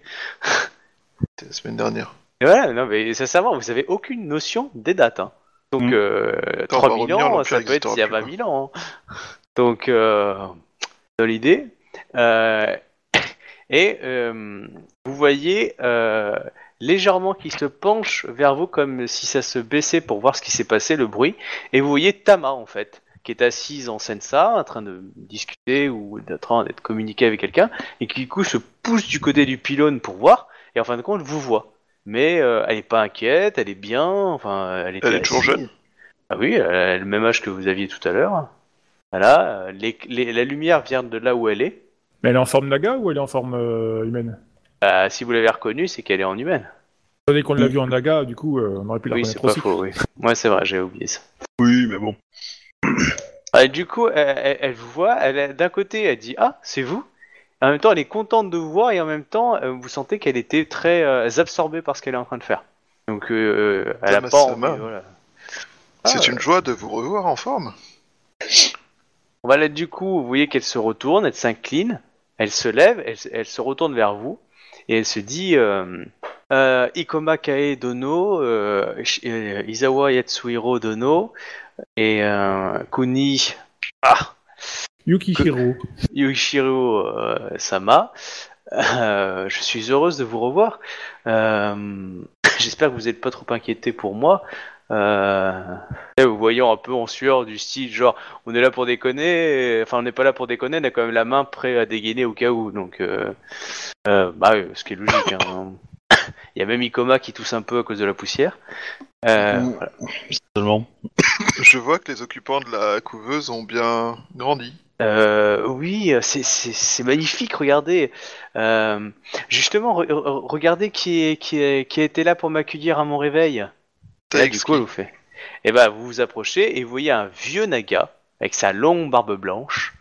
Speaker 3: C'était la semaine dernière.
Speaker 1: Et Voilà, non, mais sincèrement, vous avez aucune notion des dates. hein. Donc,
Speaker 2: Mm.
Speaker 1: euh,
Speaker 3: Attends, on va
Speaker 1: 3000
Speaker 3: revenir,
Speaker 1: ans,
Speaker 3: l'Empire
Speaker 1: ça peut être
Speaker 3: existera
Speaker 1: il y a
Speaker 3: plus,
Speaker 1: 20 000 ans. hein. Donc, euh, dans l'idée. euh, et euh, vous voyez euh, légèrement qui se penche vers vous comme si ça se baissait pour voir ce qui s'est passé, le bruit. Et vous voyez Tama, en fait, qui est assise en Sensa, en train de discuter ou en train d'être communiqué avec quelqu'un, et qui du coup se pousse du côté du pylône pour voir. Et en fin de compte, vous voit. Mais euh, elle n'est pas inquiète, elle est bien, enfin, elle est,
Speaker 3: Elle est toujours jeune.
Speaker 1: Ah oui, elle a le même âge que vous aviez tout à l'heure. Voilà, euh, les- les- la lumière vient de là où elle est.
Speaker 2: Mais elle est en forme naga ou elle est en forme euh, humaine
Speaker 1: Bah, si vous l'avez reconnue, c'est qu'elle est en humaine.
Speaker 2: Dès qu'on l'a vue en naga, du coup, euh, on aurait pu la
Speaker 1: Mm. oui, c'est
Speaker 2: reconnaître
Speaker 1: pas
Speaker 2: aussi.
Speaker 1: faux, oui. Ouais, c'est vrai, j'avais oublié ça.
Speaker 4: Oui, mais bon.
Speaker 1: Ah, et du coup, elle, elle- elle vous voit, elle, elle- d'un côté, elle dit Ah, c'est vous En même temps, elle est contente de vous voir, et en même temps, euh, vous sentez qu'elle était très euh, absorbée par ce qu'elle est en train de faire. Donc, euh, elle a pas
Speaker 3: Tama-sama.
Speaker 1: envie, voilà. Ah,
Speaker 3: C'est une joie de vous revoir en forme.
Speaker 1: Voilà, du coup, vous voyez qu'elle se retourne, elle s'incline, elle se lève, elle, elle se retourne vers vous, et elle se dit euh, euh, Ikoma Kae Dono, euh, Sh- euh, Izawa Yatsuhiro Dono, et euh, Kuni ah,
Speaker 2: Yukihiro.
Speaker 1: Yoshiro euh, Sama, euh, je suis heureuse de vous revoir. Euh, J'espère que vous n'êtes pas trop inquiété pour moi. Euh, là, vous voyez un peu en sueur du style genre on est là pour déconner, et- enfin on n'est pas là pour déconner, on a quand même la main prête à dégainer au cas où, donc euh, euh, bah, euh, ce qui est logique. hein. Il y a même Ikoma qui tousse un peu à cause de la poussière. Euh,
Speaker 4: Mm.
Speaker 1: voilà.
Speaker 4: Seulement.
Speaker 3: Je vois que les occupants de la couveuse ont bien grandi.
Speaker 1: Euh, oui, c'est- c'est c'est magnifique, regardez. Euh, justement, re- re- regardez qui, est, qui, est- qui a été là pour m'accueillir à mon réveil. Et là, du
Speaker 3: Taïx
Speaker 1: coup, elle vous fait. Et ben, vous vous approchez et vous voyez un vieux naga avec sa longue barbe blanche.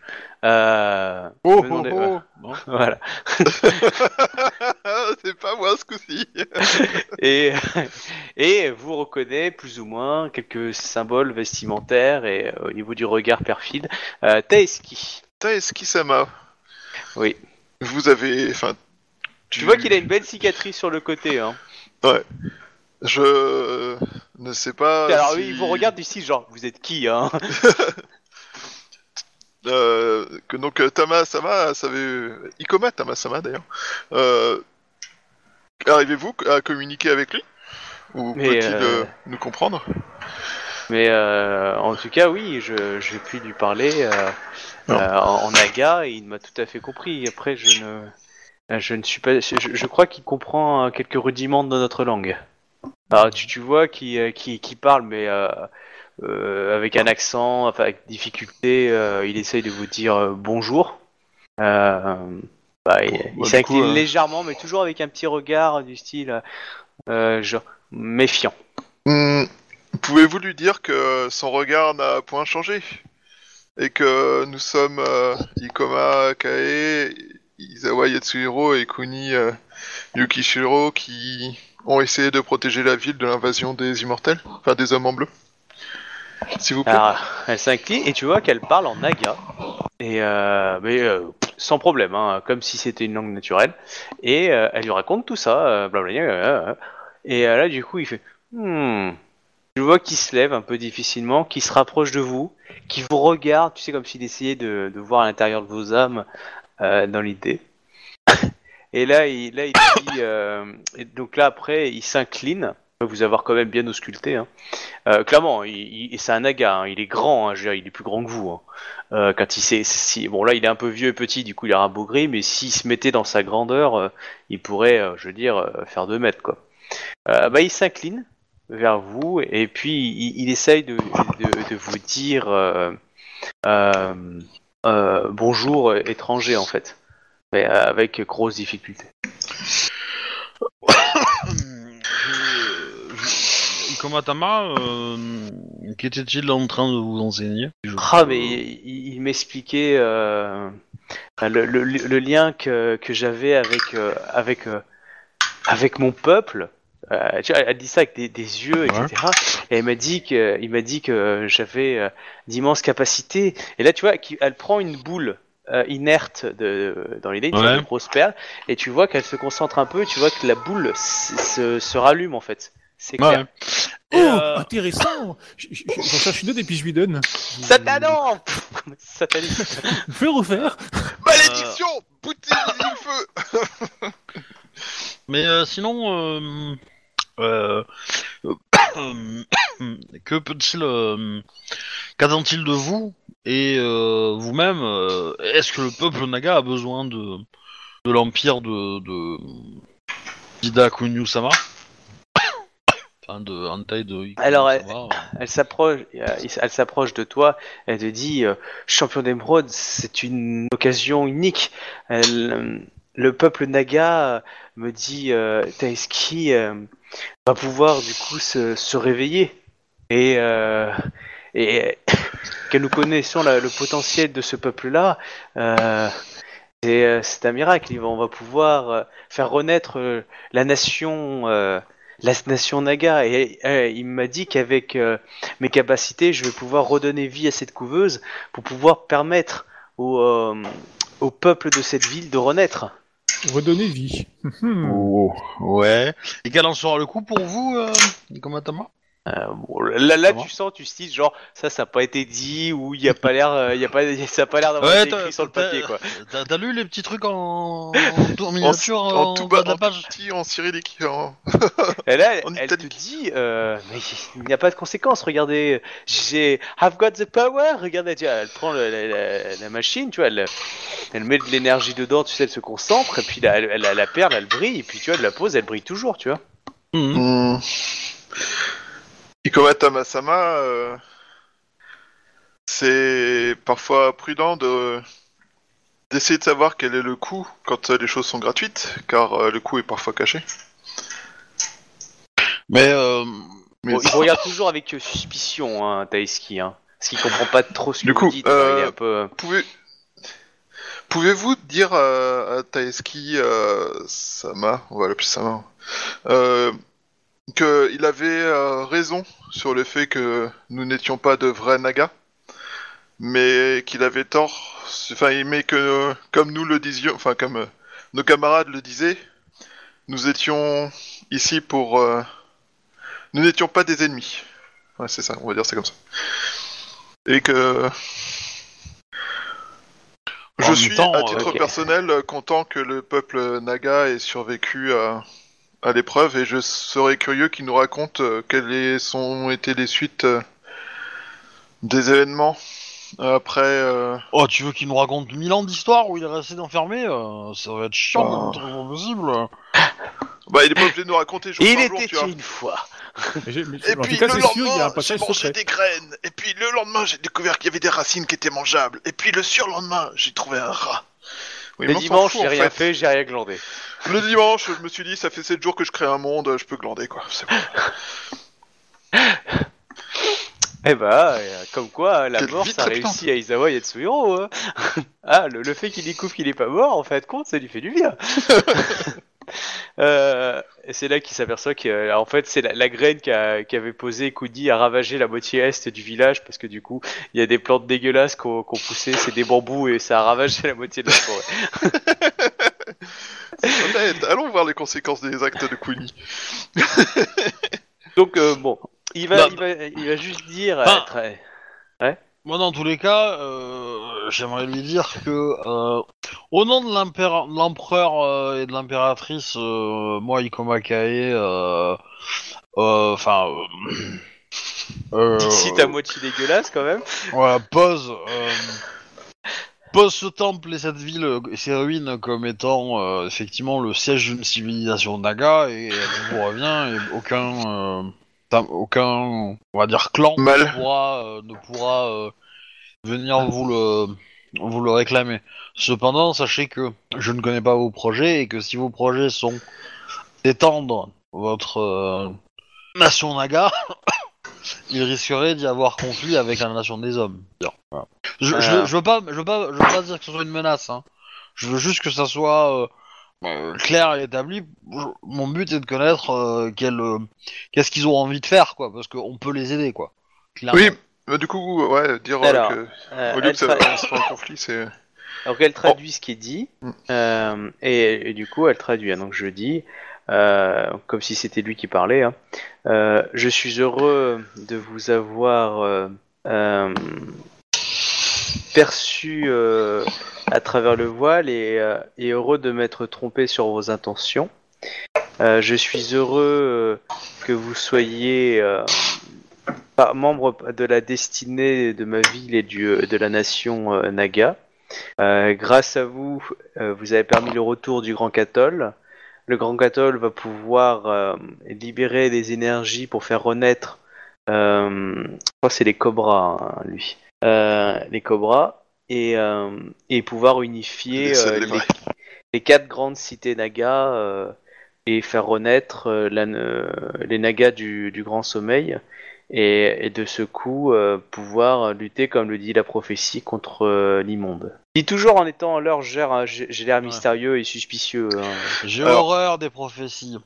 Speaker 1: Euh,
Speaker 3: Oh,
Speaker 1: venant
Speaker 3: oh,
Speaker 1: des-
Speaker 3: oh.
Speaker 1: voilà.
Speaker 3: Ah, C'est pas moi ce coup-ci.
Speaker 1: Et, et vous reconnaît plus ou moins quelques symboles vestimentaires et euh, au niveau du regard perfide. Euh, Taeski.
Speaker 3: Taeski-sama.
Speaker 1: Oui.
Speaker 3: Vous avez... Enfin,
Speaker 1: Tu vois qu'il a une belle cicatrice sur le côté. Hein.
Speaker 3: Je ne sais pas.
Speaker 1: Alors
Speaker 3: Ah, si-
Speaker 1: oui, il vous regarde du style genre, vous êtes qui hein
Speaker 3: Euh, que donc euh, Tama Sama savait. euh, Ikoma Tama Sama d'ailleurs. Euh, Arrivez-vous à communiquer avec lui Ou
Speaker 1: Mais,
Speaker 3: peut-il
Speaker 1: euh,
Speaker 3: euh, nous comprendre
Speaker 1: Mais euh, en tout cas, oui, je- j'ai pu lui parler euh,
Speaker 3: Non.
Speaker 1: euh, en, en aga et il m'a tout à fait compris. Après, je ne, euh, je ne suis pas. Je, je crois qu'il comprend euh, quelques rudiments de notre langue. Alors, tu, tu vois qui, euh, qui, qui parle, mais euh, euh, avec un accent, enfin, avec difficulté, euh, il essaye de vous dire euh, bonjour. Euh, bah, il
Speaker 3: Bon, bah,
Speaker 1: il
Speaker 3: du
Speaker 1: s'incline
Speaker 3: coup, euh,
Speaker 1: légèrement, mais toujours avec un petit regard du style euh, genre méfiant.
Speaker 3: Hmm, Pouvez-vous lui dire que son regard n'a point changé Et que nous sommes euh, Ikoma Kae, Izawa Yatsuhiro et Kuni euh, Yukishiro qui ont essayé de protéger la ville de l'invasion des immortels Enfin, des hommes en bleu S'il vous plaît.
Speaker 1: Alors, elle s'incline et tu vois qu'elle parle en naga. Et euh, mais euh, sans problème, hein, comme si c'était une langue naturelle. Et euh, elle lui raconte tout ça, euh, blablabla. euh, euh. et euh, là, du coup, il fait Hmm. Tu vois qu'il se lève un peu difficilement, qu'il se rapproche de vous, qu'il vous regarde, tu sais, comme s'il essayait de, de voir à l'intérieur de vos âmes euh, dans l'idée. Et là, il, là, il dit. euh, et donc là, après, il s'incline. Vous avoir quand même bien ausculté. hein. Euh, clairement, il, il- c'est un naga, hein, il est grand, hein, je veux dire, il est plus grand que vous. hein. Euh, quand il s'est, si, bon là il est un peu vieux et petit, du coup il a un beau gris, mais s'il se mettait dans sa grandeur, euh, il pourrait, euh, je veux dire, euh, faire deux mètres quoi. Euh, bah, il s'incline vers vous et puis il, il essaye de, de- de vous dire euh, euh, euh, bonjour euh, étranger en fait, mais euh, avec grosse difficulté.
Speaker 4: Hum, Ikoma Tama, qu'était-il en train de vous enseigner Je-
Speaker 1: Ah, mais il, il- il m'expliquait euh, enfin, le, le- le lien que, que j'avais avec, euh, avec, euh, avec mon peuple Euh, tu vois, elle a dit ça avec des, des yeux, etc. Et elle m'a dit que, il m'a dit que j'avais euh, d'immenses capacités. Et là, tu vois, qui- elle prend une boule euh, inerte de, dans l'idée, une sorte
Speaker 4: Ouais.
Speaker 1: de grosse perle, et tu vois qu'elle se concentre un peu, et tu vois que la boule s- se, se rallume en fait. C'est clair.
Speaker 4: Ouais.
Speaker 2: Oh,
Speaker 1: Et, euh,
Speaker 2: intéressant Je- je- J'en cherche une autre et puis je lui donne.
Speaker 1: Satanan Satanique.
Speaker 2: Je vais refaire.
Speaker 3: Malédiction Poutine il feu
Speaker 4: Mais euh, sinon, euh, euh, euh, que peut-il, euh, qu'attend-il de vous et euh, vous-même euh, Est-ce que le peuple naga a besoin de, de l'empire de, de Ida Kunyu-sama Enfin, de Hantai de
Speaker 1: Alors,
Speaker 4: Kunyu-sama, euh.
Speaker 1: Elle s'approche, euh, elle s'approche de toi. Elle te dit, euh, champion d'émeraude, c'est une occasion unique. Elle, euh, le peuple naga euh, me dit, euh, Taeski euh, va pouvoir du coup se, se réveiller et, euh, et que nous connaissons la- le potentiel de ce peuple-là. euh, c'est, euh, c'est un miracle. Il va- On va pouvoir euh, faire renaître euh, la nation. euh, la nation Naga et euh, il m'a dit qu'avec euh, mes capacités, je vais pouvoir redonner vie à cette couveuse pour pouvoir permettre au, euh, au peuple de cette ville de renaître.
Speaker 2: Redonner vie. Mhm.
Speaker 4: Oh, ouais. Et quel en sera le coup pour vous, euh, Nikomatama
Speaker 1: Euh, bon, là, là,
Speaker 4: Comment
Speaker 1: tu sens, tu styles genre ça, ça n'a pas été dit ou il y a pas l'air, euh, il y a pas, ça a pas l'air d'avoir
Speaker 4: Ouais,
Speaker 1: été
Speaker 4: t'as-
Speaker 1: écrit sur le
Speaker 4: t'as-
Speaker 1: papier quoi.
Speaker 4: T'as t'as lu les petits trucs en, en tour miniature en,
Speaker 3: En tout
Speaker 4: bas
Speaker 3: bas,
Speaker 4: de la
Speaker 3: en tout
Speaker 4: page
Speaker 3: petit, Ah, en cyrillique. en-
Speaker 1: Et là,
Speaker 3: En
Speaker 1: elle te
Speaker 3: italique.
Speaker 1: dit, euh, mais il n'y a pas de conséquences. Regardez, j'ai I've got the power. Regardez, tu vois, elle prend le- la, la- la machine, tu vois, elle, elle met de l'énergie dedans, tu sais, elle se concentre et puis là, elle, elle a la perle, elle brille et puis tu vois, elle la pose, elle brille toujours, tu vois.
Speaker 4: Mhm.
Speaker 3: Hmm. Ikomata Masama, euh, c'est parfois prudent de d'essayer de savoir quel est le coût quand euh, les choses sont gratuites, car euh, le coût est parfois caché.
Speaker 4: Mais euh,
Speaker 3: Mais
Speaker 1: Bon, il vous regarde toujours avec euh, suspicion, hein, Taïski, hein, parce qu'il comprend pas trop ce que
Speaker 3: Du
Speaker 1: vous
Speaker 3: coup,
Speaker 1: dites. hein, il est
Speaker 3: euh,
Speaker 1: un peu.
Speaker 3: pouvez... Pouvez-vous dire euh, à Taeski euh, Sama, on va l'appeler Sama, euh, qu'il avait euh, raison sur le fait que nous n'étions pas de vrais nagas, mais qu'il avait tort, enfin, mais que euh, comme nous le disions, enfin comme euh, nos camarades le disaient, nous étions ici pour, euh, nous n'étions pas des ennemis. Ouais, c'est ça, on va dire c'est comme ça. Et que
Speaker 4: En
Speaker 3: je
Speaker 4: même
Speaker 3: suis,
Speaker 4: temps,
Speaker 3: à titre
Speaker 1: ok.
Speaker 3: personnel, euh, content que le peuple naga ait survécu à, à l'épreuve et je serais curieux qu'il nous raconte euh, quelles est- ont été les suites euh, des événements après. euh,
Speaker 4: oh, tu veux qu'il nous raconte mille ans d'histoire où il est resté enfermé euh, Ça va être chiant,
Speaker 3: Oh.
Speaker 4: c'est impossible.
Speaker 3: Bah, il est pas obligé de nous raconter jour
Speaker 1: Il
Speaker 3: par jour,
Speaker 1: était
Speaker 3: tu vois.
Speaker 1: une fois.
Speaker 2: Mais j'ai- mais-
Speaker 3: Et
Speaker 2: en
Speaker 3: puis
Speaker 2: tout cas,
Speaker 3: le
Speaker 2: c'est sûr, il y a un
Speaker 3: lendemain, j'ai
Speaker 2: passage
Speaker 3: mangé
Speaker 2: secret.
Speaker 3: des graines. Et puis le lendemain, j'ai découvert qu'il y avait des racines qui étaient mangeables. Et puis le surlendemain, j'ai trouvé un rat. Oui,
Speaker 1: Le
Speaker 3: mais on s'en
Speaker 1: dimanche,
Speaker 3: fout,
Speaker 1: j'ai
Speaker 3: en
Speaker 1: rien
Speaker 3: fait.
Speaker 1: fait, j'ai rien glandé.
Speaker 3: Le dimanche, je me suis dit, ça fait 7 jours que je crée un monde, je peux glander quoi. C'est bon.
Speaker 1: Eh bah, euh, comme quoi, la
Speaker 3: Quelle
Speaker 1: mort,
Speaker 3: vie
Speaker 1: ça
Speaker 3: très puissante.
Speaker 1: réussit à Isawa Yatsuhiro. Hein. ah, le, le fait qu'il découvre qu'il est pas mort, en fait, compte, ça lui fait du bien. Euh, et c'est là qu'il s'aperçoit que, euh, en fait, c'est la, la graine qu'a- qu'avait posée Koudi a ravagé la moitié est du village parce que du coup, il y a des plantes dégueulasses qu'on qu'on poussait, c'est des bambous et ça a ravagé la moitié de la forêt.
Speaker 3: Honnête, allons voir les conséquences des actes de Kuni.
Speaker 1: Donc euh, bon, il va,
Speaker 4: Non, Bah.
Speaker 1: il va, il va juste dire. euh,
Speaker 4: Enfin,
Speaker 1: très-
Speaker 4: Moi, dans tous les cas, euh, j'aimerais lui dire que, euh, au nom de l'empereur- de l'empereur euh, et de l'impératrice, euh, moi, Ikoma Kae, euh, euh, enfin, euh, euh,
Speaker 1: Petite site à moitié dégueulasse quand même.
Speaker 4: Voilà, pose, euh, pose ce temple et cette ville euh, et ces ruines comme étant euh, effectivement le siège d'une civilisation naga et elle vous revient et aucun, euh, tam- aucun, on va dire clan ne
Speaker 3: Mal.
Speaker 4: pourra, euh, ne pourra euh, venir vous le, vous le réclamer. Cependant, sachez que je ne connais pas vos projets et que si vos projets sont d'étendre votre euh, nation naga, il risquerait d'y avoir conflit avec la nation des hommes. Bien, voilà. Je, je-
Speaker 1: Euh.
Speaker 4: je veux pas, je veux pas, je veux pas dire que ce soit une menace. hein. Je veux juste que ça soit euh,
Speaker 3: Bah,
Speaker 4: euh, clair et établi, je- mon but est de connaître euh, quel, euh, qu'est-ce qu'ils ont envie de faire, quoi, parce qu'on peut les aider, quoi. Clairement.
Speaker 3: Oui, mais du coup, ouais, dire euh,
Speaker 1: Alors,
Speaker 3: que
Speaker 1: Euh,
Speaker 3: au lieu
Speaker 1: elle
Speaker 3: que ça
Speaker 1: tra-
Speaker 3: on se met en conflit, c'est.
Speaker 1: Donc elle traduit ce qui est dit,
Speaker 3: Mm.
Speaker 1: euh, et, et du coup elle traduit. hein. Donc je dis, euh, comme si c'était lui qui parlait, hein, euh, je suis heureux de vous avoir euh, euh, perçu euh, à travers le voile et, euh, et heureux de m'être trompé sur vos intentions. Euh, je suis heureux euh, que vous soyez euh, pas- membre de la destinée de ma ville et du, de la nation euh, Naga. Euh, grâce à vous, euh, vous avez permis le retour du Grand Cathol. Le Grand Cathol va pouvoir euh, libérer des énergies pour faire renaître. euh, je crois que c'est les Cobras, hein, lui. Euh, les Cobras. Et, euh, et pouvoir unifier
Speaker 3: Les seuls,
Speaker 1: euh,
Speaker 3: les
Speaker 1: les,
Speaker 3: vrais.
Speaker 1: les quatre grandes cités nagas euh, et faire renaître euh, la- euh, les nagas du, du Grand Sommeil. Et, et de ce coup, euh, pouvoir lutter, comme le dit la prophétie, contre euh, l'immonde. Dis toujours en étant en leur gère, hein, j'ai j'ai l'air
Speaker 4: Ouais.
Speaker 1: mystérieux et suspicieux. hein.
Speaker 4: J'ai
Speaker 3: Alors-
Speaker 4: horreur des prophéties.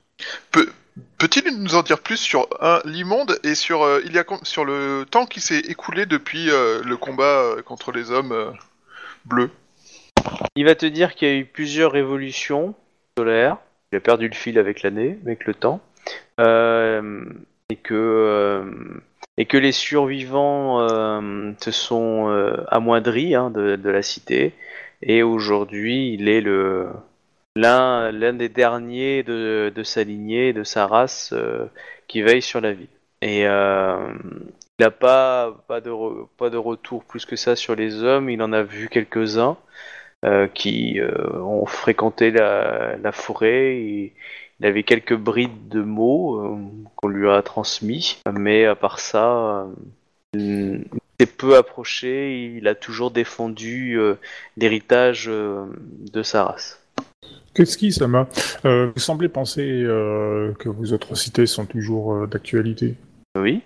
Speaker 3: Peut-il nous en dire plus sur un l'immonde et sur euh, il y a com- sur le temps qui s'est écoulé depuis euh, le combat euh, contre les hommes euh, bleus
Speaker 1: Il va te dire qu'il y a eu plusieurs révolutions solaires. Il a perdu le fil avec l'année, avec le temps. Euh, et que euh, et que les survivants euh, se sont euh, amoindris hein, de, de la cité et aujourd'hui il est le l'un l'un des derniers de, de sa lignée de sa race euh, qui veille sur la vie et euh, il n'a pas pas de re- pas de retour plus que ça sur les hommes il en a vu quelques uns qui euh, ont fréquenté la, la forêt et il avait quelques brides de mots euh, qu'on lui a transmis, mais à part ça, euh, il s'est peu approché, il a toujours défendu euh, l'héritage euh, de sa race.
Speaker 2: Qu'est-ce qui, Sama euh, Vous semblez penser euh, que vos atrocités sont toujours euh, d'actualité.
Speaker 1: Oui,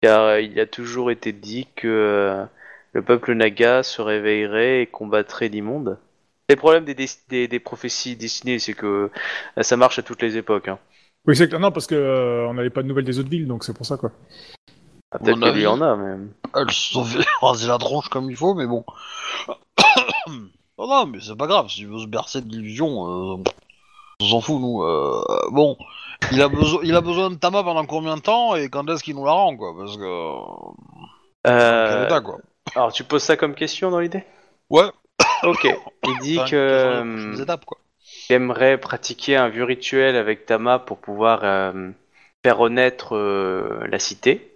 Speaker 1: car euh, il a toujours été dit que euh, le peuple naga se réveillerait et combattrait l'immonde. C'est Le problème des, des, des- des prophéties destinées, c'est que euh, ça marche à toutes les époques. hein.
Speaker 2: Oui, c'est clair. Non, parce que euh, on n'avait pas de nouvelles des autres villes, donc c'est pour ça, quoi.
Speaker 1: Ah, Peut-être
Speaker 4: Mon
Speaker 1: que
Speaker 4: avis.
Speaker 1: lui en a, mais...
Speaker 4: Elles se sont fait raser la tronche comme il faut, mais bon. non, non, mais c'est pas grave, si tu veux se bercer de l'illusion, euh, on s'en fout, nous. euh, bon, il a, besoin, il a besoin de Tama pendant combien de temps et quand est-ce qu'il nous la rend, quoi Parce que. dans quel
Speaker 1: Euh,
Speaker 4: état, quoi.
Speaker 1: alors tu poses ça comme question dans l'idée
Speaker 4: Ouais,
Speaker 1: Ok. Il dit
Speaker 4: enfin, quelles
Speaker 1: que
Speaker 4: sont les
Speaker 1: euh,
Speaker 4: prochaines étapes, quoi.
Speaker 1: il aimerait pratiquer un vieux rituel avec Tama pour pouvoir euh, faire renaître euh, la cité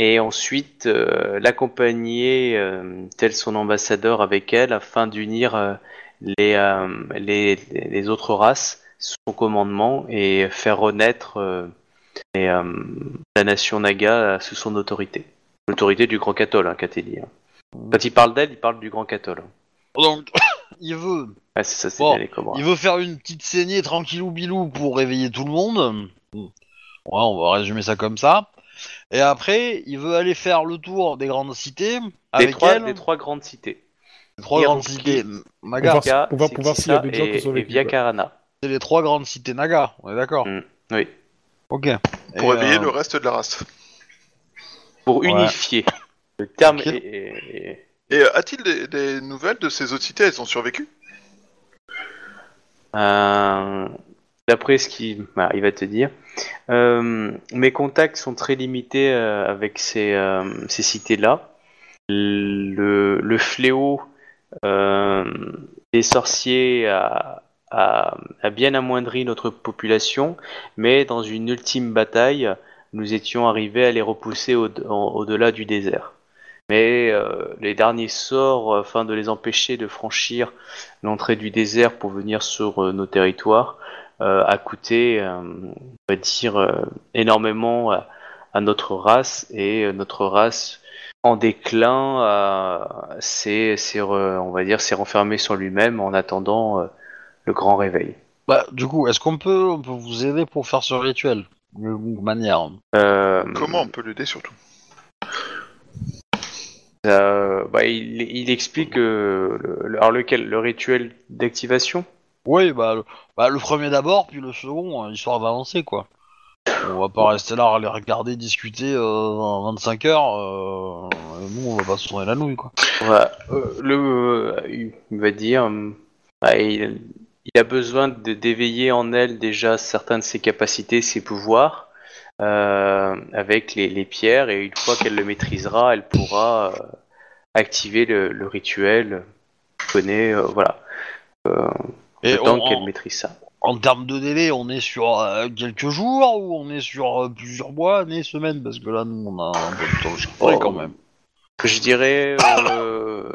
Speaker 1: et ensuite euh, l'accompagner euh, tel son ambassadeur avec elle afin d'unir euh, les, euh, les, les autres races sous son commandement et faire renaître euh, les, euh, la nation naga sous son autorité. L'autorité du grand cathol, hein, Katéli, hein. Quand il parle d'elle, il parle du grand cathol.
Speaker 4: Donc, il veut.
Speaker 1: Ah, c'est ça, c'est
Speaker 4: Bon,
Speaker 1: bien les cobras.
Speaker 4: Il veut faire une petite saignée tranquillou bilou pour réveiller tout le monde. Ouais, on va résumer ça comme ça. Et après, il veut aller faire le tour des grandes cités
Speaker 1: Des
Speaker 4: avec
Speaker 1: trois,
Speaker 4: elle. hein
Speaker 1: des trois grandes cités.
Speaker 4: les trois grandes
Speaker 1: Hiroki.
Speaker 4: cités Naga.
Speaker 2: Voir-
Speaker 1: Ka,
Speaker 2: pour voir- pour voir s'il y
Speaker 1: Sekisa
Speaker 2: a d'autres gens qui
Speaker 1: et-
Speaker 2: sont
Speaker 1: Et
Speaker 2: vécus,
Speaker 1: via
Speaker 2: quoi.
Speaker 1: Karana.
Speaker 4: C'est les trois grandes cités Naga. On est d'accord.
Speaker 1: Mm, oui.
Speaker 4: Ok.
Speaker 3: pour
Speaker 4: Et,
Speaker 3: réveiller
Speaker 4: euh,
Speaker 3: le reste de la race
Speaker 1: Pour
Speaker 4: Ouais.
Speaker 1: unifier. Le terme
Speaker 4: Ok.
Speaker 1: est- est- est-
Speaker 3: Et euh, a-t-il des, des nouvelles de ces autres cités Elles ont survécu
Speaker 1: Euh, D'après ce qu'il bah, il va te dire, euh, mes contacts sont très limités euh, avec ces, euh, ces cités-là. Le, le fléau euh, des sorciers a, a- a bien amoindri notre population, mais dans une ultime bataille, nous étions arrivés à les repousser au- en- au-delà du désert. Mais euh, les derniers sorts, afin de les empêcher de franchir l'entrée du désert pour venir sur euh, nos territoires euh, a coûté, euh, on va dire, euh, énormément à, à notre race et euh, notre race en déclin euh, s'est, s'est re- on va dire, s'est renfermée sur lui-même en attendant euh, le grand réveil.
Speaker 4: bah, du coup, est-ce qu'on peut, on peut vous aider pour faire ce rituel de manière
Speaker 1: Euh,
Speaker 3: Comment on peut l'aider surtout
Speaker 1: euh, bah, il, il explique euh, le, alors lequel, le rituel d'activation
Speaker 4: Oui, bah le, bah, le premier d'abord, puis le second, euh, histoire d'avancer, quoi. On va pas rester là à les regarder discuter euh, 25 heures. Euh, nous, on va pas se tourner la nouille, quoi.
Speaker 1: On va- euh, le, euh, il va dire, hum, ah, il, il a besoin de d'éveiller en elle déjà certains de ses capacités, ses pouvoirs, euh, avec les, les pierres. Et une fois qu'elle le maîtrisera, elle pourra euh, activer le, le rituel. Connaît, euh, voilà. Euh,
Speaker 4: Et
Speaker 1: le temps
Speaker 4: on-
Speaker 1: qu'elle
Speaker 4: en,
Speaker 1: maîtrise ça.
Speaker 4: en termes de délai, on est sur euh, quelques jours ou on est sur euh, plusieurs mois, années, semaines Parce que là, nous, on a un peu de temps de chiffrer,
Speaker 1: Oh.
Speaker 4: quand même.
Speaker 1: Je dirais, euh,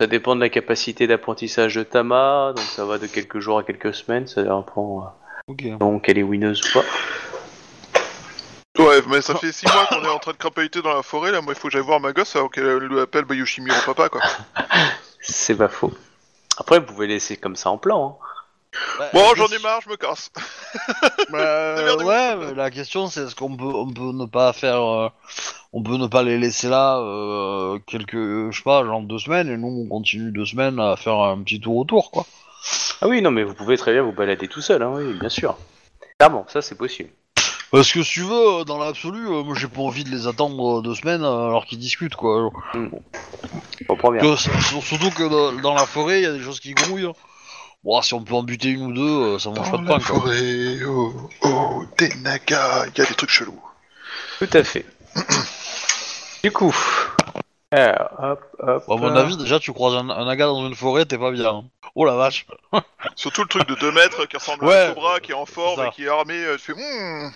Speaker 1: ça dépend de la capacité d'apprentissage de Tama, donc ça va de quelques jours à quelques semaines, ça dépend euh,
Speaker 4: Ok.
Speaker 1: donc elle est winneuse ou pas.
Speaker 3: Ouais, mais ça fait 6 mois qu'on est en train de crapahuter dans la forêt, là, moi il faut que j'aille voir ma gosse avant qu'elle lui appelle Bayushimiro papa, quoi.
Speaker 1: C'est pas faux. Après, vous pouvez laisser comme ça en plan. hein.
Speaker 3: Bon, j'en ai marre, je me casse.
Speaker 4: Bah,
Speaker 3: Démerdez-vous.
Speaker 4: ouais, mais la question c'est est-ce qu'on peut, on peut ne pas faire, euh, on peut ne pas les laisser là euh, quelques, je sais pas, genre deux semaines et nous on continue deux semaines à faire un petit tour autour quoi.
Speaker 1: Ah oui, non, mais vous pouvez très bien vous balader tout seul, hein, oui, bien sûr. Clairement, ça c'est possible.
Speaker 4: Parce que si tu veux, euh, dans l'absolu, euh, moi j'ai pas envie de les attendre euh, deux semaines euh, alors qu'ils discutent quoi.
Speaker 1: Je comprends bien.
Speaker 4: Que- surtout que dans, dans la forêt il y a des choses qui grouillent. hein. Bon, si on peut en buter une ou deux, euh, ça mange pas de pain quoi.
Speaker 3: forêt, oh, oh, des nagas, il y a des trucs chelous.
Speaker 1: Tout à fait. du coup, alors, hop, hop.
Speaker 4: Bon, à mon
Speaker 1: euh,
Speaker 4: avis, déjà tu croises un, un aga dans une forêt, t'es pas bien. hein. Oh la vache.
Speaker 3: Surtout le truc de 2 mètres qui ressemble à
Speaker 4: Ouais,
Speaker 3: un cobra, qui est en forme
Speaker 4: ça.
Speaker 3: et qui est armé, euh, tu fais Hmm,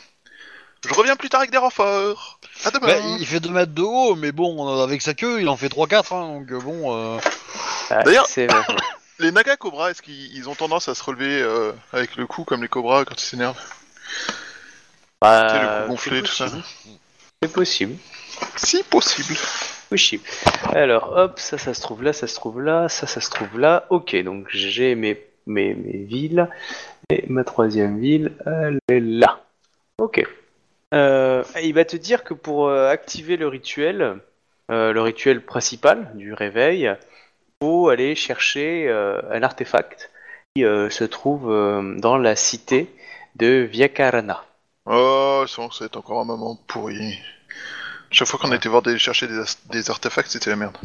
Speaker 3: Je reviens plus tard avec des renforts. À demain.
Speaker 4: Bah, il fait 2 mètres de haut, mais bon, euh, avec sa queue, il en fait 3-4, hein, donc euh, bon... euh,
Speaker 1: ah,
Speaker 3: D'ailleurs-
Speaker 1: c'est vrai.
Speaker 3: Les nagas cobras, est-ce qu'ils ils ont tendance à se relever euh, avec le cou comme les cobras quand ils s'énervent
Speaker 1: Bah,
Speaker 3: Tu sais,
Speaker 4: Euh,
Speaker 3: le coup gonflé,
Speaker 1: c'est
Speaker 3: tout ça.
Speaker 1: possible. C'est possible.
Speaker 3: Si possible.
Speaker 1: Wishi. Alors, hop, ça, ça se trouve là, ça se trouve là, ça, ça se trouve là. Ok, donc j'ai mes, mes, mes villes. Et ma troisième ville, elle est là. Ok. Euh, il va te dire que pour euh, activer le rituel, euh, le rituel principal du réveil, faut aller chercher euh, un artefact qui euh, se trouve euh, dans la cité de Viacarana.
Speaker 3: Oh, c'est bon, ça va être encore un moment pourri. Chaque fois qu'on était voir des, chercher des, as- des artefacts, c'était la merde.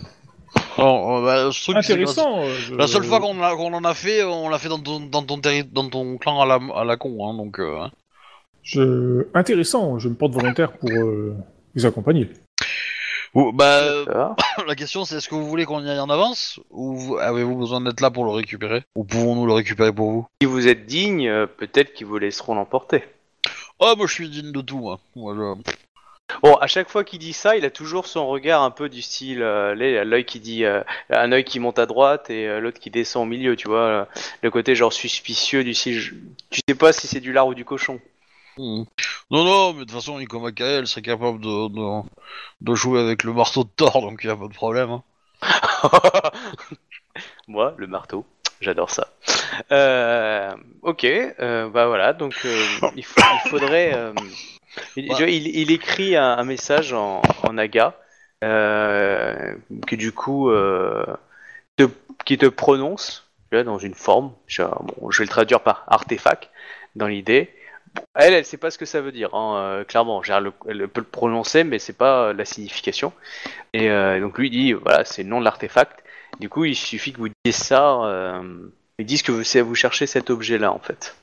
Speaker 4: non, euh, bah, ce truc, c'est que la-
Speaker 2: Intéressant. euh, je-
Speaker 4: La seule fois qu'on l'a- qu'on en a fait, euh, on l'a fait dans ton, dans ton, terri- dans ton clan à la, à la con, hein, donc... euh, hein.
Speaker 2: Je... Intéressant, je me porte volontaire pour euh, vous accompagner.
Speaker 4: Ou- bah, euh,
Speaker 1: Ça va
Speaker 4: la question c'est, est-ce que vous voulez qu'on y aille en avance Ou vous- avez-vous besoin d'être là pour le récupérer Ou pouvons-nous le récupérer pour vous
Speaker 1: Si vous êtes digne, euh, peut-être qu'ils vous laisseront l'emporter.
Speaker 4: Oh, moi je suis digne de tout, moi. Moi, je-
Speaker 1: Bon, à chaque fois qu'il dit ça, il a toujours son regard un peu du style euh, les- l'œil qui dit euh, un œil qui monte à droite et euh, l'autre qui descend au milieu, tu vois, euh, le côté genre suspicieux du style je- tu sais pas si c'est du lard ou du cochon.
Speaker 4: Hmm. Non, non, mais de toute façon, Nico Macaé, elle serait capable de, de, de jouer avec le marteau de Thor, donc il y a pas de problème. hein.
Speaker 1: Moi, le marteau, j'adore ça. Euh, ok, euh, bah voilà, donc euh, il, faut- il faudrait. euh, il, tu vois, il- il écrit un, un message en, en aga euh, que du coup euh, te- qui te prononce tu vois, dans une forme. Je, bon, je vais le traduire par artefact dans l'idée. Bon, Elle, elle sait pas ce que ça veut dire, hein, euh, clairement. Gérard le- elle peut le prononcer, mais c'est pas euh, la signification. Et euh, donc lui il dit, voilà, c'est le nom de l'artefact. Du coup, il suffit que vous disiez ça. Euh, ils disent que c'est à vous chercher cet objet-là, en fait.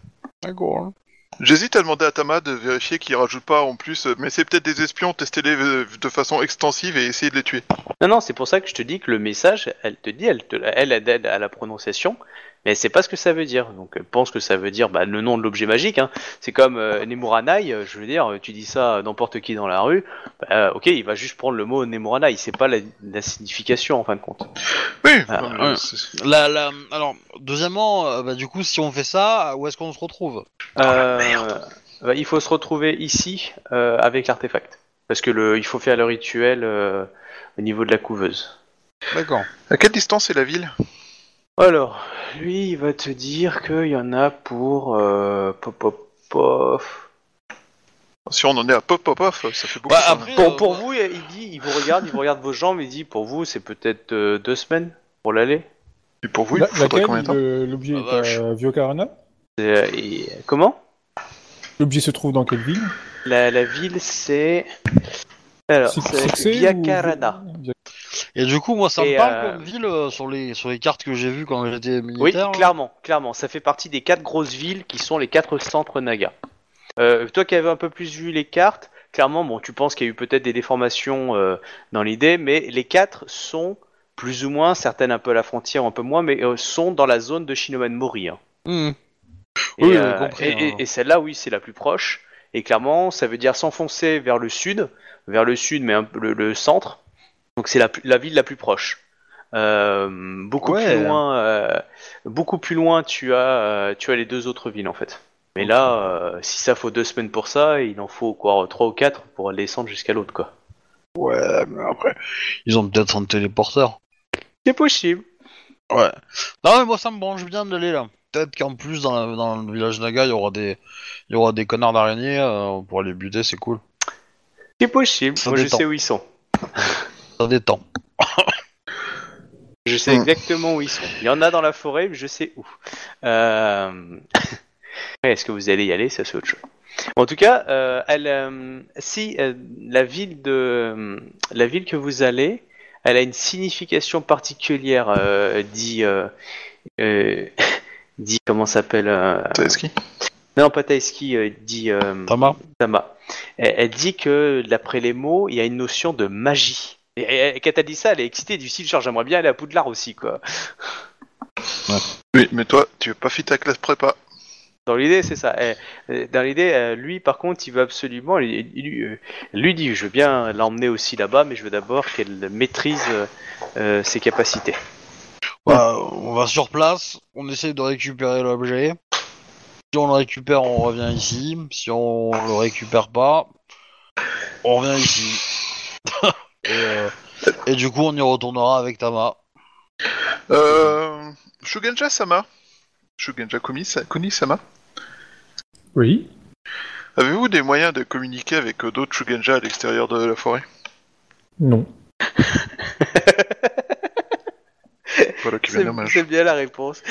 Speaker 4: D'accord. hein.
Speaker 3: J'hésite à demander à Tama de vérifier qu'il rajoute pas en plus, euh, mais c'est peut-être des espions, testez-les euh, de façon extensive et essayez de les tuer.
Speaker 1: Non, non, c'est pour ça que je te dis que le message, elle te dit, elle, te, elle aide à la prononciation, mais elle sait pas ce que ça veut dire. Donc elle pense que ça veut dire bah, le nom de l'objet magique. Hein. C'est comme euh, Nemuranai, euh, je veux dire, tu dis ça à n'importe qui dans la rue, bah, ok, il va juste prendre le mot Nemuranai, c'est pas la, la signification en fin de compte.
Speaker 3: Oui,
Speaker 1: Ah,
Speaker 3: non, mais
Speaker 4: ouais.
Speaker 3: c'est-
Speaker 4: La, la, alors, deuxièmement, euh, bah, du coup, si on fait ça, où est-ce qu'on se retrouve
Speaker 1: Euh, bah, il faut se retrouver ici euh, avec l'artefact. Parce que le, il faut faire le rituel euh, au niveau de la couveuse.
Speaker 4: D'accord.
Speaker 3: à quelle distance est la ville
Speaker 1: Alors, lui, il va te dire qu'il y en a pour. Euh, pop, pop, pop.
Speaker 3: Si on en est à pop pop off, ça fait beaucoup.
Speaker 4: Bah,
Speaker 3: ça.
Speaker 4: après-
Speaker 1: Pour, pour vous, il dit, il vous regarde, il vous regarde vos jambes, il dit euh, pour vous, c'est peut-être euh, deux semaines pour l'aller.
Speaker 3: Et pour vous, il
Speaker 2: La-
Speaker 3: vous faudrait
Speaker 2: laquelle,
Speaker 3: combien de temps Ah, bah,
Speaker 2: le- l'objet
Speaker 4: La
Speaker 2: est
Speaker 4: vache.
Speaker 2: à Viocarana
Speaker 1: Euh, et- comment
Speaker 2: L'objet se trouve dans quelle ville
Speaker 1: la, la ville, c'est. Alors,
Speaker 2: Suc-
Speaker 1: c'est
Speaker 2: succès ou-
Speaker 1: Viacarana.
Speaker 2: Via-
Speaker 4: Et du coup, moi, ça
Speaker 1: Et,
Speaker 4: me parle
Speaker 1: euh,
Speaker 4: comme ville euh, sur, les, sur les cartes que j'ai vues quand j'étais
Speaker 1: Oui,
Speaker 4: militaire.
Speaker 1: clairement, clairement. Ça fait partie des quatre grosses villes qui sont les quatre centres Naga. Euh, toi qui avais un peu plus vu les cartes, clairement, bon, tu penses qu'il y a eu peut-être des déformations euh, dans l'idée, mais les quatre sont plus ou moins, certaines un peu à la frontière, un peu moins, mais euh, sont dans la zone de Shinoman Mori. hein.
Speaker 4: Mhm.
Speaker 1: Et,
Speaker 4: Oui, j'ai
Speaker 1: euh,
Speaker 4: compris,
Speaker 1: et-
Speaker 4: hein.
Speaker 1: et- et celle-là, oui, c'est la plus proche. Et clairement, ça veut dire s'enfoncer vers le sud, vers le sud, mais un peu le, le centre. Donc c'est la, plus- la ville la plus proche. Euh, beaucoup
Speaker 4: Ouais.
Speaker 1: plus loin, euh, beaucoup plus loin, tu as, euh, tu as les deux autres villes en fait. Mais là, euh, si ça faut deux semaines pour ça, il en faut quoi, trois ou quatre pour descendre jusqu'à l'autre quoi.
Speaker 4: Ouais, mais après, ils ont peut-être un téléporteur.
Speaker 1: C'est possible.
Speaker 2: euh,
Speaker 4: Ouais. Non, mais moi, ça me branche bien d'aller là. Peut-être qu'en plus, dans, la- dans le village Naga, il y aura des, il y aura des connards d'araignées, euh, on pourra les buter, c'est cool.
Speaker 1: C'est possible.
Speaker 4: Ça
Speaker 1: Moi, je
Speaker 4: détend.
Speaker 1: sais où ils sont.
Speaker 4: Ça détend.
Speaker 1: Je sais
Speaker 3: Hmm.
Speaker 1: exactement où ils sont. Il y en a dans la forêt, mais je sais où. Euh, ouais, Est-ce que vous allez y aller Ça, c'est autre chose. En tout cas, euh, elle, euh, si euh, la ville de euh, la ville que vous allez, elle a une signification particulière, euh, dit, euh, euh, dit comment ça s'appelle euh,
Speaker 3: Taïski
Speaker 1: Non, pas Taïski, euh, dit euh,
Speaker 4: Tama
Speaker 1: Tama. Elle, elle dit que d'après les mots, il y a une notion de magie. Et, et, et quand elle dit ça, elle est excitée du style genre j'aimerais bien aller à Poudlard aussi quoi.
Speaker 3: Oui, mais toi, tu veux pas fit ta classe prépa.
Speaker 1: Dans l'idée, c'est ça. Eh, eh, Dans l'idée, euh, lui, par contre, il veut absolument. il- il- Lui, euh, lui dit Je veux bien l'emmener aussi là-bas, mais je veux d'abord qu'elle maîtrise euh, euh, ses capacités.
Speaker 4: Bah, on va sur place, on essaye de récupérer l'objet. Si on le récupère, on revient ici. Si on le récupère pas, on revient ici. et, euh, et du coup, on y retournera avec Tama.
Speaker 3: Euh, Shugenja Sama. Shugenja Kuni Sama.
Speaker 2: Oui.
Speaker 3: Avez-vous des moyens de communiquer avec euh, d'autres Shugenja à l'extérieur de la forêt
Speaker 2: Non.
Speaker 3: Voilà qui est
Speaker 1: C'est
Speaker 3: bien dommage.
Speaker 1: c'est bien la réponse.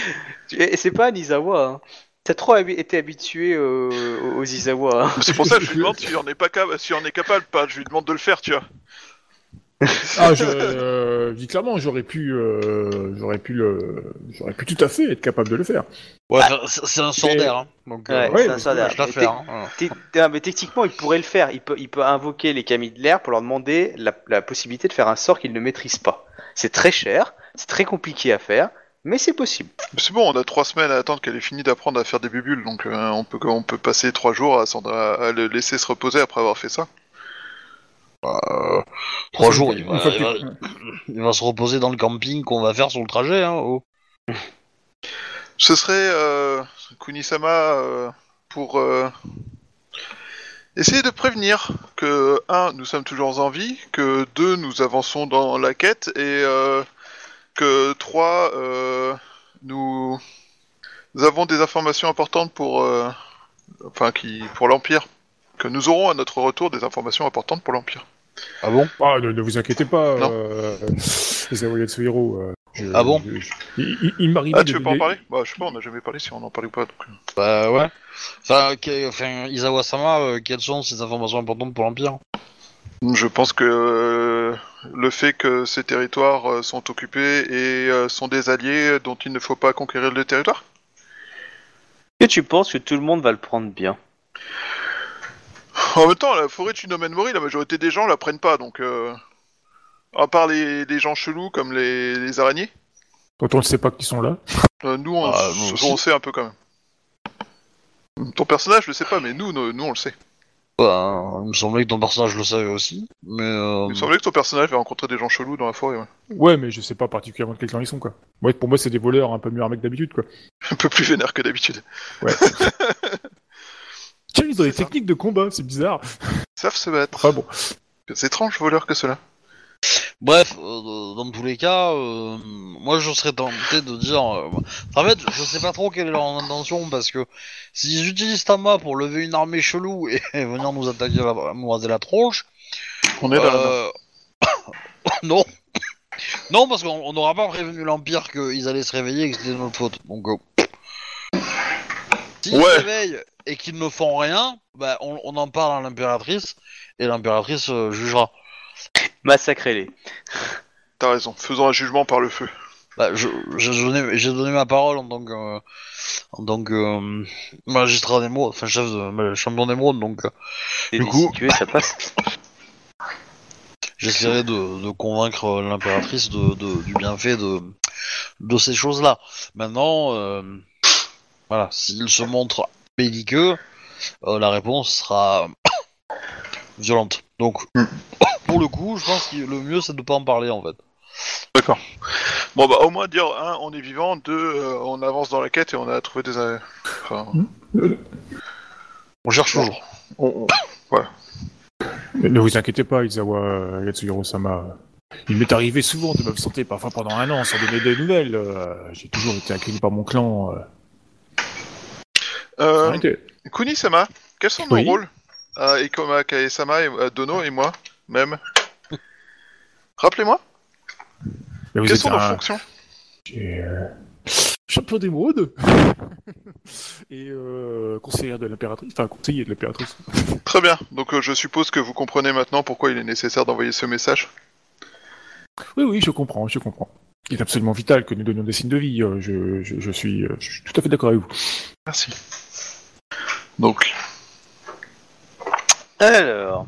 Speaker 1: Tu- Et c'est pas un Isawa. Hein. T'as trop habi- été habitué euh, aux, Isawa. hein.
Speaker 3: C'est pour ça que je lui demande si on est, pas cap- si on est capable, pas. Je lui demande de le faire, tu vois.
Speaker 2: Ah, je euh, dis clairement, j'aurais pu, euh, j'aurais pu le, j'aurais pu tout à fait être capable de le faire.
Speaker 4: Ouais, c'est c'est un sort
Speaker 2: mais-
Speaker 4: d'air. Hein. Donc,
Speaker 1: Ah. Ouais,
Speaker 4: euh,
Speaker 2: ouais,
Speaker 1: c'est un
Speaker 2: mais
Speaker 1: soldat.
Speaker 4: je la
Speaker 1: Mais
Speaker 4: fais,
Speaker 1: t'es-
Speaker 4: hein, voilà.
Speaker 1: t'es- t'es- ah, mais techniquement, il pourrait le faire. Il peut, il peut invoquer les camis de l'air pour leur demander la, la possibilité de faire un sort qu'ils ne maîtrisent pas. C'est très cher, c'est très compliqué à faire, mais c'est possible.
Speaker 3: C'est bon, on a trois semaines à attendre qu'elle ait fini d'apprendre à faire des bubules, donc euh, on, peut, on peut passer trois jours à, s'en- à- à le laisser se reposer après avoir fait ça.
Speaker 4: Trois jours, il
Speaker 2: Une
Speaker 4: va,
Speaker 2: fois que
Speaker 4: il, va,
Speaker 2: tu-
Speaker 4: il va se reposer dans le camping qu'on va faire sur le trajet. Hein, oh.
Speaker 3: Ce serait euh, Kunisama euh, pour euh, essayer de prévenir que, un, nous sommes toujours en vie, que, deux, nous avançons dans la quête, et euh, que, trois, euh, nous, nous avons des informations importantes pour, euh, enfin, qui, pour l'Empire. Que nous aurons à notre retour des informations importantes pour l'Empire.
Speaker 4: Ah bon
Speaker 2: Ah, ne, ne vous inquiétez pas,
Speaker 3: Non.
Speaker 2: euh, Isawa Yatsuhiro. euh, je-
Speaker 4: Ah bon
Speaker 2: je- je- Il, il- il m'arrivait
Speaker 3: Ah, tu
Speaker 2: de-
Speaker 3: veux pas en
Speaker 2: de-
Speaker 3: parler Bah, je sais pas, on n'a jamais parlé si on en parlait ou pas. donc.
Speaker 4: Bah ouais. Enfin, que- enfin Isawa-sama, euh, quelles sont ces informations importantes pour l'Empire
Speaker 3: Je pense que euh, le fait que ces territoires euh, sont occupés et euh, sont des alliés dont il ne faut pas conquérir le territoire
Speaker 1: Et tu penses que tout le monde va le prendre bien
Speaker 3: En même temps, la forêt de Shinomen Mori, la majorité des gens la prennent pas, donc... euh, à part les, les gens chelous comme les, les araignées,
Speaker 2: Quand on ne sait pas qu'ils sont là.
Speaker 3: euh, nous, on,
Speaker 4: Ah, nous
Speaker 3: on sait un peu quand même. Ton personnage, je le sais pas, mais nous, nous, nous, on le sait.
Speaker 4: Bah, il me semblait que ton personnage le savait aussi, mais... euh,
Speaker 3: Il me semblait que ton personnage avait rencontré des gens chelous dans la forêt, ouais.
Speaker 2: Ouais, mais je sais pas particulièrement de quel clan ils sont, quoi. Ouais, pour moi, c'est des voleurs un peu mieux armés que d'habitude, quoi.
Speaker 3: Un peu plus vénère que d'habitude.
Speaker 2: Tiens, ils ont des
Speaker 3: C'est ça.
Speaker 2: techniques de combat, c'est bizarre.
Speaker 3: Ils savent se battre.
Speaker 4: Ah
Speaker 2: Enfin bon.
Speaker 3: C'est étrange voleur que cela.
Speaker 4: Bref, euh, dans tous les cas, euh, moi je serais tenté de dire... euh, En fait, je sais pas trop quelle est leur intention, parce que s'ils utilisent Tama pour lever une armée chelou et venir nous attaquer, la, nous raser la tronche...
Speaker 3: On est dans la
Speaker 4: euh, non Non, parce qu'on on n'aura pas prévenu l'Empire qu'ils allaient se réveiller et que c'était de notre faute. Donc, go. S'ils
Speaker 3: Ouais.
Speaker 4: se réveillent et qu'ils ne font rien, bah, on, on en parle à l'impératrice et l'impératrice euh, jugera.
Speaker 1: Massacrez-les.
Speaker 3: T'as raison, faisons un jugement par le feu.
Speaker 4: Bah, je- j'ai donné, j'ai donné ma parole en tant que, euh, en tant que euh, magistrat d'émeraude, enfin chef de ma- champion d'émeraude, donc euh,
Speaker 1: Et
Speaker 4: Du
Speaker 1: si
Speaker 4: coup-
Speaker 1: tu veux, ça passe.
Speaker 4: j'essaierai de, de convaincre euh, l'impératrice de, de- du bienfait de, de ces choses-là. Maintenant, euh, voilà, s'il se montre belliqueux, euh, la réponse sera violente. Donc,
Speaker 2: Mm.
Speaker 4: pour le coup, je pense que le mieux c'est de pas en parler en fait.
Speaker 3: Bon bah au moins dire un on est vivant, deux euh, on avance dans la quête et on a trouvé des. euh, Enfin,
Speaker 2: Hmm.
Speaker 4: On cherche toujours.
Speaker 3: on- on-
Speaker 2: Ne vous inquiétez pas, Izawa euh, Yatsuhiro-sama. Il m'est arrivé souvent de m'absenter, parfois pendant un an, sans donner des nouvelles. euh, J'ai toujours été accueilli par mon clan. euh.
Speaker 3: Euh,
Speaker 2: Arrêtez.
Speaker 3: Kuni-sama, quels sont nos
Speaker 2: Oui.
Speaker 3: rôles Ah, à Ikoma Kae-sama et à Dono et moi même Rappelez-moi,
Speaker 2: Mais vous
Speaker 3: quelles
Speaker 2: êtes
Speaker 3: sont nos
Speaker 2: un-
Speaker 3: fonctions
Speaker 2: J'ai, euh, champion d'émeraude et euh, conseillère de l'impératrice, enfin conseiller de l'impératrice.
Speaker 3: Très bien, donc euh, je suppose que vous comprenez maintenant pourquoi il est nécessaire d'envoyer ce message.
Speaker 2: Oui, oui, je comprends, je comprends. Il est absolument vital que nous donnions des signes de vie. euh, Je, je- je suis, euh, je suis tout à fait d'accord avec vous.
Speaker 3: Merci. Donc,
Speaker 1: Alors,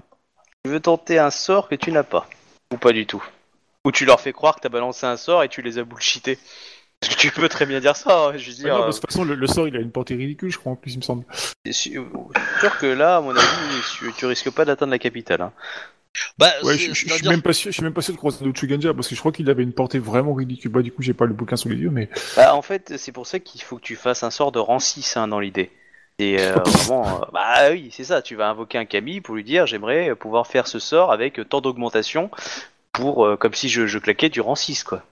Speaker 1: tu veux tenter un sort que tu n'as pas. Ou pas du tout. Ou tu leur fais croire que t'as balancé un sort et tu les as bullshités. Parce que tu peux très bien dire ça, hein, je veux
Speaker 2: Ah
Speaker 1: dire.
Speaker 2: non,
Speaker 1: euh,
Speaker 2: de toute façon, le, le sort, il a une portée ridicule, je crois, en plus, il me semble.
Speaker 1: Je suis sûr que là, à mon avis, tu, tu risques pas d'atteindre la capitale. hein.
Speaker 4: Bah,
Speaker 2: Ouais,
Speaker 4: c'est-
Speaker 2: je, je- je suis
Speaker 4: c'est-à-dire
Speaker 2: même pas sûr, je suis même pas sûr de croiser Chuganja, parce que je crois qu'il avait une portée vraiment ridicule. Bah, du coup, j'ai pas le bouquin sous les yeux, mais
Speaker 1: Bah, en fait, c'est pour ça qu'il faut que tu fasses un sort de rang 6 hein, dans l'idée. Et euh, vraiment, euh, bah oui, c'est ça, tu vas invoquer un Camille pour lui dire j'aimerais euh, pouvoir faire ce sort avec euh, tant d'augmentation pour euh, comme si je, je claquais du rang 6 quoi.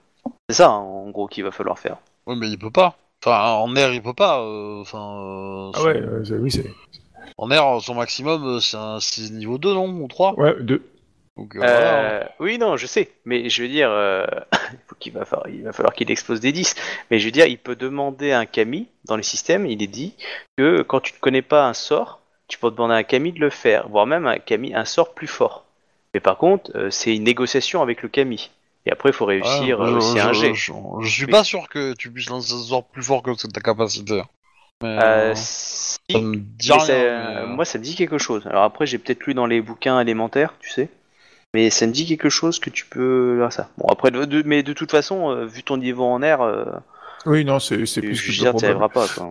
Speaker 1: C'est ça hein, en gros qu'il va falloir faire.
Speaker 4: Oui, mais il peut pas. Enfin, en air, il peut pas. euh, Enfin, euh,
Speaker 2: ah ouais, euh, c'est- oui, c'est
Speaker 4: son- En air, son maximum, euh, c'est un- c'est niveau 2, non Ou 3
Speaker 2: ouais deux.
Speaker 4: Donc, euh, voilà.
Speaker 1: Euh, oui non je sais, mais je veux dire euh, il, faut qu'il va falloir, il va falloir qu'il explose des 10. Mais je veux dire il peut demander un Camille dans les systèmes, il est dit que quand tu ne connais pas un sort, tu peux demander à un Camille de le faire, voire même un Camille un sort plus fort. Mais par contre, euh, c'est une négociation avec le Camille. Et après, il faut réussir
Speaker 4: Ouais,
Speaker 1: euh,
Speaker 4: Ah, je,
Speaker 1: c'est un
Speaker 4: je-
Speaker 1: jet.
Speaker 4: je- je suis pas sûr que tu puisses lancer un sort plus fort que ta capacité. Mais,
Speaker 1: Euh,
Speaker 4: euh,
Speaker 1: si,
Speaker 4: ça me dit
Speaker 1: mais
Speaker 4: rien,
Speaker 1: ça-
Speaker 4: mais, euh,
Speaker 1: Moi, ça me dit quelque chose. Alors après, j'ai peut-être lu dans les bouquins élémentaires, tu sais. Mais ça me dit quelque chose que tu peux... Ah, ça. Bon, après, de- de- mais de toute façon, euh, vu ton niveau en air, euh,
Speaker 2: Oui, non, c'est c'est
Speaker 1: je
Speaker 2: plus que
Speaker 1: je veux
Speaker 2: deux
Speaker 1: dire, tu
Speaker 2: problèmes.
Speaker 1: n'arriveras pas. quoi.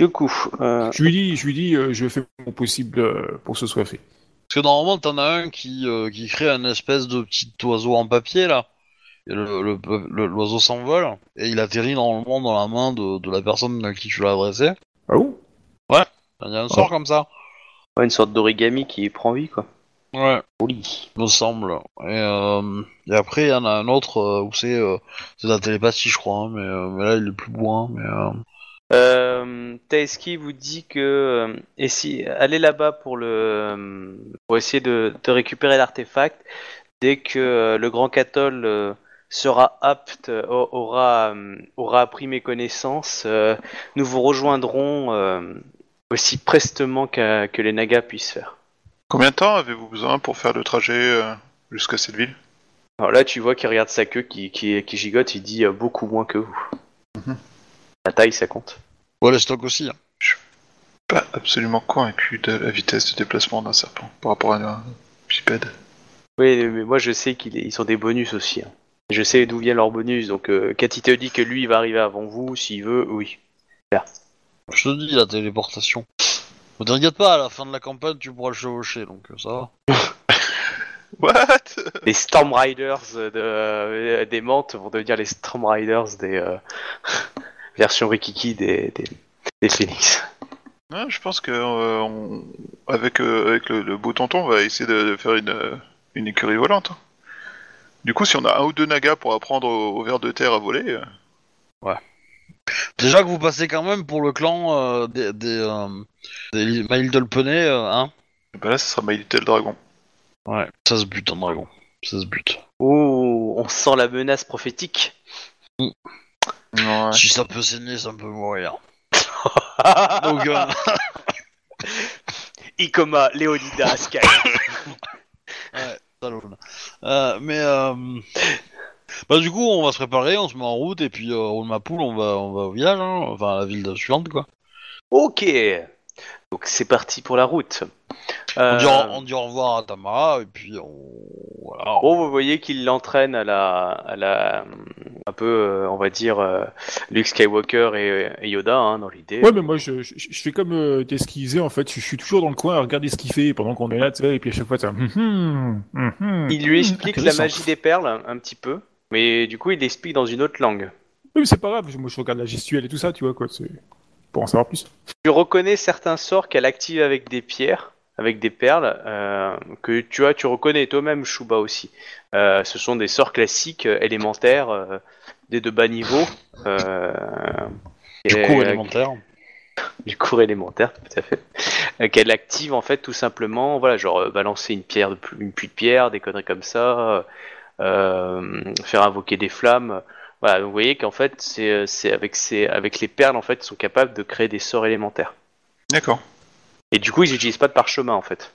Speaker 1: Du coup, euh,
Speaker 2: Je lui dis, je lui dis, euh, je fais mon possible euh, pour que ce soit fait.
Speaker 4: Parce que normalement, t'en as un qui, euh, qui crée un espèce de petit oiseau en papier, là. Et le- le- le- l'oiseau s'envole, et il atterrit normalement dans la main de, de la personne à qui tu l'as adressé.
Speaker 2: Ah bon
Speaker 4: Il y a un sort comme ça.
Speaker 1: ouais, une sorte d'origami qui prend vie, quoi.
Speaker 4: Ouais.
Speaker 1: Joli.
Speaker 4: me semble. Et, euh, et après, il y en a un autre euh, où c'est euh, c'est de la télépathie, je crois. hein, mais, euh, mais là, il est plus loin. Mais, euh,
Speaker 1: Euh, Taeski vous dit que euh, et si allez là-bas pour le euh, pour essayer de, de récupérer l'artefact dès que euh, le grand cathol euh, sera apte euh, aura euh, aura appris mes connaissances euh, nous vous rejoindrons euh, aussi prestement qu'à- que les nagas puissent faire.
Speaker 3: combien de temps avez-vous besoin pour faire le trajet euh, jusqu'à cette ville
Speaker 1: Alors là tu vois qu'il regarde sa queue qui, qui, qui gigote il dit euh, beaucoup moins que vous.
Speaker 3: Mhm.
Speaker 1: La taille ça compte.
Speaker 4: Ouais, les stocks aussi. hein.
Speaker 3: Pas absolument convaincu de la vitesse de déplacement d'un serpent par rapport à un bipède.
Speaker 1: Oui, mais moi je sais qu'ils ils ont des bonus aussi. hein. Je sais d'où viennent leurs bonus, donc euh, Cathy te dit que lui il va arriver avant vous, s'il veut, oui.
Speaker 4: Je te dis, la téléportation. Ne t'inquiète pas, à la fin de la campagne, tu pourras le chevaucher, donc euh, ça va.
Speaker 3: What
Speaker 1: Les Storm Riders euh, de, euh, des Mantes vont devenir les Storm Riders des euh, versions Rikiki des, des, des Phoenix.
Speaker 3: Ouais, je pense que euh, on- avec, euh, avec le, le beau tonton, on va essayer de, de faire une, euh, une écurie volante. Du coup, si on a un ou deux nagas pour apprendre au, au ver de terre à voler, euh,
Speaker 4: Déjà que vous passez quand même pour le clan euh, des, des, euh, des li- My Little Pony, euh, hein
Speaker 3: eh ben bah là, ce sera My Little Dragon.
Speaker 4: Ouais. Ça se bute, un dragon. Ça se bute.
Speaker 1: Ouh, on sent la menace prophétique.
Speaker 5: Ouais.
Speaker 4: Si ça peut saigner, ça peut mourir. Donc, euh,
Speaker 1: Ikoma, Léonidas, Sky.
Speaker 4: salaud, là. Euh, mais euh, bah du coup, on va se préparer, on se met en route et puis euh, roule ma poule, on va on va au village, hein, enfin à la ville suivante quoi.
Speaker 1: ok. Donc c'est parti pour la route.
Speaker 4: On,
Speaker 1: Euh,
Speaker 4: dit, au- on dit au revoir à Tamara et puis on voilà.
Speaker 1: Bon, vous voyez qu'il l'entraîne à la, à la, un peu, euh, on va dire, euh, Luke Skywalker et, et Yoda hein, dans l'idée.
Speaker 2: Ouais, mais moi, je, je, je fais comme euh, t'esquisais, en fait. Je, je suis toujours dans le coin à regarder ce qu'il fait pendant qu'on est là, tu sais, et puis à chaque fois, ça. hum,
Speaker 1: Il lui explique la magie des perles un, un petit peu, mais du coup il l'explique dans une autre langue.
Speaker 2: Oui, mais c'est pas grave, moi, je regarde la gestuelle et tout ça, tu vois, quoi. c'est- Pour en savoir plus.
Speaker 1: Tu reconnais certains sorts qu'elle active avec des pierres, avec des perles, euh, que tu vois, tu reconnais toi-même Shuba aussi. Euh, ce sont des sorts classiques, euh, élémentaires, euh, des de bas niveau. euh,
Speaker 4: Du
Speaker 1: et,
Speaker 4: coup,
Speaker 1: euh,
Speaker 4: élémentaire.
Speaker 1: du cours élémentaire, tout à fait. Euh, Qu'elle active en fait tout simplement, voilà, genre euh, balancer une pierre, de pl- une pluie de pierre, des conneries comme ça, euh, faire invoquer des flammes. Voilà, donc vous voyez qu'en fait, c'est euh, c'est avec, ces, avec les perles, en fait, ils sont capables de créer des sorts élémentaires.
Speaker 3: D'accord.
Speaker 1: Et du coup, ils n'utilisent pas de parchemin en fait.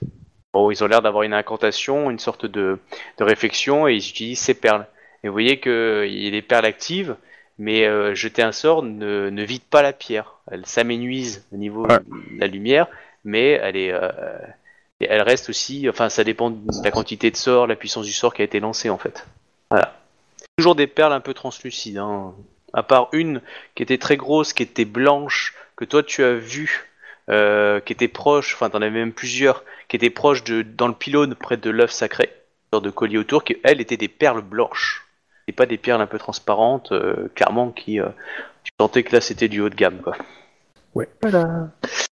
Speaker 1: Bon, ils ont l'air d'avoir une incantation, une sorte de, de réflexion, et ils utilisent ces perles. Et vous voyez que il y a des perles actives, mais euh, jeter un sort ne, ne vide pas la pierre. Elle s'amenuise au niveau
Speaker 2: Ouais.
Speaker 1: de la lumière, mais elle est, euh, elle reste aussi. Enfin, ça dépend de la quantité de sort, la puissance du sort qui a été lancé en fait. Voilà. Toujours des perles un peu translucides, hein. à part une qui était très grosse, qui était blanche, que toi tu as vue euh, qui était proche, enfin t'en avais même plusieurs, qui étaient proches de, dans le pylône près de l'œuf sacré, une sorte de collier autour, qui elles étaient des perles blanches, et pas des perles un peu transparentes, euh, clairement qui euh, tu sentais que là c'était du haut de gamme quoi.
Speaker 2: Ouais.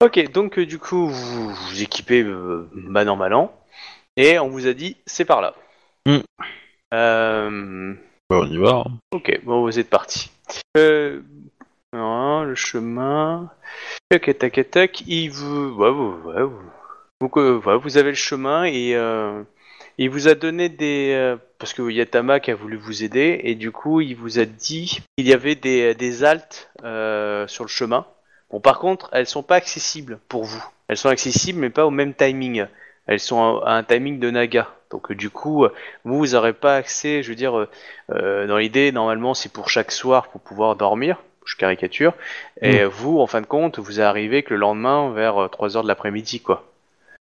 Speaker 1: Ok, donc euh, du coup vous vous équipez euh, man en malan, et on vous a dit c'est par là.
Speaker 4: Mm.
Speaker 1: Euh,
Speaker 4: Bah, on y va. hein.
Speaker 1: Ok, bon, vous êtes parti. Euh... Non, le chemin. Tac, tac, tac. Il vous... ouais, vous, ouais, vous- Donc, euh, voilà, vous avez le chemin et euh, il vous a donné des. euh, Parce que Yatama qui a voulu vous aider et du coup, il vous a dit qu'il y avait des, des haltes euh, sur le chemin. Bon, par contre, elles sont pas accessibles pour vous. Elles sont accessibles, mais pas au même timing. Elles sont à, à un timing de Naga. Donc, euh, du coup, euh, vous, vous n'aurez pas accès, je veux dire. euh, euh, dans l'idée, normalement, c'est pour chaque soir pour pouvoir dormir, je caricature. Et vous, en fin de compte, vous arrivez que le lendemain vers 3h de l'après-midi, quoi.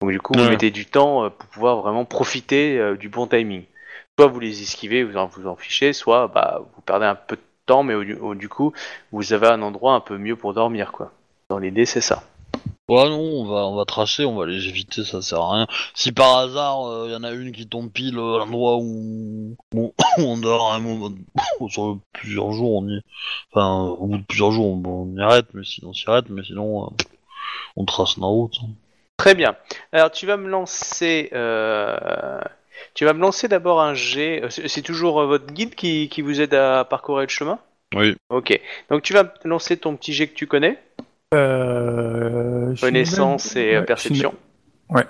Speaker 1: Donc du coup, vous
Speaker 4: Ouais.
Speaker 1: mettez du temps euh, pour pouvoir vraiment profiter euh, du bon timing. Soit vous les esquivez, vous en, vous en fichez, soit bah, vous perdez un peu de temps, mais au, au- du coup, vous avez un endroit un peu mieux pour dormir, quoi. Dans l'idée, c'est ça.
Speaker 4: Ouais, non, on va, on va tracer, on va les éviter, ça sert à rien. Si par hasard, il y en a une qui tombe pile euh, à l'endroit où, où on dort à un moment, sur plusieurs jours, on y... Enfin, au bout de plusieurs jours, on, on y arrête, mais sinon, on s'y arrête, mais sinon, euh, on trace la route. hein.
Speaker 1: Très bien. Alors tu vas me lancer, euh, tu vas me lancer d'abord un jet. Euh, C'est c'est toujours euh, votre guide qui, qui vous aide à parcourir le chemin.
Speaker 4: Oui.
Speaker 1: Ok. Donc tu vas me lancer ton petit jet que tu connais,
Speaker 2: Euh,
Speaker 1: connaissance et euh,
Speaker 2: Ouais,
Speaker 1: perception.
Speaker 2: Ouais.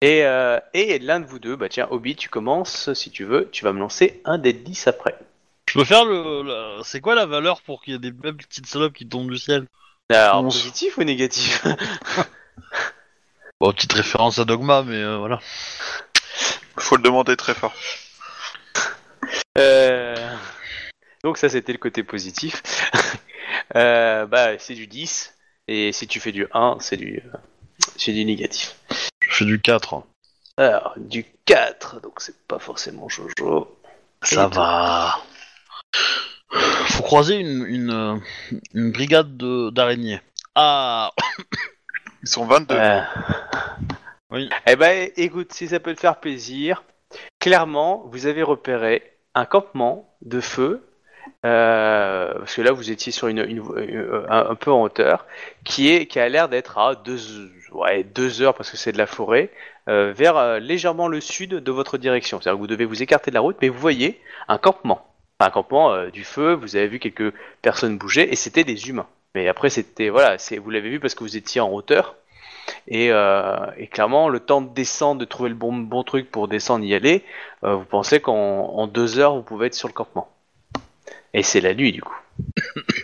Speaker 1: Et, euh, et l'un de vous deux, bah tiens, Obi, tu commences si tu veux. Tu vas me lancer un des 10 après.
Speaker 4: Je peux faire le... la- C'est quoi la valeur pour qu'il y ait des belles petites salopes qui tombent du ciel
Speaker 1: Alors
Speaker 3: Onze.
Speaker 1: positif ou négatif
Speaker 4: Bon, petite référence à Dogma, mais euh, voilà.
Speaker 3: Faut le demander très fort.
Speaker 1: Euh, Donc ça c'était le côté positif. Euh, bah c'est du 10 et si tu fais du 1 c'est du euh, c'est du négatif.
Speaker 4: Je fais du 4. hein.
Speaker 1: Alors du 4 donc c'est pas forcément Jojo.
Speaker 4: Ça
Speaker 1: Et
Speaker 4: va. Faut croiser une, une, euh, une brigade de- d'araignées. Ah
Speaker 3: Ils sont 22.
Speaker 1: Euh,
Speaker 4: Oui.
Speaker 1: Eh ben écoute si ça peut te faire plaisir, clairement vous avez repéré un campement de feu. euh, parce que là, vous étiez sur une, une- euh, un, un peu en hauteur, qui est qui a l'air d'être à deux, ouais, deux heures parce que c'est de la forêt, euh, vers euh, légèrement le sud de votre direction. C'est-à-dire que vous devez vous écarter de la route, mais vous voyez un campement, Enfin, un campement euh, du feu. Vous avez vu quelques personnes bouger et c'était des humains. Mais après, c'était voilà, c'est vous l'avez vu parce que vous étiez en hauteur. Et, euh, et clairement, le temps de descendre, de trouver le bon, bon truc pour descendre, y aller, euh, vous pensez qu'en en deux heures, vous pouvez être sur le campement. Et c'est la nuit, du coup.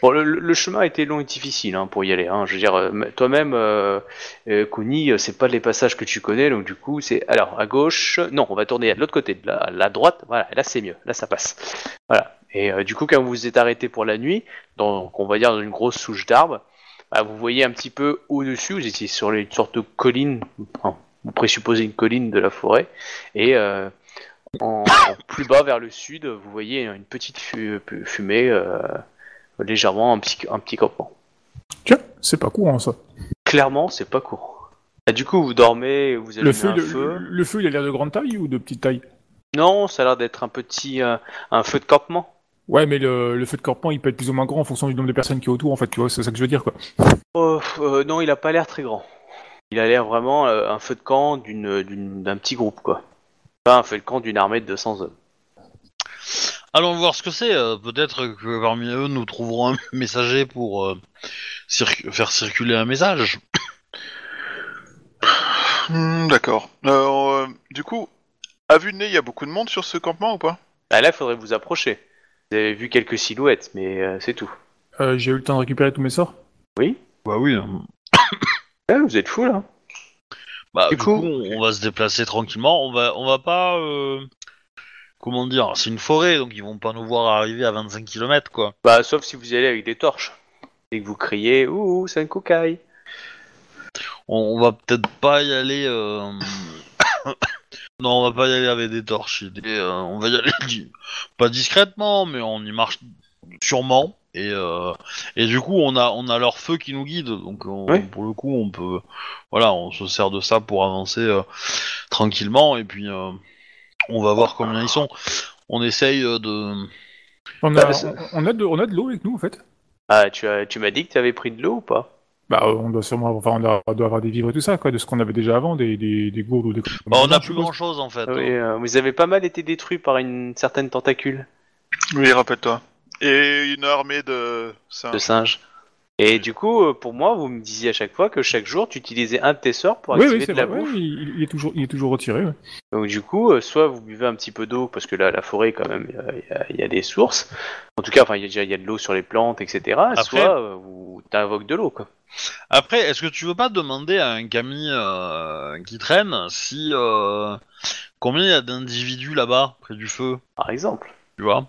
Speaker 1: Bon, le, le chemin a été long et difficile hein, pour y aller. hein. Je veux dire, euh, m- toi-même, euh, euh, Kuni, euh, c'est pas les passages que tu connais, donc du coup, c'est. Alors, à gauche, non, on va tourner à de l'autre côté, de la, à la droite, voilà, là c'est mieux, là ça passe. Voilà. Et euh, du coup, quand vous vous êtes arrêté pour la nuit, donc on va dire dans une grosse souche d'arbres, bah, vous voyez un petit peu au-dessus, vous étiez sur les- une sorte de colline, enfin, vous présupposez une colline de la forêt, et euh, en, en plus bas vers le sud, vous voyez une petite fu- pu- fumée, euh, légèrement un petit, un petit campement.
Speaker 2: Tiens, c'est pas courant ça.
Speaker 1: Clairement, c'est pas court. Bah, du coup, vous dormez, vous allumez
Speaker 2: Le feu,
Speaker 1: un
Speaker 2: le,
Speaker 1: feu.
Speaker 2: le feu, il a l'air de grande taille ou de petite taille
Speaker 1: Non, ça a l'air d'être un petit euh, un feu de campement.
Speaker 2: Ouais, mais le, le feu de campement, il peut être plus ou moins grand en fonction du nombre de personnes qui est autour, en fait, tu vois, c'est ça que je veux dire, quoi.
Speaker 1: Oh, pff, euh, non, il a pas l'air très grand. Il a l'air vraiment euh, un feu de camp d'une- d'une- d'un petit groupe, quoi. Pas un feu de camp d'une armée de 200 hommes.
Speaker 4: Allons voir ce que c'est. euh, Peut-être que parmi eux, nous trouverons un messager pour euh, circu- faire circuler un message.
Speaker 3: Hmm, D'accord. Euh, euh, du coup, à vue de nez, il y a beaucoup de monde sur ce campement ou pas
Speaker 1: Bah, là, faudrait vous approcher. Vous avez vu quelques silhouettes, mais euh, c'est tout.
Speaker 2: Euh, J'ai eu le temps de récupérer tous mes sorts
Speaker 4: Bah oui.
Speaker 1: Ah, vous êtes fou là.
Speaker 4: Bah,
Speaker 1: Du
Speaker 4: du,
Speaker 1: coup-
Speaker 4: coup, on on va se déplacer tranquillement. On va, on va pas. euh, Comment dire C'est une forêt, donc ils vont pas nous voir arriver à 25 km, quoi.
Speaker 1: Bah, sauf si vous y allez avec des torches. Et que vous criez, ouh, c'est un cocaille.
Speaker 4: On, on va peut-être pas y aller. euh, non, on va pas y aller avec des torches. et des, euh, on va y aller di- pas discrètement, mais on y marche sûrement. Et, euh, et du coup, on a, on a leur feu qui nous guide. Donc, on-
Speaker 1: Oui.
Speaker 4: pour le coup, on peut. Voilà, on se sert de ça pour avancer euh, tranquillement. Et puis, euh, on va voir combien ils sont. On essaye euh, de.
Speaker 2: on a,
Speaker 1: Bah, ça-
Speaker 2: on, on a de, on a de l'eau avec nous, en fait.
Speaker 1: Ah, tu, as- tu m'as dit que tu avais pris de l'eau ou pas
Speaker 2: Bah, euh, on doit sûrement avoir, enfin, on a- on doit avoir des vivres et tout ça, quoi, de ce qu'on avait déjà avant, des, des, des gourdes ou des.
Speaker 4: Bah, on a
Speaker 2: je
Speaker 4: plus
Speaker 2: suppose.
Speaker 4: grand chose en fait. hein.
Speaker 1: Oui, euh, vous avez pas mal été détruit par une certaine tentacule
Speaker 3: Oui, rappelle-toi. Et une armée
Speaker 1: de
Speaker 3: de singes.
Speaker 1: singe. Et du coup, euh, pour moi, vous me disiez à chaque fois que chaque jour, tu utilisais un de tes sorts pour
Speaker 2: Oui,
Speaker 1: activer
Speaker 2: oui, c'est
Speaker 1: de la
Speaker 2: vrai,
Speaker 1: bouffe.
Speaker 2: ouais, il, il est toujours, il est toujours retiré. ouais.
Speaker 1: Donc du coup, euh, soit vous buvez un petit peu d'eau, parce que là, la forêt, quand même, il y a- il y, a des sources. En tout cas, enfin, il y a déjà- il y, a de l'eau sur les plantes, etc.
Speaker 4: Après-
Speaker 1: Soit euh, vous t'invoques de l'eau, quoi.
Speaker 4: Après, est-ce que tu veux pas demander à un Camille euh, qui traîne si euh, combien il y a d'individus là-bas près du feu,
Speaker 1: Par exemple.
Speaker 4: tu vois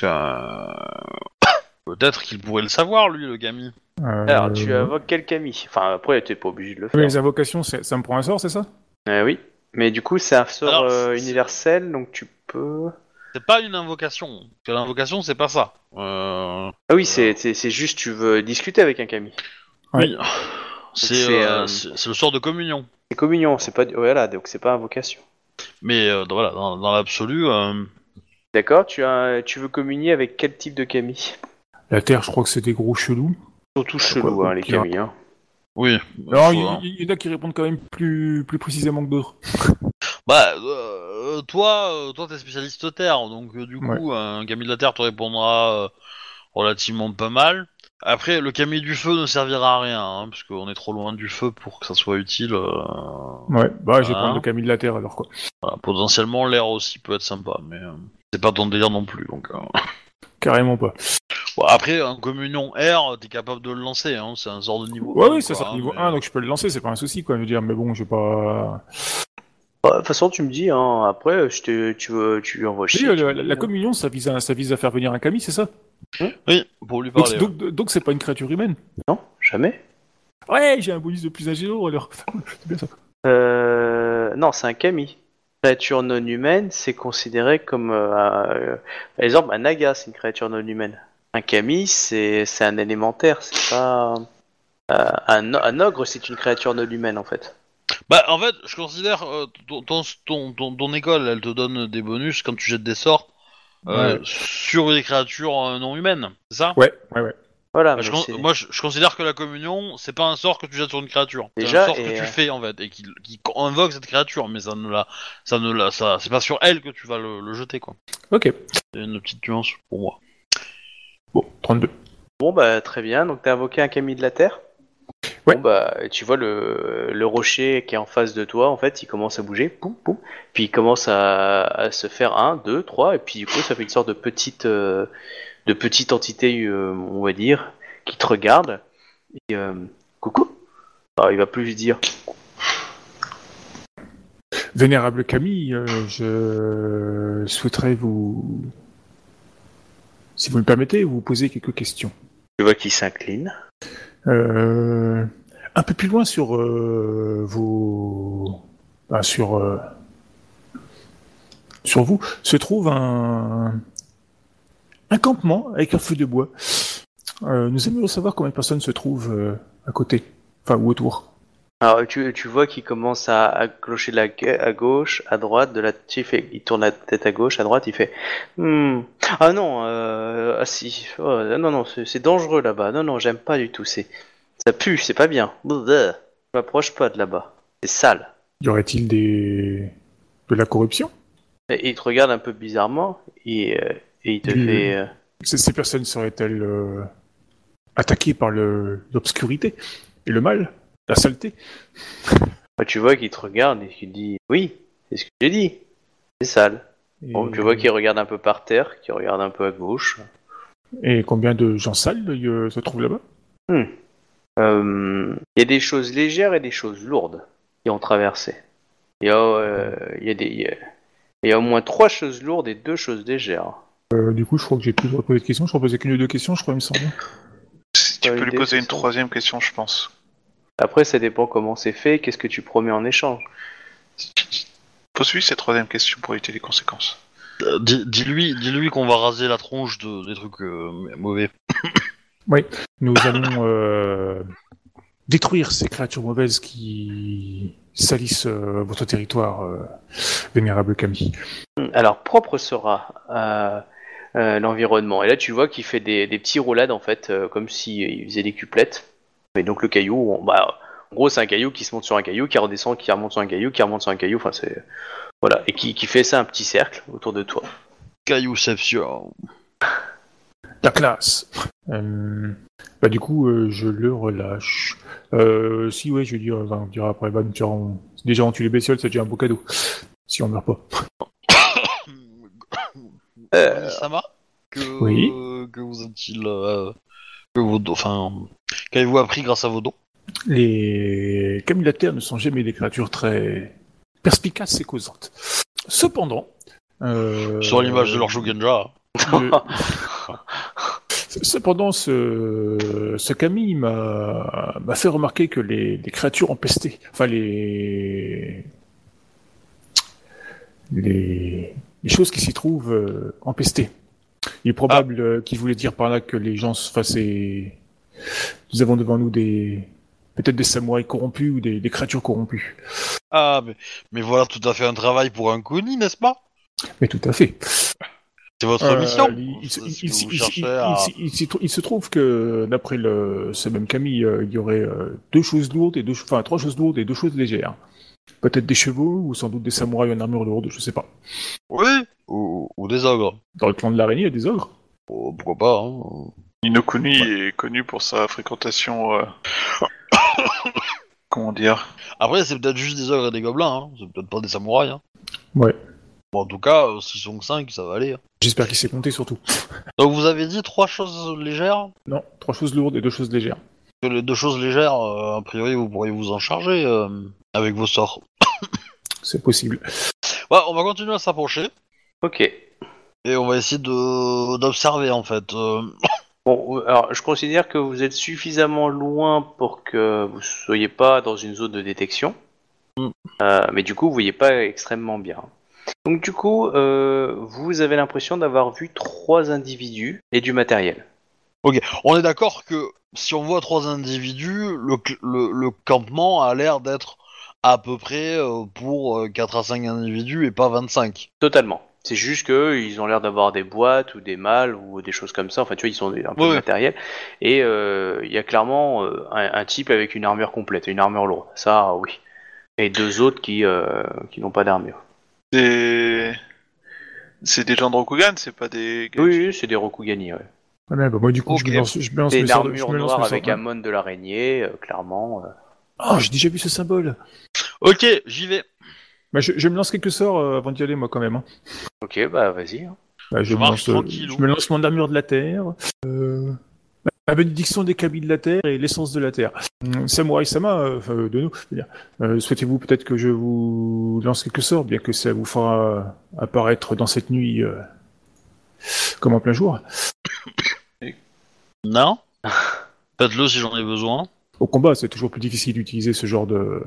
Speaker 4: Parce que, euh, peut-être qu'il pourrait le savoir lui, le Camille.
Speaker 2: Euh,
Speaker 1: Alors, tu invoques quel Camille Enfin, après, t'es pas obligé de le
Speaker 2: mais
Speaker 1: faire.
Speaker 2: les invocations, c'est- ça me prend un sort, c'est ça
Speaker 1: Euh, oui. Mais du coup, c'est un sort
Speaker 4: Alors,
Speaker 1: euh,
Speaker 4: c'est-
Speaker 1: universel, donc tu peux.
Speaker 4: C'est pas une invocation. Parce que l'invocation, c'est pas ça. Euh,
Speaker 1: Ah oui, c'est c'est- c'est juste tu veux discuter avec un Camille.
Speaker 2: Ouais.
Speaker 4: Oui. C'est,
Speaker 1: c'est,
Speaker 4: euh,
Speaker 1: euh,
Speaker 4: c'est- c'est le sort de communion.
Speaker 1: C'est communion, c'est pas voilà, donc c'est pas invocation.
Speaker 4: Mais euh, voilà, dans, dans l'absolu, euh,
Speaker 1: D'accord, tu as tu veux communier avec quel type de Camille
Speaker 2: La Terre, je crois que c'est des gros chelous.
Speaker 1: Surtout chelou
Speaker 2: Ah, quoi,
Speaker 1: hein, les
Speaker 2: tu vois.
Speaker 1: Camilles. hein.
Speaker 4: oui.
Speaker 2: Alors, il,
Speaker 4: Faut, hein.
Speaker 2: il- il y en a qui répondent quand même plus, plus précisément que d'autres.
Speaker 4: Bah, euh, toi, euh, toi, t'es spécialiste terre, donc euh, du coup, un Camille de la Terre te répondra euh, relativement pas mal. Après, le Camille du Feu ne servira à rien, hein, parce qu'on est trop loin du feu pour que ça soit utile. euh,
Speaker 2: Ouais, bah, je vais
Speaker 4: Ah.
Speaker 2: prendre le Camille de la Terre alors, quoi.
Speaker 4: voilà. Potentiellement, l'air aussi peut être sympa, mais euh, c'est pas ton délire non plus. Donc, euh.
Speaker 2: Carrément pas.
Speaker 4: Bon, après, un communion air, t'es capable de le lancer, hein, c'est un sort de niveau.
Speaker 2: Ouais,
Speaker 4: un,
Speaker 2: oui, ça
Speaker 4: quoi,
Speaker 2: sort
Speaker 4: hein,
Speaker 2: niveau
Speaker 4: mais-
Speaker 2: 1, donc je peux le lancer, c'est pas un souci, quoi. Je veux dire, mais bon, je vais pas.
Speaker 1: Bah, De toute façon, tu me dis hein, après je te tu veux tu lui envoies
Speaker 2: Oui,
Speaker 1: chier.
Speaker 2: euh,
Speaker 1: tu me
Speaker 2: la,
Speaker 1: dis,
Speaker 2: la
Speaker 1: hein.
Speaker 2: communion, ça vise, à, ça vise à faire venir un Camille, c'est ça
Speaker 4: Oui, pour lui
Speaker 2: Donc
Speaker 4: parler.
Speaker 2: donc- donc c'est pas une créature humaine.
Speaker 1: Non, jamais.
Speaker 2: Ouais, j'ai un bonus de plus ingénieux alors. c'est bien ça.
Speaker 1: Euh, non, c'est un Camille. Créature non humaine, c'est considéré comme euh, un- euh, par exemple un naga, c'est une créature non humaine. Un Camille, c'est c'est un élémentaire, c'est pas euh, un, un ogre, c'est une créature non humaine en fait.
Speaker 4: Bah, en fait, je considère euh, ton, ton, ton, ton- ton école, elle te donne des bonus quand tu jettes des sorts euh, sur des créatures euh, non humaines, c'est ça
Speaker 2: Ouais, ouais, ouais.
Speaker 1: Voilà.
Speaker 4: Bah, je
Speaker 1: mais
Speaker 4: con-
Speaker 1: c'est-
Speaker 4: Moi, je, je considère que la communion, c'est pas un sort que tu jettes sur une créature. C'est
Speaker 1: Déjà,
Speaker 4: un sort
Speaker 1: et,
Speaker 4: que
Speaker 1: euh,
Speaker 4: tu fais en fait et qui, qui invoque cette créature, mais ça ne la, ça ne la, ça, c'est pas sur elle que tu vas le, le jeter quoi.
Speaker 2: Ok.
Speaker 4: C'est une petite nuance pour moi.
Speaker 2: Bon, 32.
Speaker 1: Bon bah très bien, donc t'as invoqué un Camille de la Terre
Speaker 2: Ouais.
Speaker 1: Bon, bah, tu vois le, le rocher qui est en face de toi, en fait, il commence à bouger, poum, poum, puis il commence à, à se faire un, deux, trois, et puis du coup, ça fait une sorte de petite, euh, de petite entité, euh, on va dire, qui te regarde. Et, euh, coucou. Alors, il va plus dire.
Speaker 2: Vénérable Camille, euh, je souhaiterais vous, si vous me permettez, vous poser quelques questions.
Speaker 1: Tu vois qu'il s'incline.
Speaker 2: Euh, un peu plus loin sur euh, vos, ah, sur euh, sur vous se trouve un un campement avec un feu de bois. Euh, nous aimerions savoir combien de personnes se trouvent euh, à côté, enfin ou autour.
Speaker 1: Alors, tu, tu vois qu'il commence à, à clocher de la gue- à gauche, à droite, de la tu fais- il tourne la tête à gauche, à droite, il fait Hmm, Ah non, euh, ah si, oh, non, non, c'est c'est dangereux là-bas, non, non, j'aime pas du tout, c'est ça pue, c'est pas bien, Bleh. je m'approche pas de là-bas, c'est sale.
Speaker 2: Y aurait-il des de la corruption
Speaker 1: Et il te regarde un peu bizarrement et, euh, et il te
Speaker 2: Du-
Speaker 1: fait euh,
Speaker 2: Ces, ces personnes seraient-elles euh, attaquées par le- l'obscurité et le mal, la saleté
Speaker 1: Bah, Tu vois qu'il te regarde et qu'il dit Oui, c'est ce que j'ai dit, c'est sale.
Speaker 2: et,
Speaker 1: Bon, tu Oh, vois qu'il regarde un peu par terre, qu'il regarde un peu à gauche.
Speaker 2: et combien de gens sales euh, se trouvent là-bas
Speaker 1: Euh, Il y a des choses légères et des choses lourdes qui ont traversé. Il y a, euh, il y a des, il y a- il y a au moins trois choses lourdes et deux choses légères.
Speaker 2: Euh, Du coup, je crois que j'ai plus de poser de questions. Je crois poser qu'une ou deux questions, je crois, il me semble.
Speaker 5: Si tu
Speaker 1: Pas
Speaker 5: peux lui
Speaker 1: idée,
Speaker 5: poser
Speaker 1: c'est
Speaker 5: une
Speaker 1: ça.
Speaker 5: troisième question, je pense.
Speaker 1: Après, ça dépend comment c'est fait, qu'est-ce que tu promets en échange.
Speaker 5: Pose-lui cette troisième question pour éviter les conséquences.
Speaker 4: Euh, dis- Dis-lui dis qu'on va raser la tronche de, des trucs euh, mauvais.
Speaker 2: Nous allons euh, détruire ces créatures mauvaises qui salissent euh, votre territoire, euh, vénérable Camille.
Speaker 1: Alors, propre sera euh, euh, l'environnement. Et là, tu vois qu'il fait des, des petits roulades, en fait, euh, comme s'il faisait des cuplettes. Mais donc, le caillou, on- bah, en gros, c'est un caillou qui se monte sur un caillou, qui redescend, qui remonte sur un caillou, qui remonte sur un caillou. Enfin, c'est. Voilà. Et qui, qui fait ça un petit cercle autour de toi.
Speaker 4: Caillouception.
Speaker 2: La classe. Euh, bah du coup, euh, je le relâche. Euh, si ouais, je vais dire, enfin, on dira après, bah, tu- on- déjà on tue les bestioles, c'est déjà un beau cadeau. Si on meurt pas.
Speaker 1: Euh,
Speaker 4: Sama que,
Speaker 2: Oui.
Speaker 4: que vous a-t-il euh, que vos dons- enfin qu'avez-vous appris grâce à vos dons
Speaker 2: Les camulataires ne sont jamais des créatures très perspicaces et causantes. Cependant, euh,
Speaker 4: sur l'image de leur Shogunja
Speaker 2: Le- Cependant, ce, ce Camille m'a m'a fait remarquer que les, les créatures empestées, enfin les, les, les choses qui s'y trouvent euh, empestées. Il est probable euh, qu'il voulait dire par là que les gens se fassaient... Nous avons devant nous des peut-être des samouraïs corrompus ou des, des créatures corrompues.
Speaker 4: Ah mais, mais voilà tout à fait un travail pour un Kuni, n'est-ce pas
Speaker 2: Mais tout à fait.
Speaker 4: C'est votre
Speaker 2: Euh,
Speaker 4: mission.
Speaker 2: il- il-
Speaker 4: C'est
Speaker 2: il-
Speaker 4: ce que
Speaker 2: il-
Speaker 4: vous
Speaker 2: il-
Speaker 4: cherchez
Speaker 2: il-
Speaker 4: à-
Speaker 2: il- il- il- il se trouve que, d'après le, ce même Camille, euh, il y aurait euh, deux choses lourdes et deux, enfin trois choses lourdes et deux choses légères. Peut-être des chevaux ou sans doute des samouraïs en armure lourde, je sais pas.
Speaker 4: Oui. Ou, ou des ogres.
Speaker 2: Dans le clan de l'araignée, il y a des ogres.
Speaker 4: Oh, pourquoi pas hein.
Speaker 5: Inokuni est connu pour sa fréquentation. euh, Comment dire
Speaker 4: Après c'est peut-être juste des ogres et des gobelins. hein. C'est peut-être pas des samouraïs. hein.
Speaker 2: Ouais.
Speaker 4: Bon, en tout cas euh, s'ils sont que cinq ça va aller. hein.
Speaker 2: J'espère qu'il s'est compté surtout.
Speaker 4: Donc vous avez dit trois choses légères.
Speaker 2: Non, trois choses lourdes et deux choses légères.
Speaker 4: Que les deux choses légères euh, a priori vous pourriez vous en charger euh, avec vos sorts.
Speaker 2: C'est possible.
Speaker 4: Ouais, on va continuer à s'approcher
Speaker 1: ok.
Speaker 4: et on va essayer de d'observer en fait. Euh,
Speaker 1: Bon, alors je considère que vous êtes suffisamment loin pour que vous soyez pas dans une zone de détection,
Speaker 4: Mm.
Speaker 1: Euh, mais du coup vous voyez pas extrêmement bien. Donc du coup, euh, vous avez l'impression d'avoir vu trois individus et du matériel.
Speaker 4: on est d'accord que si on voit trois individus, le, cl- le, le campement a l'air d'être à peu près euh, pour euh, 4 à 5 individus et pas 25.
Speaker 1: Totalement. C'est juste que ils ont l'air d'avoir des boîtes ou des malles ou des choses comme ça. Enfin, tu vois, ils ont un peu
Speaker 4: Ouais,
Speaker 1: de
Speaker 4: ouais.
Speaker 1: matériel. Et euh, il y a clairement euh, un, un type avec une armure complète, une armure lourde. Ça, oui. Et deux autres qui, euh, qui n'ont pas d'armure.
Speaker 5: C'est. C'est des gens de Rokugan, c'est pas des.
Speaker 1: Oui, oui, c'est des Rokugani, ouais.
Speaker 2: Ouais, mais bah, moi, du coup,
Speaker 1: Ok.
Speaker 2: je me lance, je me lance
Speaker 1: C'est
Speaker 2: mes
Speaker 1: une
Speaker 2: sorts de- je
Speaker 1: armure
Speaker 2: me lance
Speaker 1: noire
Speaker 2: mes
Speaker 1: avec
Speaker 2: sorts
Speaker 1: un
Speaker 2: de-
Speaker 1: mon de l'araignée, euh, clairement. euh.
Speaker 2: Oh, j'ai déjà vu ce symbole.
Speaker 4: Ok, j'y vais.
Speaker 2: Bah, je, je me lance quelques sorts euh, avant d'y aller, moi, quand même. hein.
Speaker 1: Ok, bah vas-y. hein.
Speaker 2: Bah, je,
Speaker 4: Je
Speaker 2: me
Speaker 4: marche
Speaker 2: lance, euh,
Speaker 4: tranquille, hein.
Speaker 2: je
Speaker 4: ou-
Speaker 2: me lance mon armure de la terre, euh, la bénédiction des cabis de la terre et l'essence de la terre. Hum, Samouraï Sama, euh, enfin, euh, de nous, je veux dire. Euh, souhaitez-vous peut-être que je vous lance quelques sorts, bien que ça vous fera apparaître dans cette nuit euh, comme en plein jour
Speaker 4: Non Faites-le si j'en ai besoin.
Speaker 2: Au combat, c'est toujours plus difficile d'utiliser ce genre de,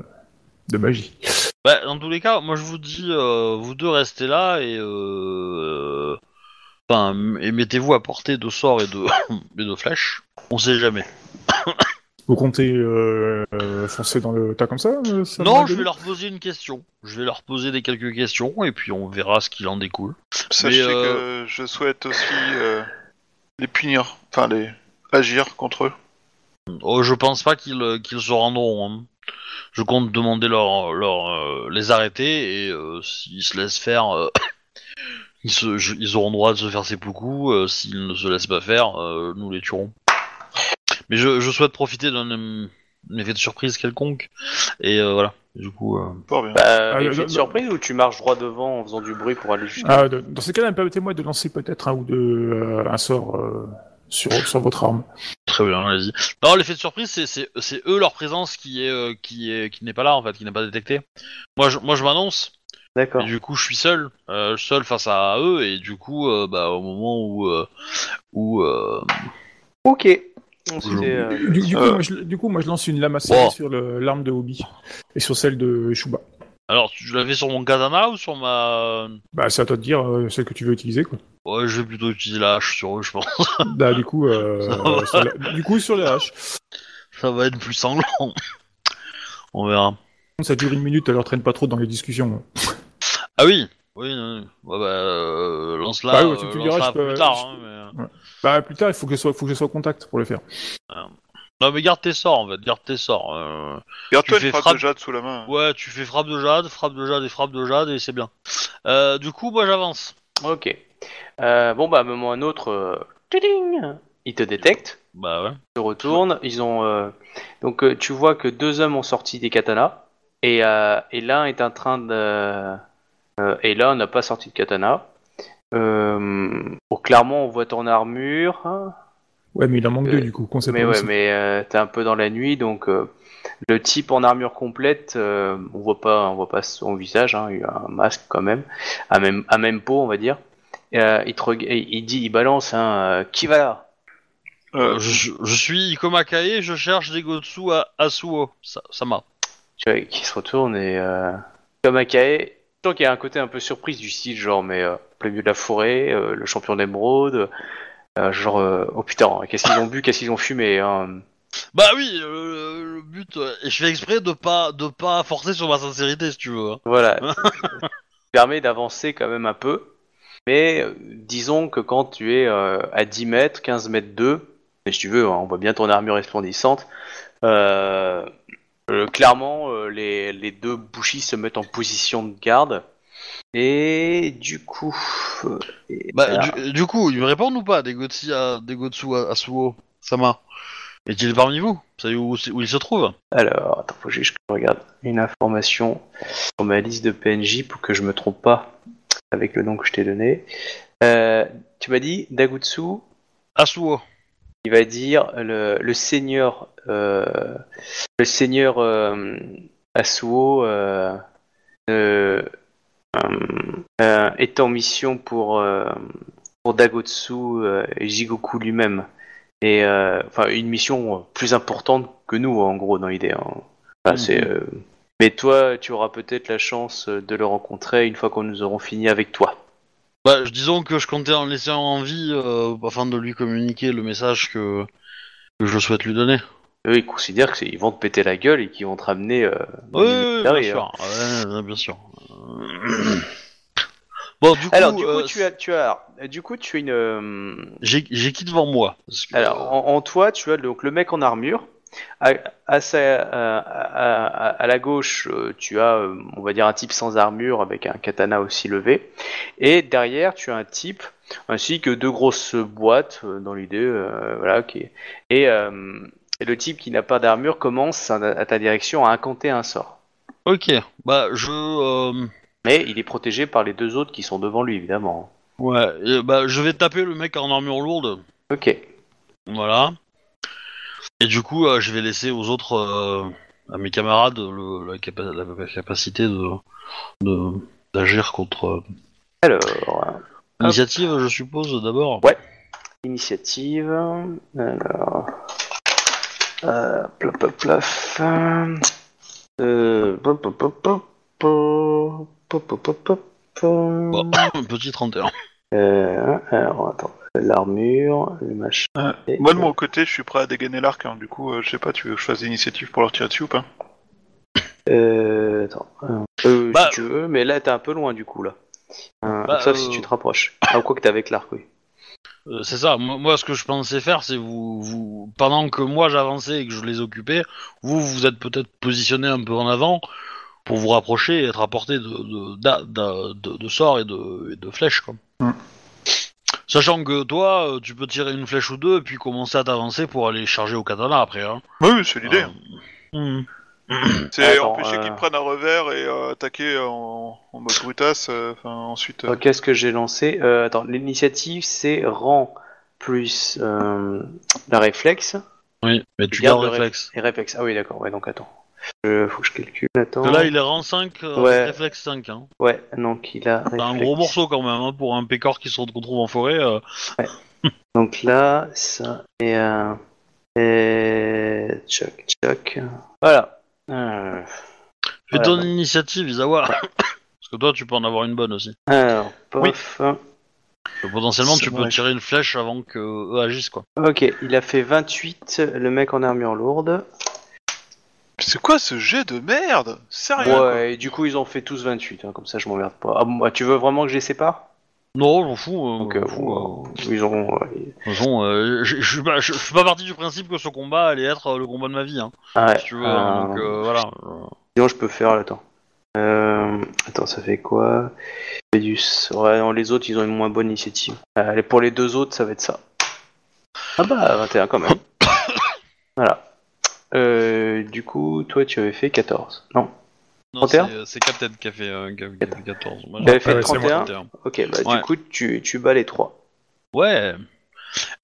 Speaker 2: de magie.
Speaker 4: Bah, dans tous les cas, moi je vous dis, euh, vous deux restez là et. euh, Enfin, m- et mettez-vous à portée de sorts et de, et de flèches. On sait jamais.
Speaker 2: Vous comptez euh, euh, foncer dans le tas comme ça euh, Samouraï
Speaker 4: Non, je
Speaker 2: de
Speaker 4: vais
Speaker 2: nous
Speaker 4: leur poser une question. Je vais leur poser des quelques questions et puis on verra ce qu'il en découle.
Speaker 3: Sachez
Speaker 4: euh,
Speaker 3: que je souhaite aussi euh, les punir, enfin les agir contre eux.
Speaker 4: Oh, je pense pas qu'ils euh, qu'ils se rendront. hein. Je compte demander leur, leur euh, les arrêter et euh, s'ils se laissent faire, euh, ils, se- je- ils auront droit de se faire ses poucous. euh, s'ils ne se laissent pas faire, euh, nous les tuerons. Mais je, je souhaite profiter d'un euh, un effet de surprise quelconque et euh, voilà. Du coup, euh,
Speaker 3: Fort bien.
Speaker 1: Bah,
Speaker 2: Ah,
Speaker 1: effet
Speaker 2: non,
Speaker 1: de
Speaker 2: non.
Speaker 1: surprise ou tu marches droit devant en faisant du bruit pour aller jusqu'à.
Speaker 2: Ah, de- dans ce cas-là, permettez-moi de lancer peut-être un ou deux euh, un sort euh, sur, sur votre arme.
Speaker 4: très bien, allez-y. Non, l'effet de surprise, c'est- c'est c'est eux leur présence qui est euh, qui est qui n'est pas là en fait, qui n'est pas détectée. Moi, je, moi, je m'annonce.
Speaker 1: D'accord.
Speaker 4: Et du coup, je suis seul, euh, seul face à eux, et du coup, euh, bah, au moment où, euh, où, euh,
Speaker 1: Ok. Donc,
Speaker 4: Je-
Speaker 1: c'était, euh,
Speaker 2: Du, du
Speaker 3: Euh.
Speaker 2: coup, moi, je, du coup, moi, je lance une lame à sable
Speaker 4: Bon.
Speaker 2: sur le- l'arme de Hobby et sur celle de Shuba.
Speaker 4: alors, tu l'avais sur mon katana ou sur ma,
Speaker 2: Bah, c'est à toi de dire euh, celle que tu veux utiliser. Quoi.
Speaker 4: ouais, je vais plutôt utiliser la hache sur eux, je pense.
Speaker 2: bah, du, coup, euh, sur la- du coup, sur la hache.
Speaker 4: Ça va être plus sanglant. On verra.
Speaker 2: Ça dure une minute, alors traîne pas trop dans les discussions.
Speaker 4: Ah oui, oui, oui. Ouais, bah, euh, lance-la,
Speaker 2: Bah oui, tu-
Speaker 4: euh,
Speaker 2: tu me
Speaker 4: lance-la
Speaker 2: diras, je
Speaker 4: plus
Speaker 2: peux-
Speaker 4: tard.
Speaker 2: je-
Speaker 4: hein, mais-
Speaker 2: Bah, plus tard, il faut que je sois, faut que je sois au contact pour le faire.
Speaker 4: Non, mais garde tes sorts, en fait, garde tes sorts. euh.
Speaker 3: Garde-toi
Speaker 4: tu fais
Speaker 3: une frappe
Speaker 4: frappe-
Speaker 3: de jade sous la main.
Speaker 5: hein.
Speaker 4: Ouais, tu fais frappe de jade, frappe de jade et frappe de jade, et c'est bien. Euh, du coup, moi, j'avance.
Speaker 1: Ok. Euh, bon, bah, à un moment ou à un autre, euh, tuding, ils te détectent,
Speaker 4: Bah ouais.
Speaker 1: ils se retournent. Ils ont, euh, Donc, euh, tu vois que deux hommes ont sorti des katanas, et, euh, et l'un est en train de. euh, et l'un n'a pas sorti de katana. Euh, bon, clairement, on voit ton armure, hein,
Speaker 2: Ouais, mais il en manque
Speaker 1: Euh,
Speaker 2: deux, du coup. qu'on sait
Speaker 1: mais
Speaker 2: pas
Speaker 1: ouais,
Speaker 2: aussi.
Speaker 1: mais euh, t'es un peu dans la nuit, donc euh, le type en armure complète, euh, on voit pas, on voit pas son visage, hein, il a un masque quand même, à même, à même peau, on va dire. Et, euh, il, te reg- et il dit, il balance, hein, euh, qui va là
Speaker 3: Euh,
Speaker 4: je, je suis Ikoma Kae, je cherche des Gotsu à Asuo. Ça, ça m'a.
Speaker 1: Tu vois, qui se retourne et euh, comme Akae, tant qu'il y a un côté un peu surprise du style, genre, mais euh, plein milieu de la forêt, euh, le champion d'émeraude, euh, genre, euh, oh putain, qu'est-ce qu'ils ont bu, qu'est-ce qu'ils ont fumé, hein.
Speaker 4: Bah oui, le, le- le but, euh, et je fais exprès de pas de pas forcer sur ma sincérité si tu veux. hein.
Speaker 1: Voilà. Ça permet d'avancer quand même un peu. Mais euh, disons que quand tu es euh, à 10 mètres, 15 mètres 2, et si tu veux, hein, on voit bien ton armure resplendissante, euh, euh, clairement, euh, les, les deux bouchis se mettent en position de garde. Et du coup... euh, et-
Speaker 4: Bah
Speaker 1: voilà.
Speaker 4: du, du coup, ils me répondent ou pas des Gotsu à des Gotsu à Asuo, ça m'a. Est-il parmi vous Vous savez où, où il se trouve
Speaker 1: Alors, attends, faut juste que je regarde une information sur ma liste de PNJ pour que je me trompe pas avec le nom que je t'ai donné. Euh, tu m'as dit Dagutsu,
Speaker 4: Asuo.
Speaker 1: il va dire le, le seigneur euh, le seigneur euh, Asuo euh, euh, euh, euh, est en mission pour euh, pour Dagotsu euh, et Jigoku lui-même et euh, enfin une mission plus importante que nous en gros dans l'idée hein. Enfin, c'est,
Speaker 4: Mhm.
Speaker 1: euh, mais toi tu auras peut-être la chance de le rencontrer une fois qu'on nous aurons fini avec toi
Speaker 4: Bah je- disons que je comptais en laisser en vie euh, afin de lui communiquer le message que que je souhaite lui donner.
Speaker 1: eux ils considèrent que c'est- ils vont te péter la gueule et qu'ils vont te ramener euh, dans
Speaker 4: Oui,
Speaker 1: les
Speaker 4: oui, bien
Speaker 1: militaires,
Speaker 4: sûr. Ouais, ouais, bien sûr. Euh, Bon, du coup,
Speaker 1: Alors, du coup,
Speaker 4: euh,
Speaker 1: tu as, tu as, du coup, tu as une. euh,
Speaker 4: J'ai j'ai qui devant moi Parce que-
Speaker 1: Alors, en, en toi, tu as donc le mec en armure. À, à sa- euh, à- à- à la gauche, euh, tu as, euh, on va dire, un type sans armure avec un katana aussi levé. Et derrière, tu as un type ainsi que deux grosses boîtes euh, dans l'idée, euh, voilà. Qui... Et, euh, et le type qui n'a pas d'armure commence à, à ta direction à incanter un sort.
Speaker 4: Ok, bah je. euh,
Speaker 1: Mais il est protégé par les deux autres qui sont devant lui, évidemment.
Speaker 4: ouais, euh, bah je vais taper le mec en armure lourde.
Speaker 1: Ok.
Speaker 4: Voilà. Et du coup, euh, je vais laisser aux autres, euh, à mes camarades, le- la, capa- la capacité de de- d'agir contre. euh,
Speaker 1: Alors, euh,
Speaker 4: Initiative, je suppose, d'abord.
Speaker 1: initiative. Alors. Euh, plop, plop, plop. Euh, pop, pop, pop, pop, pop, pop, pop, pop, pop.
Speaker 4: Bon, petit 31.
Speaker 1: Euh, alors, attends. L'armure, le machin.
Speaker 5: Euh,
Speaker 1: et-
Speaker 5: Moi de mon côté, je suis prêt à dégainer l'arc. hein. Du coup, euh, je sais pas, tu veux que je fasse l'initiative pour leur tirer dessus ou pas
Speaker 1: Euh, attends. Euh,
Speaker 4: Bah-
Speaker 1: si tu veux, mais là, t'es un peu loin du coup, là. Euh,
Speaker 4: Bah,
Speaker 1: sauf
Speaker 4: euh,
Speaker 1: si tu te rapproches. Ah, quoi que t'es avec l'arc, oui.
Speaker 4: Euh, c'est ça, moi, moi, ce que je pensais faire, c'est vous, vous. Pendant que moi j'avançais et que je les occupais, vous vous êtes peut-être positionné un peu en avant pour vous rapprocher et être à portée de, de, d'a- d'a- de- de sorts et de, et de flèches. Quoi.
Speaker 5: Mm.
Speaker 4: Sachant que toi, euh, tu peux tirer une flèche ou deux et puis commencer à t'avancer pour aller charger au katana après. Hein.
Speaker 5: Bah Oui, c'est l'idée.
Speaker 4: Euh, mm.
Speaker 5: C'est
Speaker 1: Attends,
Speaker 5: empêcher
Speaker 1: euh,
Speaker 5: qu'ils me prennent un revers et euh, attaquer en, en mode brutasse. euh, Enfin, ensuite. euh,
Speaker 1: Euh, Qu'est-ce que j'ai lancé Euh, Attends, l'initiative c'est rang plus euh, la réflexe
Speaker 4: Oui, mais tu
Speaker 1: Garde
Speaker 4: gardes le
Speaker 1: le
Speaker 4: réflexe.
Speaker 1: et réflexe. Ah oui, d'accord, ouais, donc attends. Euh, faut que je calcule, attends.
Speaker 4: Parce que Là, il est rang 5, euh,
Speaker 1: Ouais.
Speaker 4: avec réflexe 5. Hein.
Speaker 1: Ouais, donc il a.
Speaker 4: C'est un
Speaker 1: réflexe.
Speaker 4: gros morceau quand même hein, pour un pécor qui se retrouve en forêt. euh.
Speaker 1: Donc là, ça et. Euh, et. Tchoc, tchoc. Voilà. Euh,
Speaker 4: Je
Speaker 1: Voilà,
Speaker 4: te donne
Speaker 1: donc.
Speaker 4: l'initiative, Isawa. Parce que toi, tu peux en avoir une bonne aussi.
Speaker 1: alors, pof.
Speaker 4: Parce que potentiellement,
Speaker 5: C'est
Speaker 4: tu peux
Speaker 5: vrai.
Speaker 4: tirer une flèche avant que euh, eux agissent, quoi.
Speaker 1: Ok, il a fait 28, le mec en armure lourde.
Speaker 5: C'est quoi ce jet de merde
Speaker 4: Ah,
Speaker 5: Sérieux quoi.
Speaker 1: Ouais, et du coup, ils ont fait tous 28, hein, comme ça je m'emmerde pas. Ah, bon, bah, tu veux vraiment que je les sépare
Speaker 4: Non, j'en fous. euh,
Speaker 1: Donc,
Speaker 4: j'en
Speaker 1: euh,
Speaker 4: fous,
Speaker 1: bon,
Speaker 4: euh.
Speaker 1: euh, ils auront. euh,
Speaker 4: De toute façon, euh, je je suis pas, je- je suis pas parti du principe que ce combat allait être euh, le combat de ma vie, hein,
Speaker 1: Ah ouais,
Speaker 4: si tu veux. hein,
Speaker 1: euh,
Speaker 4: donc euh, voilà. Euh,
Speaker 1: Sinon, je peux faire. là, Attends. Euh, attends, ça fait quoi Ça fait du- Ouais, non, les autres, ils ont une moins bonne initiative. Euh, les- pour les deux autres, ça va être ça. Ah bah, 21 quand même. voilà. Euh, du coup, toi, tu avais fait 14. Non.
Speaker 4: non,
Speaker 1: 31?
Speaker 4: c'est- C'est Captain qui a fait, euh, qui a- qui a fait 14. Moi,
Speaker 1: Tu avais
Speaker 4: j'ai
Speaker 1: fait
Speaker 2: ouais, c'est
Speaker 1: 31.
Speaker 4: 31.
Speaker 1: Ok, bah,
Speaker 4: Ouais.
Speaker 1: du coup, tu, tu bats les trois.
Speaker 4: Ouais.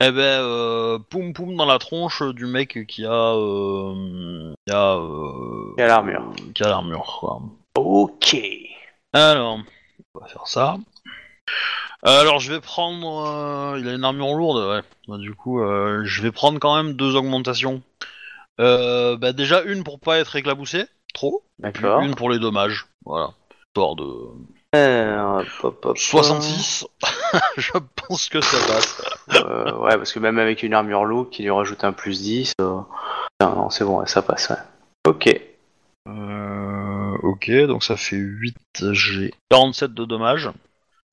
Speaker 4: Eh ben, euh, poum poum dans la tronche du mec qui a, euh, qui a, euh,
Speaker 1: Qui a l'armure.
Speaker 4: Qui a l'armure, quoi.
Speaker 1: Ok.
Speaker 4: Alors, on va faire ça. Euh, Alors, je vais prendre. euh, il a une armure lourde, ouais. Bah, du coup, euh, je vais prendre quand même deux augmentations. Euh, bah, déjà une pour pas être éclaboussé, trop. et puis
Speaker 1: D'accord.
Speaker 4: Une pour les dommages, voilà. Histoire de
Speaker 1: Alors, pop, pop,
Speaker 4: 66. je pense que ça passe.
Speaker 1: Euh, ouais, parce que même avec une armure lourde qui lui rajoute un plus 10, euh, non, non, c'est bon, ouais, ça passe. ouais. Ok.
Speaker 4: Euh, ok, donc ça fait 8 G. 47 de dommages.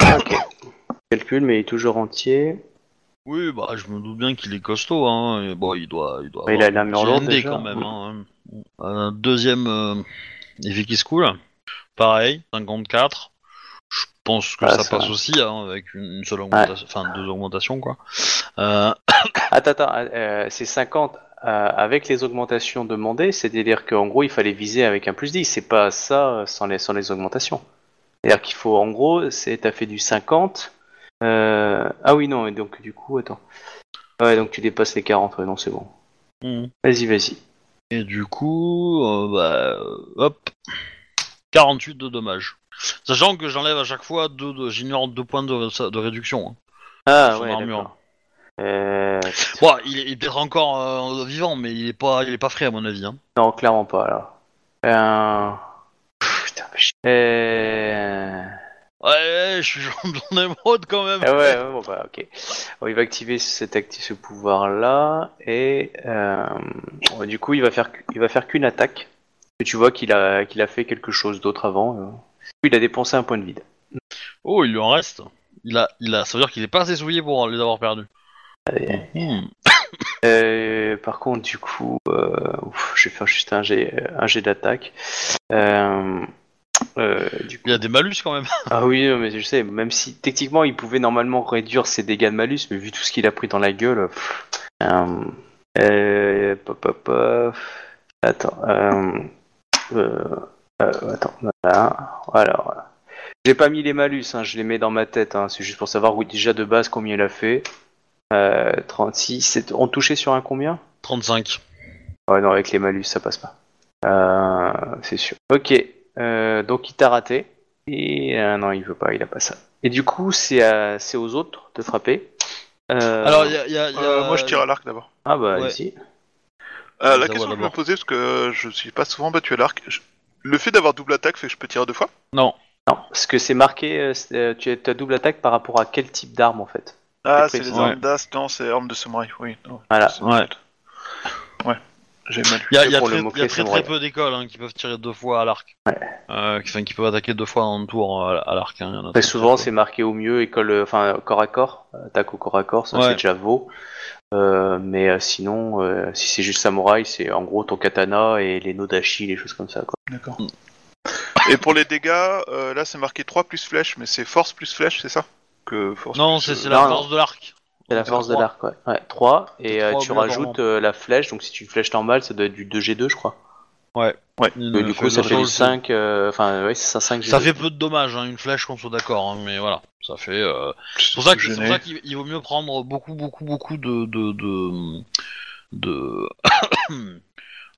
Speaker 1: Ok. Calcul, mais il est toujours entier.
Speaker 4: Oui, bah je me doute bien qu'il est costaud. Hein. et bon, il doit, il doit.
Speaker 1: Ouais, Bah, il a
Speaker 4: avoir un
Speaker 1: l'armure
Speaker 4: petit
Speaker 1: lourde,
Speaker 4: ND
Speaker 1: déjà.
Speaker 4: quand même. Hein. Un deuxième euh, effet qui se coule. Pareil, 54. Je pense que
Speaker 1: Ah,
Speaker 4: ça
Speaker 1: ça
Speaker 4: passe
Speaker 1: va.
Speaker 4: aussi hein, avec une, une seule augmentation, enfin deux augmentations quoi. Euh,
Speaker 1: Attends, attends, euh, c'est 50 euh, avec les augmentations demandées, c'est-à-dire qu'en gros, il fallait viser avec un plus 10, c'est pas ça euh, sans les, sans les augmentations. C'est-à-dire qu'il faut, en gros, c'est t'as fait du 50. euh, Ah oui, non, et donc du coup, attends. Ouais, donc tu dépasses les 40, ouais, non, c'est bon. Vas-y, vas-y.
Speaker 4: hum. Et du coup, euh, bah, euh, hop, 48 de dommages. Sachant que j'enlève à chaque fois deux, deux- j'ignore deux points de, de réduction. hein.
Speaker 1: Ah
Speaker 4: Son
Speaker 1: ouais,
Speaker 4: armure.
Speaker 1: d'accord. Euh,
Speaker 4: Bon, il est, il est peut-être encore euh, vivant, mais il est pas, il est pas frais à mon avis. hein.
Speaker 1: Non, clairement pas, là. Euh... pff, Putain, mais je- Euh...
Speaker 4: Ouais, je suis genre ton émeraude quand même.
Speaker 1: Ah ouais, ouais, bon, bah, ok. Bon, il va activer cet acti- ce pouvoir-là, et euh, bon, du coup, il va faire, qu- il va faire qu'une attaque. Et tu vois qu'il a, qu'il a fait quelque chose d'autre avant. euh. Il a dépensé un point de vide.
Speaker 4: Oh, il lui en reste. Il a, il a, ça veut dire qu'il est pas assez souillé pour les avoir perdus.
Speaker 1: Allez.
Speaker 4: Hmm.
Speaker 1: Euh, par contre, du coup, euh, ouf, je vais faire juste un jet, un jet d'attaque. Euh, Euh, du
Speaker 4: Il y a des malus quand même.
Speaker 1: Ah oui, non, mais je sais, même si techniquement il pouvait normalement réduire ses dégâts de malus, mais vu tout ce qu'il a pris dans la gueule. pff, euh, euh, pop, pop, pop. Attends. euh, euh, euh, attends, voilà. Alors. voilà. J'ai pas mis les malus, hein, je les mets dans ma tête, hein, c'est juste pour savoir où, déjà de base combien il a fait. Euh, 36, c'est- on touchait sur un combien
Speaker 4: 35.
Speaker 1: Ouais, non, avec les malus, ça passe pas. Euh, c'est sûr. Ok, euh, donc il t'a raté. Et euh, non, il veut pas, il a pas ça. Et du coup, c'est à- c'est aux autres de frapper. Euh,
Speaker 4: Alors, il y a. il y a- il y a-
Speaker 3: Euh, moi je tire à l'arc d'abord.
Speaker 1: Ah bah,
Speaker 4: ouais.
Speaker 1: ici.
Speaker 3: Euh, la
Speaker 4: Zawa
Speaker 3: question que je me
Speaker 4: d'abord.
Speaker 3: posais, parce que euh, je suis pas souvent battu à l'arc, je- le fait d'avoir double attaque fait que je peux tirer deux fois
Speaker 1: Non, parce que c'est marqué, euh, c'est- euh, tu as ta double attaque par rapport à quel type d'arme en fait
Speaker 5: Ah,
Speaker 1: T'es
Speaker 5: c'est
Speaker 1: pris,
Speaker 5: les
Speaker 4: ouais.
Speaker 5: armes d'as, non, c'est armes de samouraï, oui. non.
Speaker 1: Voilà.
Speaker 5: C'est-
Speaker 4: Ouais.
Speaker 5: J'ai mal lu.
Speaker 4: Il y a, il y a
Speaker 1: pour le
Speaker 4: très,
Speaker 1: moquer,
Speaker 4: il y a
Speaker 1: c'est
Speaker 4: très,
Speaker 1: vrai.
Speaker 4: très peu d'écoles hein, qui peuvent tirer deux fois à l'arc. Euh, qui, enfin, qui peuvent attaquer deux fois en tour euh, à l'arc. hein, il y en a
Speaker 1: Très
Speaker 4: très,
Speaker 1: souvent,
Speaker 4: très
Speaker 1: c'est marqué au mieux, école, euh, enfin, corps à corps, euh, attaque au corps à corps, ça
Speaker 4: Ouais.
Speaker 1: c'est déjà vaut. Euh, mais euh, sinon, euh, si c'est juste samouraï, c'est en gros ton katana et les nodashi, les choses comme ça. Quoi.
Speaker 5: D'accord.
Speaker 3: Et pour les dégâts, euh, là c'est marqué 3 plus flèche, mais c'est force plus flèche, c'est ça que
Speaker 4: peu.
Speaker 3: force
Speaker 4: Non,
Speaker 3: plus,
Speaker 4: c'est
Speaker 3: euh,
Speaker 4: c'est
Speaker 1: non,
Speaker 4: la
Speaker 1: non.
Speaker 4: force de l'arc.
Speaker 1: C'est la
Speaker 4: Donc,
Speaker 1: force de
Speaker 4: trois.
Speaker 1: l'arc, ouais. ouais 3, et euh,
Speaker 4: Trois
Speaker 1: tu
Speaker 4: bleus,
Speaker 1: rajoutes
Speaker 4: apparemment.
Speaker 1: euh, la flèche, donc si tu flèches normale, ça doit être du 2G2, je crois.
Speaker 3: Euh,
Speaker 4: Une-
Speaker 1: Donc, du coup, ça fait
Speaker 4: le-
Speaker 1: du 5, euh, enfin, ouais, c'est ça, 5G2.
Speaker 4: Ça fait peu de dommages, hein, une flèche, qu'on soit d'accord, hein, mais voilà, ça fait. euh, C'est pour ça que- c'est pour ça qu'il il vaut mieux prendre beaucoup, beaucoup, beaucoup de de de de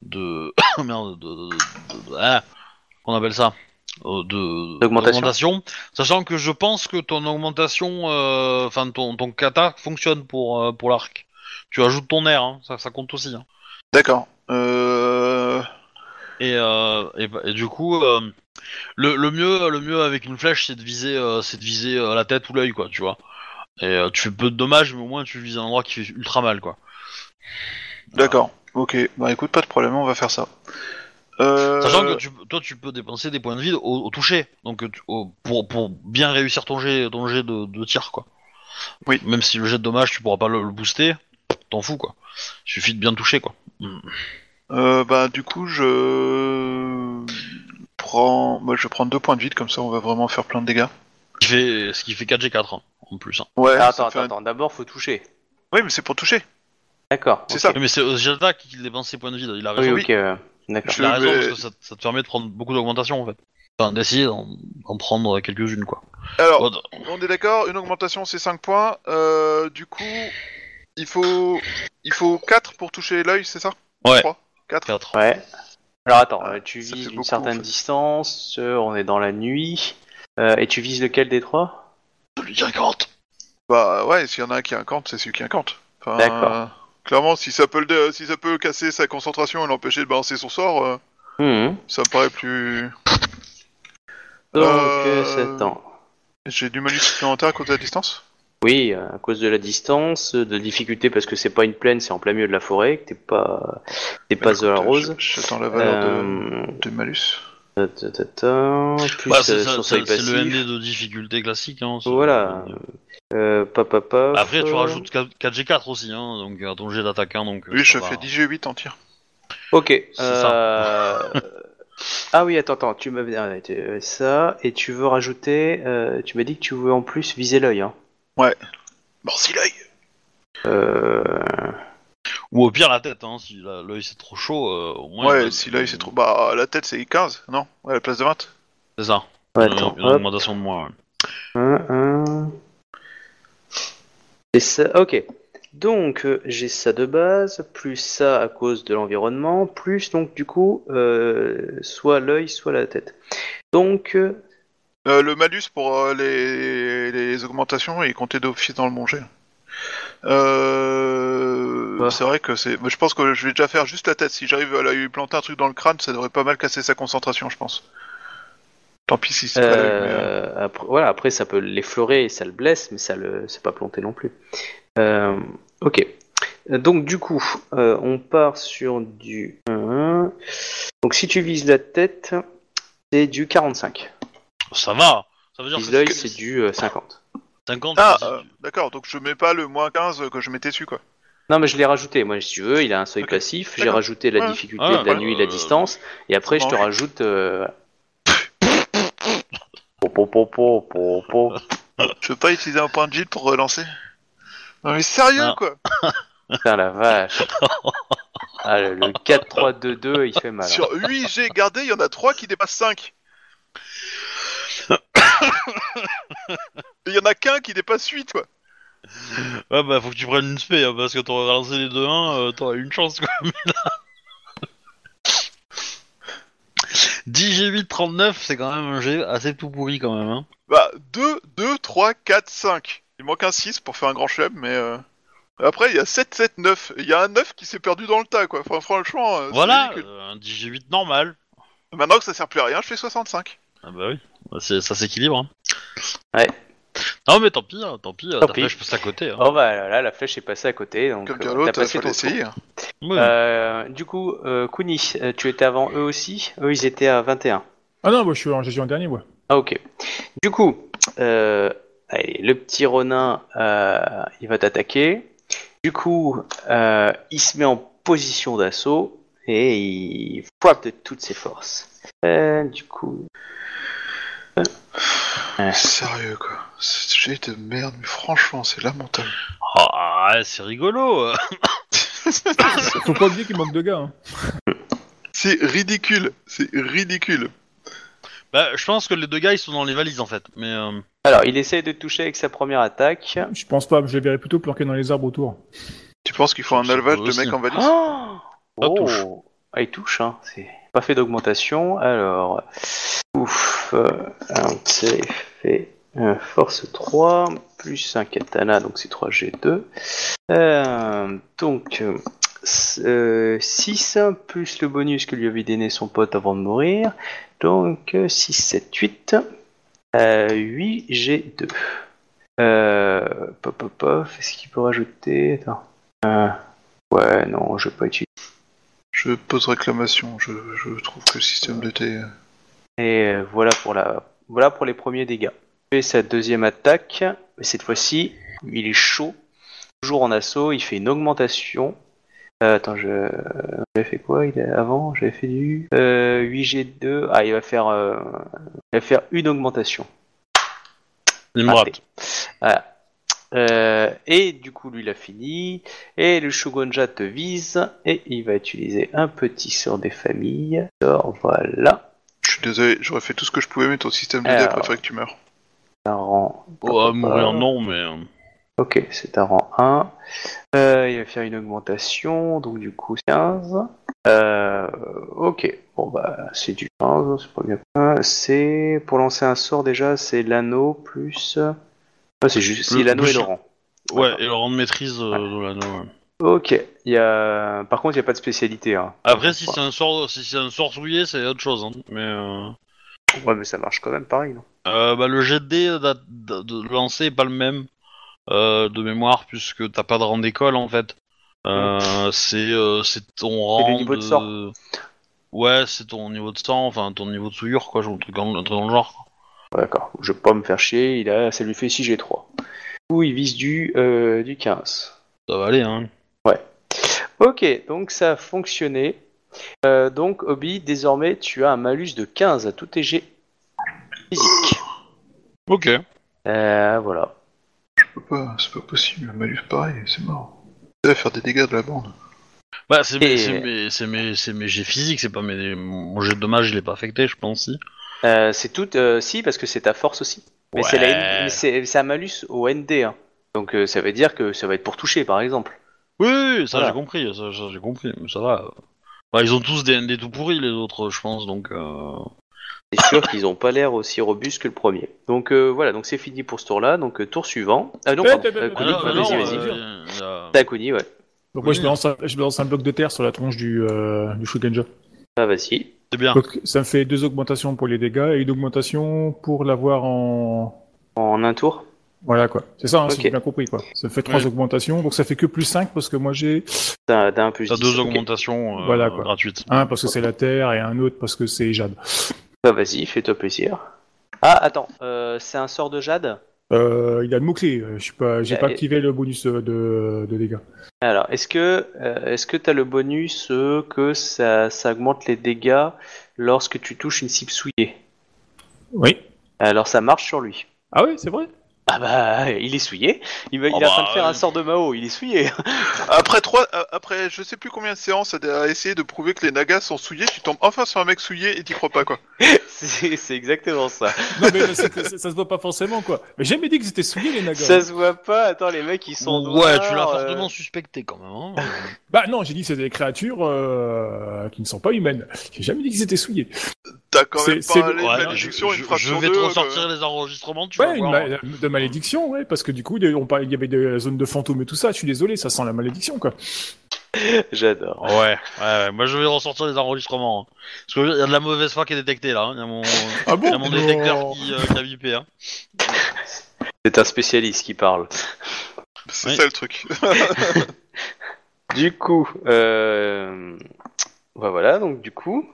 Speaker 4: de merde, de, de, de- de- ah, qu'on appelle ça Euh, de
Speaker 1: D'augmentation.
Speaker 4: d'augmentation. sachant que je pense que ton augmentation, euh, enfin ton ton kata fonctionne pour euh, pour l'arc. Tu ajoutes ton air, hein, ça, ça compte aussi. hein.
Speaker 3: D'accord. Euh...
Speaker 4: Et, euh, et, bah- et du coup, euh, le, le mieux, le mieux avec une flèche, c'est de viser, euh, c'est de viser euh, la tête ou l'œil, quoi, tu vois. Et euh, tu fais peu de dommages, mais au moins tu vises un endroit qui fait ultra mal, quoi.
Speaker 3: D'accord. Ok, bah écoute, pas de problème, on va faire ça. Euh...
Speaker 4: Sachant que tu, toi, tu peux dépenser des points de vide au, au toucher, donc euh, tu- au- pour, pour bien réussir ton jet, ton jet de, de tir, quoi.
Speaker 3: Oui.
Speaker 4: Même si le jet de dommage, tu pourras pas le, le booster, t'en fous, quoi. Il suffit de bien toucher, quoi.
Speaker 3: Euh, bah du coup je prends moi je prends deux points de vide comme ça on va vraiment faire plein de dégâts.
Speaker 4: Ce qui fait, ce qui fait 4G4 hein, en plus. hein.
Speaker 3: Ouais,
Speaker 1: Ah,
Speaker 3: ça
Speaker 1: attends,
Speaker 3: fait
Speaker 1: attends,
Speaker 3: un-
Speaker 1: attends, d'abord, faut toucher.
Speaker 3: Oui, mais c'est pour toucher.
Speaker 1: D'accord.
Speaker 3: C'est
Speaker 1: ok.
Speaker 3: ça.
Speaker 4: Mais c'est au jet d'attaque qu'il dépense ses points de vide, il a raison.
Speaker 1: Oui,
Speaker 3: Ah. Oui.
Speaker 1: ok, euh, d'accord.
Speaker 3: Je-
Speaker 4: T'as raison,
Speaker 3: vais-
Speaker 4: parce que ça, ça te permet de prendre beaucoup d'augmentations en fait. Enfin, d'essayer d'en d'en prendre quelques-unes quoi.
Speaker 3: Alors,
Speaker 4: Bon, d-
Speaker 3: on est d'accord, une augmentation c'est 5 points. Euh, du coup, il faut il faut 4 pour toucher l'œil, c'est ça
Speaker 4: Ouais.
Speaker 3: 3 4
Speaker 4: quatre.
Speaker 1: Ouais. Alors, attends,
Speaker 3: Ah,
Speaker 1: euh, tu
Speaker 3: ça
Speaker 1: vises
Speaker 3: fait
Speaker 1: une
Speaker 3: beaucoup, en
Speaker 1: certaine
Speaker 3: fait.
Speaker 1: distance, euh, on est dans la nuit, euh, et tu vises lequel des trois
Speaker 4: Je lui dirais 40.
Speaker 3: Bah ouais, s'il y en a un qui a un compte, c'est celui qui a un compte. Enfin,
Speaker 1: D'accord.
Speaker 3: euh, clairement, si ça peut le dé- si ça peut casser sa concentration et l'empêcher de balancer son sort, euh,
Speaker 1: Hum, hum.
Speaker 3: ça me paraît plus
Speaker 1: Donc,
Speaker 3: Euh,
Speaker 1: 7 ans.
Speaker 3: j'ai du malus supplémentaire à cause de la distance.
Speaker 1: Oui, euh, à cause de la distance, de difficulté parce que c'est pas une plaine, c'est en plein milieu de la forêt, que t'es pas, t'es pas de la
Speaker 3: Bah, Écoute,
Speaker 1: rose.
Speaker 3: je- J'attends la valeur de,
Speaker 1: Euh,
Speaker 3: de malus.
Speaker 1: ta, ta, ta, ta, Plus
Speaker 4: Bah, c'est
Speaker 1: euh,
Speaker 4: ça,
Speaker 1: son
Speaker 4: c'est
Speaker 1: seuil
Speaker 4: c'est le
Speaker 1: passif.
Speaker 4: MD de difficulté classique. Hein, c'est-
Speaker 1: Voilà. Euh, papa, paf,
Speaker 4: Après, tu
Speaker 1: euh,
Speaker 4: rajoutes 4G4 aussi, hein, donc à ton jet d'attaque. Hein, donc, euh,
Speaker 3: Oui, je
Speaker 4: ça va.
Speaker 3: fais 10 G8 en tir.
Speaker 1: Ok.
Speaker 4: C'est
Speaker 1: euh, ah oui, attends, attends, tu m'avais ah, tu- euh, ça et tu veux rajouter, euh, tu m'as dit que tu veux en plus viser l'œil. Hein.
Speaker 3: Bon, si l'œil
Speaker 1: Euh,
Speaker 4: Ou au pire la tête, hein, si la- l'œil c'est trop chaud. euh, au moins,
Speaker 3: Ouais,
Speaker 4: il-
Speaker 3: si l'œil c'est trop. Bah, la tête c'est 15, non Ouais, à la place de 20.
Speaker 4: C'est ça.
Speaker 1: ouais,
Speaker 4: Une-
Speaker 1: attends.
Speaker 4: une,
Speaker 1: hop.
Speaker 4: augmentation de moins. ouais.
Speaker 1: Un, un. Et ça, ok. Donc euh, j'ai ça de base, plus ça à cause de l'environnement, plus donc du coup euh, soit l'œil, soit la tête. Donc euh,
Speaker 3: Euh, le malus pour euh, les... les augmentations est compté d'office dans le bon jet. Euh...
Speaker 1: Ouais.
Speaker 3: C'est vrai que c'est. mais Je pense que je vais déjà faire juste la tête. Si j'arrive à lui planter un truc dans le crâne, ça devrait pas mal casser sa concentration, je pense. Tant pis si c'est pas l'œil, mais, euh,
Speaker 1: euh, après, voilà, après ça peut l'effleurer et ça le blesse, mais ça le, c'est pas planté non plus. Euh, ok. Euh, Donc du coup, euh, on part sur du 1. Donc si tu vises la tête, c'est du 45.
Speaker 4: Ça va. Ça veut dire
Speaker 1: Vise l'œil,
Speaker 4: que
Speaker 1: c'est du euh, 50.
Speaker 4: 50.
Speaker 3: Ah,
Speaker 4: c'est-
Speaker 3: euh, d'accord, donc je mets pas le moins 15 que je mettais dessus, quoi.
Speaker 1: Non, mais je l'ai rajouté. Moi, si tu veux, il a un seuil
Speaker 3: Ok.
Speaker 1: passif. J'ai
Speaker 3: D'accord.
Speaker 1: rajouté la
Speaker 3: Ouais.
Speaker 1: difficulté
Speaker 4: Ah,
Speaker 1: de la
Speaker 4: ouais.
Speaker 1: nuit et la
Speaker 4: Euh,
Speaker 1: distance. Et après, je te
Speaker 3: mange.
Speaker 1: rajoute. euh, voilà.
Speaker 6: Po, po, po, po, po, po.
Speaker 5: Je peux pas utiliser un point de gil pour relancer Non mais sérieux
Speaker 4: Non.
Speaker 5: quoi
Speaker 6: Putain, la vache.
Speaker 1: Ah, le, le 4-3-2-2, il fait mal. hein.
Speaker 5: Sur 8 G gardés, il y en a 3 qui dépassent 5. Il y en a qu'un qui dépasse 8 quoi.
Speaker 4: Ouais, bah faut que tu prennes une spé, hein, parce que t'aurais relancé les deux 1, euh, t'aurais eu une chance quoi. mais là- 10 G8, 39, c'est quand même un G assez tout pourri quand même. Hein.
Speaker 5: Bah 2, 2, 3, 4, 5. Il manque un 6 pour faire un grand chelem mais... euh, Après il y a 7, 7, 9. Il y a un 9 qui s'est perdu dans le tas quoi. Enfin, franchement... euh, c'est
Speaker 4: Voilà,
Speaker 5: ridicule.
Speaker 4: euh, un 10 G8 normal.
Speaker 5: Maintenant que ça sert plus à rien, je fais 65.
Speaker 4: Ah bah oui, Bah, c'est- ça s'équilibre. Hein.
Speaker 1: Ouais.
Speaker 4: Non mais tant pis, hein, tant pis,
Speaker 1: Tant
Speaker 4: ta
Speaker 1: pis.
Speaker 4: flèche passe à côté. Hein.
Speaker 1: Oh bah là, là, la flèche est passée à côté, donc
Speaker 5: Comme
Speaker 1: euh,
Speaker 5: dire
Speaker 1: t'as
Speaker 5: l'autre,
Speaker 1: passé
Speaker 5: faut
Speaker 1: ton tour.
Speaker 5: l'essayer.
Speaker 4: Oui.
Speaker 1: Euh, du coup, euh, Kuni, euh, tu étais avant eux aussi Eux, ils étaient à 21.
Speaker 2: Ah non, moi je suis en, je suis en dernier, moi.
Speaker 1: Ah ok. Du coup, euh, allez, le petit Ronin, euh, il va t'attaquer. Du coup, euh, il se met en position d'assaut et il frappe de toutes ses forces. Euh, du coup,
Speaker 5: Sérieux quoi. Ce jet de merde, mais franchement, c'est lamentable.
Speaker 4: Ah, c'est rigolo. euh.
Speaker 2: Faut pas oublier qu'il manque de gars. hein.
Speaker 5: C'est ridicule, c'est ridicule.
Speaker 4: Bah, je pense que les deux gars ils sont dans les valises en fait. Mais euh,
Speaker 1: alors il essaie de te toucher avec sa première attaque.
Speaker 2: Je pense pas, je les verrais plutôt planqués dans les arbres autour.
Speaker 5: Tu penses qu'il faut un
Speaker 4: Ça
Speaker 5: alvage
Speaker 4: peut
Speaker 5: de mecs
Speaker 4: aussi.
Speaker 5: en valise
Speaker 1: Oh,
Speaker 4: Ah, touche.
Speaker 1: Ah, il touche, hein. C'est pas fait d'augmentation. Alors, ouf, euh, un safe fait euh, force 3, plus un katana, donc c'est 3G2. Euh, donc, 6 plus le bonus que lui avait donné son pote avant de mourir. Donc, 6, 7, 8. euh, 8G2. Euh, pop, pop, pop. Est-ce qu'il peut rajouter Attends. Euh, ouais, non, je vais pas utiliser.
Speaker 5: Je pose réclamation, je, je trouve que le système de thé...
Speaker 1: Et euh, voilà pour la voilà pour les premiers dégâts. Fait sa deuxième attaque, mais cette fois-ci, il est chaud. Toujours en assaut, il fait une augmentation. Euh, attends, je euh, j'avais fait quoi il a- avant J'avais fait du euh, 8G2. Ah, il va faire euh, il va faire une augmentation.
Speaker 4: les
Speaker 1: Raté.
Speaker 4: morates.
Speaker 1: Voilà. Euh, et du coup, lui, il a fini. Et le Shogunja te vise. Et il va utiliser un petit sort des familles. Sort, voilà.
Speaker 5: Je suis désolé, j'aurais fait tout ce que je pouvais, mais ton système de dé
Speaker 1: Alors.
Speaker 5: préfère que tu meurs.
Speaker 1: Ça rend-
Speaker 4: Oh, à mourir non mais. euh,
Speaker 1: Ok, c'est un rang 1. Euh, il va faire une augmentation, donc du coup 15. Euh, ok, bon bah c'est du 15, c'est pas bien. Euh, C'est pour lancer un sort déjà, c'est l'anneau plus. Ah, c'est juste
Speaker 4: Le-
Speaker 1: c'est l'anneau
Speaker 4: le
Speaker 1: et le
Speaker 4: chi-
Speaker 1: rang.
Speaker 4: Ouais,
Speaker 1: D'accord.
Speaker 4: et le rang de maîtrise euh, de l'anneau. ouais.
Speaker 1: Ok, il y a... par contre il n'y a pas de spécialité. Hein.
Speaker 4: Après, si c'est un sort, si c'est un sort souillé, c'est autre chose. Hein. Mais euh,
Speaker 1: Ouais, mais ça marche quand même pareil, non
Speaker 4: euh, bah, le jet de dés d'a- d'a- de lancer est pas le même euh, de mémoire puisque t'as pas de rang d'école en fait. Euh, c'est euh, c'est ton
Speaker 1: C'est le
Speaker 4: rang.
Speaker 1: niveau de sort.
Speaker 4: Ouais, c'est ton niveau de sang, enfin ton niveau de souillure quoi, genre, un truc dans, un truc dans le genre.
Speaker 1: Ouais, D'accord, je vais pas me faire chier, il a... ça lui fait 6G3. Ou il vise du, euh, du 15.
Speaker 4: Ça va aller hein.
Speaker 1: Ok, donc ça a fonctionné. Euh, donc, Obi, désormais, tu as un malus de 15 à tout tes jets physiques.
Speaker 4: Ok.
Speaker 1: Euh, voilà.
Speaker 5: Je peux pas, c'est pas possible, un malus pareil, c'est mort. Ça va faire des dégâts de la bande.
Speaker 4: Bah c'est mes,
Speaker 1: Et-
Speaker 4: c'est mes, c'est mes, c'est mes jets physiques, c'est pas mes, mon jet de dommage il est pas affecté je pense si.
Speaker 1: Euh, c'est tout, euh, si, parce que c'est ta force aussi. Mais c'est la N-
Speaker 4: Ouais.
Speaker 1: mais c'est c'est un malus au ND. hein. Donc, euh, ça veut dire que ça va être pour toucher, par exemple.
Speaker 4: Oui, oui, oui, ça
Speaker 1: Voilà.
Speaker 4: j'ai compris, ça, ça, j'ai compris, mais ça va. Bah, ils ont tous des ND tout pourris les autres, je pense, donc. Euh...
Speaker 1: C'est sûr qu'ils n'ont pas l'air aussi robustes que le premier. Donc, euh, voilà, donc c'est fini pour ce tour-là. Donc, euh, tour suivant. Ah non,
Speaker 2: Eh,
Speaker 1: pardon,
Speaker 2: t'as-
Speaker 1: euh, Kuni,
Speaker 4: bah,
Speaker 2: Ah non,
Speaker 1: vas-y,
Speaker 2: non,
Speaker 1: vas-y.
Speaker 2: euh,
Speaker 4: y a-
Speaker 1: T'as Kuni, ouais.
Speaker 2: Donc moi je
Speaker 4: Oui.
Speaker 2: balance, un, je balance un bloc de terre sur la tronche du, euh, du Shugenja.
Speaker 1: Ah, vas-y.
Speaker 4: C'est bien.
Speaker 2: Donc ça me fait deux augmentations pour les dégâts et une augmentation pour l'avoir en...
Speaker 1: En un tour.
Speaker 2: Voilà quoi. C'est ça, hein, si
Speaker 1: Ok.
Speaker 2: j'ai bien compris quoi. Ça me fait trois
Speaker 4: Oui.
Speaker 2: augmentations, donc ça fait que plus 5 parce que moi j'ai
Speaker 1: T'as t'as un plus
Speaker 4: T'as
Speaker 1: 10,
Speaker 4: deux
Speaker 1: ok.
Speaker 4: augmentations euh,
Speaker 2: Voilà, quoi.
Speaker 4: gratuites.
Speaker 2: un parce que c'est la terre et un autre parce que c'est Jade.
Speaker 1: Bah, vas-y, fais-toi plaisir. Ah, attends, euh, c'est un sort de jade
Speaker 2: Euh, il a le mot-clé, euh, je suis pas, j'ai
Speaker 1: Euh,
Speaker 2: pas
Speaker 1: et-
Speaker 2: activé le bonus euh, de, de dégâts.
Speaker 1: Alors, est-ce que euh, est-ce que t'as le bonus euh, que ça, ça augmente les dégâts lorsque tu touches une cible souillée
Speaker 2: Oui.
Speaker 1: Alors ça marche sur lui.
Speaker 7: Ah oui, c'est vrai
Speaker 1: Ah bah, il est souillé. Il, va,
Speaker 4: Oh
Speaker 1: il est en train
Speaker 4: bah,
Speaker 1: de faire
Speaker 4: ouais.
Speaker 1: un sort de Mao, il est souillé.
Speaker 5: Après trois, euh, après je sais plus combien de séances à, à essayer de prouver que les nagas sont souillés, tu tombes enfin sur un mec souillé et t'y crois pas quoi.
Speaker 1: c'est c'est exactement ça.
Speaker 2: Non, mais là, c'est que ça, ça se voit pas forcément, quoi. Mais j'ai jamais dit qu'ils étaient souillés, les nagas.
Speaker 1: Ça se voit pas. Attends, les mecs, ils sont.
Speaker 4: ouais,
Speaker 1: noirs,
Speaker 4: tu l'as
Speaker 1: euh,
Speaker 4: fortement suspecté quand même. Hein.
Speaker 2: Bah non, j'ai dit que c'était des créatures euh, qui ne sont pas humaines. J'ai jamais dit qu'ils étaient souillés.
Speaker 5: T'as quand même
Speaker 2: C'est- c'est-
Speaker 5: parlé
Speaker 4: Ouais,
Speaker 5: de
Speaker 4: je,
Speaker 5: malédiction
Speaker 4: je-
Speaker 5: une frappe
Speaker 4: je
Speaker 5: sur
Speaker 4: vais te
Speaker 3: euh,
Speaker 5: deux, euh,
Speaker 4: ressortir les enregistrements, tu vas
Speaker 2: Ouais, une
Speaker 4: voir. hein.
Speaker 2: ma- de malédiction, ouais, parce que du coup, on parlait- il y avait de la zone de fantômes et tout ça. Je suis désolé, ça sent la malédiction, quoi.
Speaker 1: J'adore.
Speaker 4: Ouais, ouais, ouais, moi je vais ressortir les enregistrements. hein. Parce qu'il y a de la mauvaise foi qui est détectée là. hein. Il y a mon,
Speaker 2: Ah
Speaker 4: y
Speaker 2: bon
Speaker 4: a mon détecteur qui, euh, qui a bipé. Hein.
Speaker 1: C'est un spécialiste qui parle.
Speaker 5: euh, C'est
Speaker 4: Oui.
Speaker 5: ça le truc.
Speaker 1: Du coup, euh... bah voilà. Donc du coup,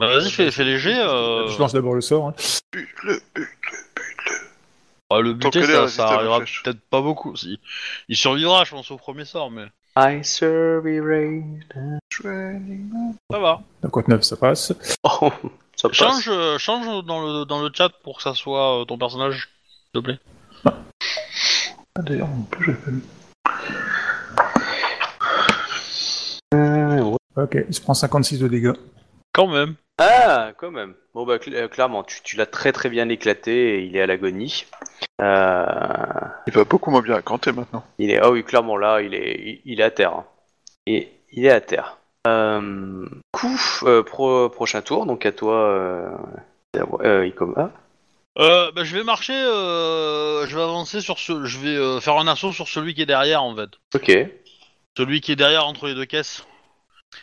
Speaker 4: Bah, Vas-y, fais, fais léger. euh,
Speaker 2: Je lance d'abord le sort. hein.
Speaker 4: bah, le
Speaker 5: Tant
Speaker 4: buté,
Speaker 5: qu'elle est
Speaker 4: ça,
Speaker 5: résistée à
Speaker 4: ça
Speaker 5: la
Speaker 4: arrivera
Speaker 5: flèche.
Speaker 4: peut-être pas beaucoup. Si. Il survivra, je pense, au premier sort, mais
Speaker 1: I survey raid.
Speaker 4: ça va.
Speaker 2: Donc, 49, ça passe.
Speaker 1: Oh, ça passe.
Speaker 4: Change, euh, change dans le, dans le chat pour que ça soit euh, ton personnage, s'il te plaît.
Speaker 5: Ah,
Speaker 2: Ok, il se prend 56 de dégâts.
Speaker 4: Quand même.
Speaker 1: Ah, quand même. Bon, bah, cl- euh, clairement, tu, tu l'as très très bien éclaté et il est à l'agonie. Euh,
Speaker 5: Il va beaucoup moins bien à Kanté maintenant.
Speaker 1: il est, ah oui, clairement, là, il est, il, il est à terre. hein. Et il est à terre. Euh, coup, euh, pro- prochain tour, donc à toi, euh, euh, Ikoma.
Speaker 4: Euh, bah, je vais marcher, euh, je vais avancer sur ce, je vais euh, faire un assaut sur celui qui est derrière en fait,
Speaker 1: Ok,
Speaker 4: celui qui est derrière entre les deux caisses.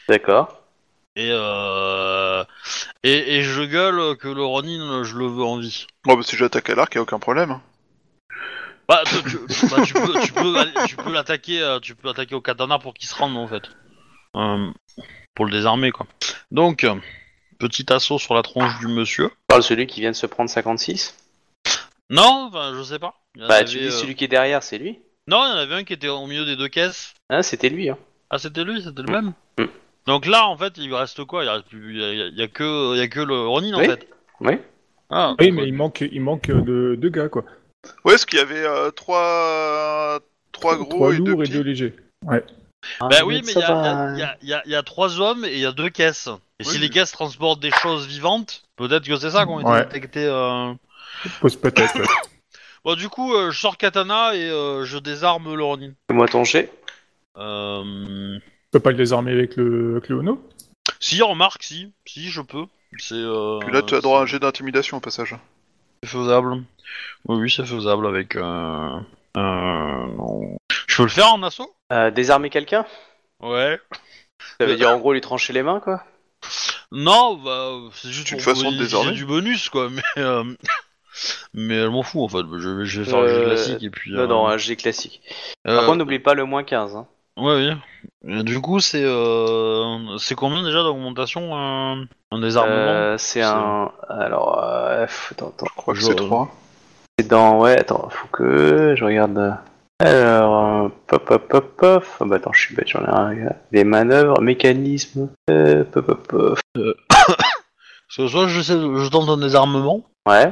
Speaker 1: d'accord.
Speaker 4: Et euh, et, et je gueule que le Ronin, je le veux en vie.
Speaker 5: Bon bah si j'attaque à l'arc, y a aucun
Speaker 3: hein.
Speaker 5: problème.
Speaker 4: Bah, tu, tu- bah, tu peux, tu peux, aller- tu peux l'attaquer, euh, tu peux l'attaquer au katana pour qu'il se rende en fait, Euh, pour le désarmer quoi. Donc euh, petit assaut sur la tronche du monsieur.
Speaker 1: Tu parles de celui qui vient de se prendre 56
Speaker 4: Non, enfin, je sais pas. Il y en
Speaker 1: Bah,
Speaker 4: avait,
Speaker 1: tu dis
Speaker 4: euh,
Speaker 1: celui qui est derrière, c'est lui
Speaker 4: Non, il y en avait un qui était au milieu des deux caisses.
Speaker 1: Ah, c'était lui, hein.
Speaker 4: Ah, c'était lui, c'était le même.
Speaker 1: Mm.
Speaker 4: Donc là, en fait, il reste quoi Il reste plus- il y a, il y a que, il y a que le Ronin en
Speaker 1: Oui.
Speaker 4: fait.
Speaker 1: Oui.
Speaker 4: Ah,
Speaker 2: Oui,
Speaker 4: donc,
Speaker 2: mais
Speaker 4: euh,
Speaker 2: il manque, il manque de deux gars, quoi.
Speaker 5: Ouais, est-ce qu'il y avait euh, trois, trois gros
Speaker 2: Trois
Speaker 5: et deux
Speaker 2: lourds et
Speaker 5: petits
Speaker 2: deux légers.
Speaker 4: Bah oui, mais il y,
Speaker 1: Hein, Ah, ça
Speaker 4: a-
Speaker 1: va. hein.
Speaker 4: il y a- il y a- il y a trois hommes et il y a deux caisses. Et si
Speaker 5: Oui.
Speaker 4: les caisses transportent des choses vivantes, peut-être que c'est ça qu'on a
Speaker 2: Ouais.
Speaker 4: été détecté. euh.
Speaker 2: Pose peut-être. ouais.
Speaker 4: Bon, du coup, euh, je sors katana et euh, je désarme le Ronin.
Speaker 1: Fais-moi ton jet.
Speaker 4: Euh...
Speaker 2: Tu peux pas le désarmer avec le, avec le Ono
Speaker 4: Si, remarque, si, si, je peux. C'est. euh,
Speaker 5: Puis là, tu as droit à un jet d'intimidation au passage.
Speaker 4: C'est faisable. Oui, oui, c'est faisable avec. Euh... euh, non. Je peux le faire en assaut
Speaker 1: Euh, désarmer quelqu'un
Speaker 4: Ouais.
Speaker 1: Ça
Speaker 4: Euh,
Speaker 1: veut dire en gros lui trancher les mains, quoi
Speaker 4: Non, bah, c'est juste
Speaker 5: C'est une
Speaker 4: pour
Speaker 5: façon de
Speaker 4: bénéficier
Speaker 5: désarmer.
Speaker 4: du bonus, quoi. Mais, euh, mais elle m'en fout en fait. Je vais, je vais faire le jeu
Speaker 1: Euh,
Speaker 4: classique et puis.
Speaker 1: Non,
Speaker 4: euh,
Speaker 1: non, un jet classique. Par
Speaker 4: euh,
Speaker 1: contre, n'oublie pas le moins 15. Hein.
Speaker 4: Ouais, oui. Et du coup, c'est euh... c'est combien déjà d'augmentation euh, en désarmement
Speaker 1: Euh, c'est
Speaker 4: c'est-
Speaker 1: un. Alors, euh, faut- attends, attends.
Speaker 5: Je crois que
Speaker 4: Je-
Speaker 5: c'est trois.
Speaker 1: C'est dans. Ouais, attends, faut que je regarde. Alors, euh, pop, pop, pop, pop. Ah bah attends, je suis bête, j'en ai un. regarde. Des manœuvres, mécanismes. Euh, pop, pop, pop.
Speaker 4: Parce que soit je, sais- je tente un désarmement,
Speaker 1: Ouais.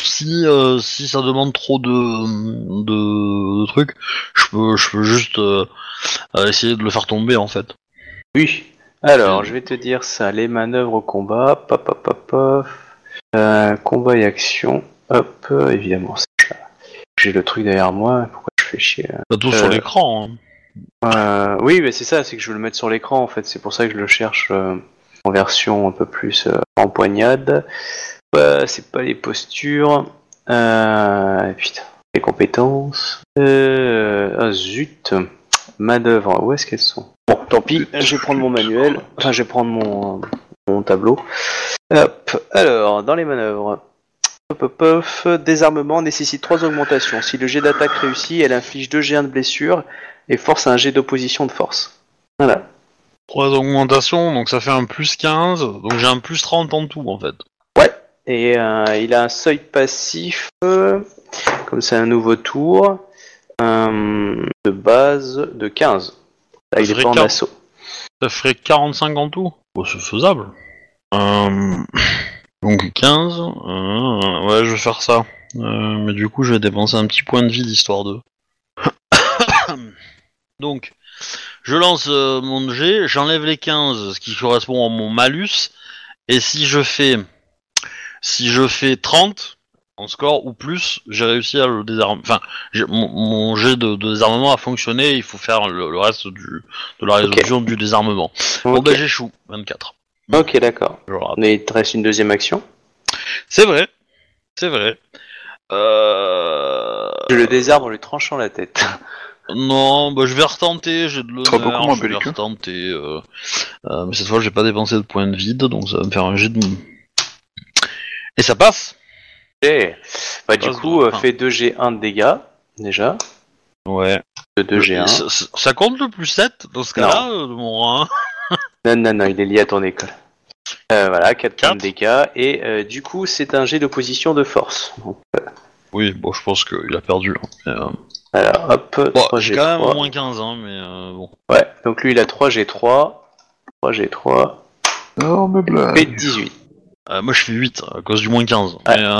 Speaker 4: si, euh, si ça demande trop de, de, de trucs, je peux, je peux juste euh, euh, essayer de le faire tomber en fait.
Speaker 1: Oui. Alors, je vais te dire ça. Les manœuvres au combat. Pop, pop, pop, pop. Euh, combat et action. Hop, euh, évidemment. c'est ça. J'ai le truc derrière moi. Pourquoi je fais chier hein
Speaker 4: Pas tout
Speaker 1: Euh.
Speaker 4: sur l'écran. hein.
Speaker 1: Euh, Oui, mais c'est ça, c'est que je veux le mettre sur l'écran en fait. C'est pour ça que je le cherche euh, en version un peu plus euh, en poignade. Bah, c'est pas les postures. Euh, putain, les compétences. Euh, ah, zut. Manœuvre, où est-ce qu'elles sont Bon, tant pis, Euh, je vais prendre mon manuel. Enfin, je vais prendre mon, euh, mon tableau. Hop, alors, dans les manœuvres. Hop, hop, hop. Désarmement nécessite trois augmentations. Si le jet d'attaque réussit, elle inflige deux G1 de blessure et force un jet d'opposition de force. Voilà.
Speaker 4: Trois augmentations, donc ça fait un plus 15, donc j'ai un plus 30 en tout en fait.
Speaker 1: Et euh, il a un seuil passif, euh, comme c'est un nouveau tour, euh, de base de 15. Là, il
Speaker 4: Ça
Speaker 1: est
Speaker 4: ferait
Speaker 1: pas en
Speaker 4: 40.
Speaker 1: assaut.
Speaker 4: Ça ferait 45 en tout. Bon, c'est faisable. Euh... Donc 15. euh, ouais, je vais faire ça. Euh, mais du coup, je vais dépenser un petit point de vie d'histoire 2. Donc, je lance euh, mon G, j'enlève les 15, ce qui correspond à mon malus. Et si je fais, si je fais 30 en score ou plus, j'ai réussi à le désarmer. Enfin, j'ai- mon, mon jet de, de désarmement a fonctionné. Il faut faire le, le reste du, de la résolution du désarmement. Bon,
Speaker 1: Ok.
Speaker 4: bah, j'échoue. 24.
Speaker 1: Ok, d'accord.
Speaker 4: Je le rappelle.
Speaker 1: Mais il te reste une deuxième action.
Speaker 4: C'est vrai, c'est vrai. Euh...
Speaker 1: Je le désarme en lui tranchant la tête.
Speaker 4: Non, bah, je vais retenter, j'ai de
Speaker 3: sera beaucoup moins
Speaker 4: l'honneur, je vais
Speaker 3: belliqueux.
Speaker 4: retenter. euh, euh, mais cette fois, j'ai pas dépensé de points de vide, donc ça va me faire un jet de... Et ça passe
Speaker 1: Ok. Bah, du
Speaker 4: Passe
Speaker 1: coup,
Speaker 4: de-
Speaker 1: euh, fais 2G1 de dégâts, déjà.
Speaker 4: Ouais.
Speaker 1: De 2G1.
Speaker 4: Ça, ça- ça compte le plus 7 dans ce cas-là, euh, de mon rang
Speaker 1: Non, non, non, il est lié à ton école. Euh, voilà, 4 points de
Speaker 4: Quatre.
Speaker 1: dégâts. Et euh, du coup, c'est un jet d'opposition de force. Donc,
Speaker 4: Oui, bon, je pense qu'il a perdu. hein, mais, euh,
Speaker 1: Voilà, hop,
Speaker 4: Bon, j'ai
Speaker 1: 3G3.
Speaker 4: quand même au moins 15, hein, mais euh, bon.
Speaker 1: Ouais, donc lui, il a 3G3. 3G3.
Speaker 2: euh,
Speaker 3: Non, mais blague.
Speaker 1: Fait 18.
Speaker 4: Euh, moi, je fais 8, à cause du moins 15. mais, euh,